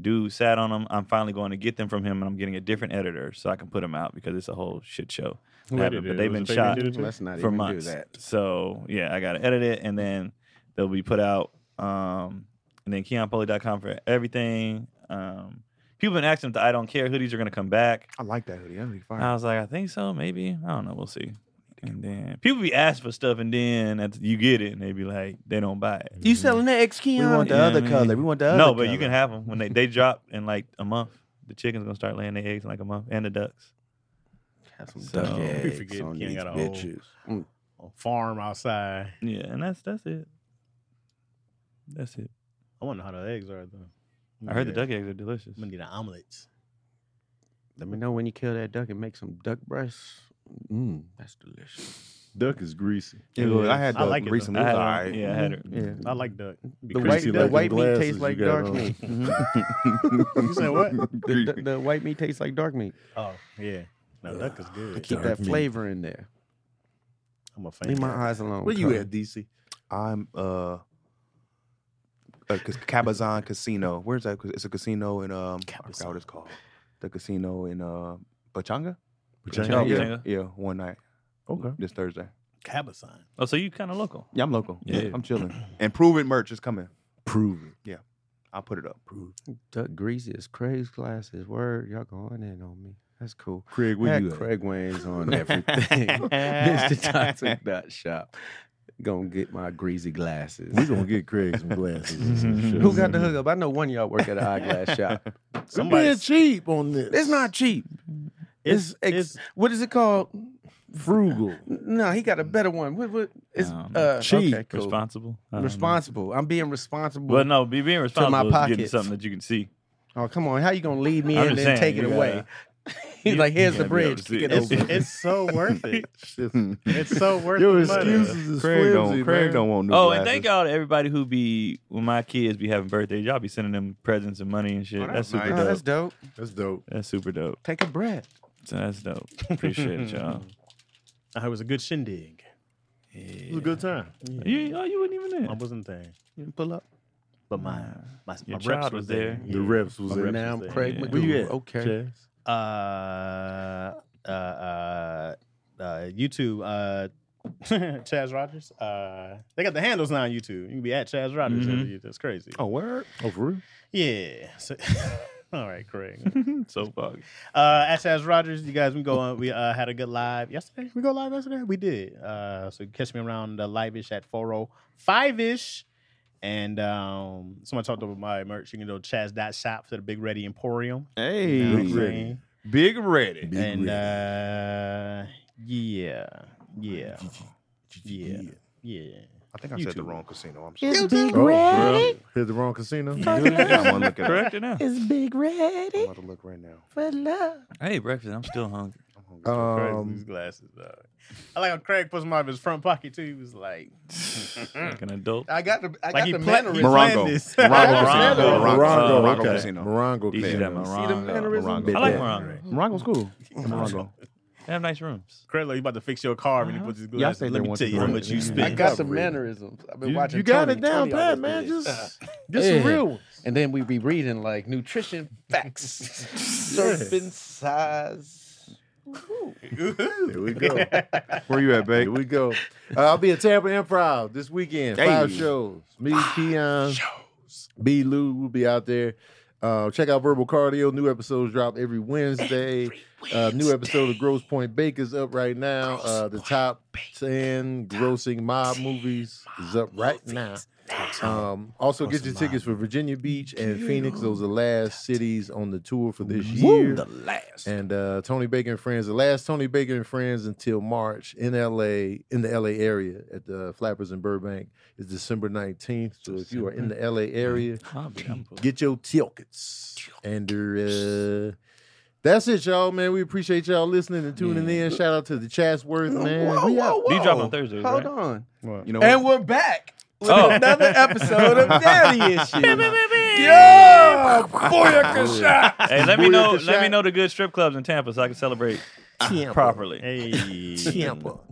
Dude sat on them. I'm finally going to get them from him, and I'm getting a different editor so I can put them out because it's a whole shit show. Who happened, edited but it? they've Was been it fake shot news? Let's not for even do months. that. So yeah, I got to edit it, and then they'll be put out. Um, and then KeonPoly.com for everything. Um, people been asking if the I don't care hoodies are going to come back. I like that hoodie. That hoodie fire. I was like, I think so, maybe. I don't know. We'll see. And then people be asked for stuff, and then at- you get it, and they be like, they don't buy it. You selling that X Keon? want the Yeah, other I mean- color. We want the No, but you can have them when they, they drop in like a month. The chickens gonna start laying their eggs in like a month, and the ducks. have some So- duck We eggs forget on Keon these got a whole- bitches. A farm outside. Yeah, and that's that's it. That's it. I wonder how the eggs are though. I heard the duck eggs are delicious. I'm gonna need an omelet. Let me know when you kill that duck and make some duck breasts. Mmm, that's delicious. Duck is greasy. It was- I had I that like it, recently. I had It was a- all right. Yeah, I had it. Yeah. I like duck. Be Mm-hmm. The white, Greasy the crispy like them white meat glasses tastes you got like dark on. meat. You said what? The, the, the white meat tastes like dark meat. Oh yeah. No, duck is good. Keep Dark that meat. flavor in there. I'm a fan. Leave my of eyes alone. Where you cuz. at, DC? I'm uh, a cas- Cabazon Casino. Where's that? It's a casino in um, I forgot what it's called. the casino in uh Pachanga. Oh, Pachanga? yeah, Pachanga. yeah, one night. Okay. This Thursday. Cabazon. Oh, so you kind of local. Yeah, I'm local. Yeah. I'm chilling. And Prove It merch is coming. Prove it. I'll put it up. Duck greasy is crazy glasses. Word, y'all going in on me. That's cool. Craig, where Had you at? Craig Wayne's on everything. Mr. Toxic Dot Shop. Gonna get my greasy glasses. We're gonna get Craig some glasses. and some shirts. Who got the hook up? I know one of y'all work at an eyeglass shop. We're Somebody. being cheap on this. It's not cheap. It's, It's- ex- it's- what is it called? frugal. No, he got a better one. What, what it's Um, uh, cheap. okay, cool. Responsible. I don't know. responsible. I'm being responsible. But no, be being my responsible is getting pockets. something that you can see. Oh, come on. How you gonna lead me I'm in and just then saying, take it you away? gotta- He's like, here's the gotta be able bridge. to see Get it. It's, over it. it's so worth it. It's so worth Your the money. excuses is Craig flimsy, don't, Craig man. don't want new Oh, glasses. and thank y'all to everybody who be when my kids be having birthdays. Y'all be sending them presents and money and shit. that's, super Oh, dope. that's That's, dope. That's dope. super dope. Take a breath. So that's dope. Appreciate it, y'all. Uh, It was a good shindig. It was a good time. You, oh, you wasn't even I there. wasn't there, Pull up. but my my, my Your reps child were was there. The reps was My there. reps Now I'm was there. Craig Yeah. McGool. Where you at? Okay. Chaz? Uh, uh, uh, uh, YouTube. Uh, Chaz Rogers. Uh, they got the handles now on YouTube. You can be at Chaz Rogers. Mhm. every- That's crazy. Oh, word? Oh, for real? yeah. So, all right, Craig. so foggy. Uh, at Chaz Rogers, you guys, we go. On, we uh, had a good live yesterday. We go live yesterday. We did. Uh, so you catch me around uh, live ish at four oh five ish. And um, someone talked about my merch. You can go to Chaz.shop for the Big Ready Emporium. Hey. You know what I'm Big Ready. saying? Big ready. Big and reps. uh, yeah, yeah, yeah, yeah. I think I You said the too. wrong casino. I'm sorry. It's Big Oh, bro. Red. Hit the wrong casino. I want to look at it. Correct it now. It's Big I'm Red about to look right now. for love. Hey, breakfast. I'm still hungry. I'm hungry. Crazy, these Um, glasses, dog. I like how Craig puts them out of his front pocket too. He was like, like an adult. I got the I like got he, the pla- he mannerisms. Morongo. planned this. Morongo. Morongo Morongo. Morongo, Morongo okay. Casino. Morongo Easy that Casino. See the mannerisms? I like Yeah. Morongo. Morongo's cool. Morongo. They have nice rooms. Craig, like, you about to fix your car when you put these Y'all glasses. stay there Let me once tell in you a how while. much you Yeah. I spend. got some mannerisms. I've been You, watching. you got Tony. it down Tony always pat, do man. this. Just get some Yeah. real ones. and then we be reading like nutrition facts, surfing size. Here we go. Where you Here at, babe? we go. Uh, I'll be at Tampa Improv this weekend. Five Hey. shows. Me, Keon, B. Lou will be out there. Uh, check out Verbal Cardio. New episodes drop every Wednesday. Uh, new episode of Gross Point Baker's up right now. Uh, the top ten grossing mob movies is up right now. Um, also, get your tickets for Virginia Beach and Phoenix. Those are the last cities on the tour for this year. And uh, Tony Baker and Friends, the last Tony Baker and Friends until March in LA, in the LA area at the Flappers in Burbank is December 19th. So if you are in the LA area, I'll be- I'm cool. get your tickets. And uh, that's it, y'all, man. We appreciate y'all listening and tuning in. Shout out to the Chatsworth, man. We out. Do you drop on Thursdays, Hold right? on. You know And what? we're back with Oh. another episode of Daddy Issues. Yeah, booyaka shot. Hey, let me know. Booyaka Let me shot. know the good strip clubs in Tampa so I can celebrate properly. Hey. Tampa.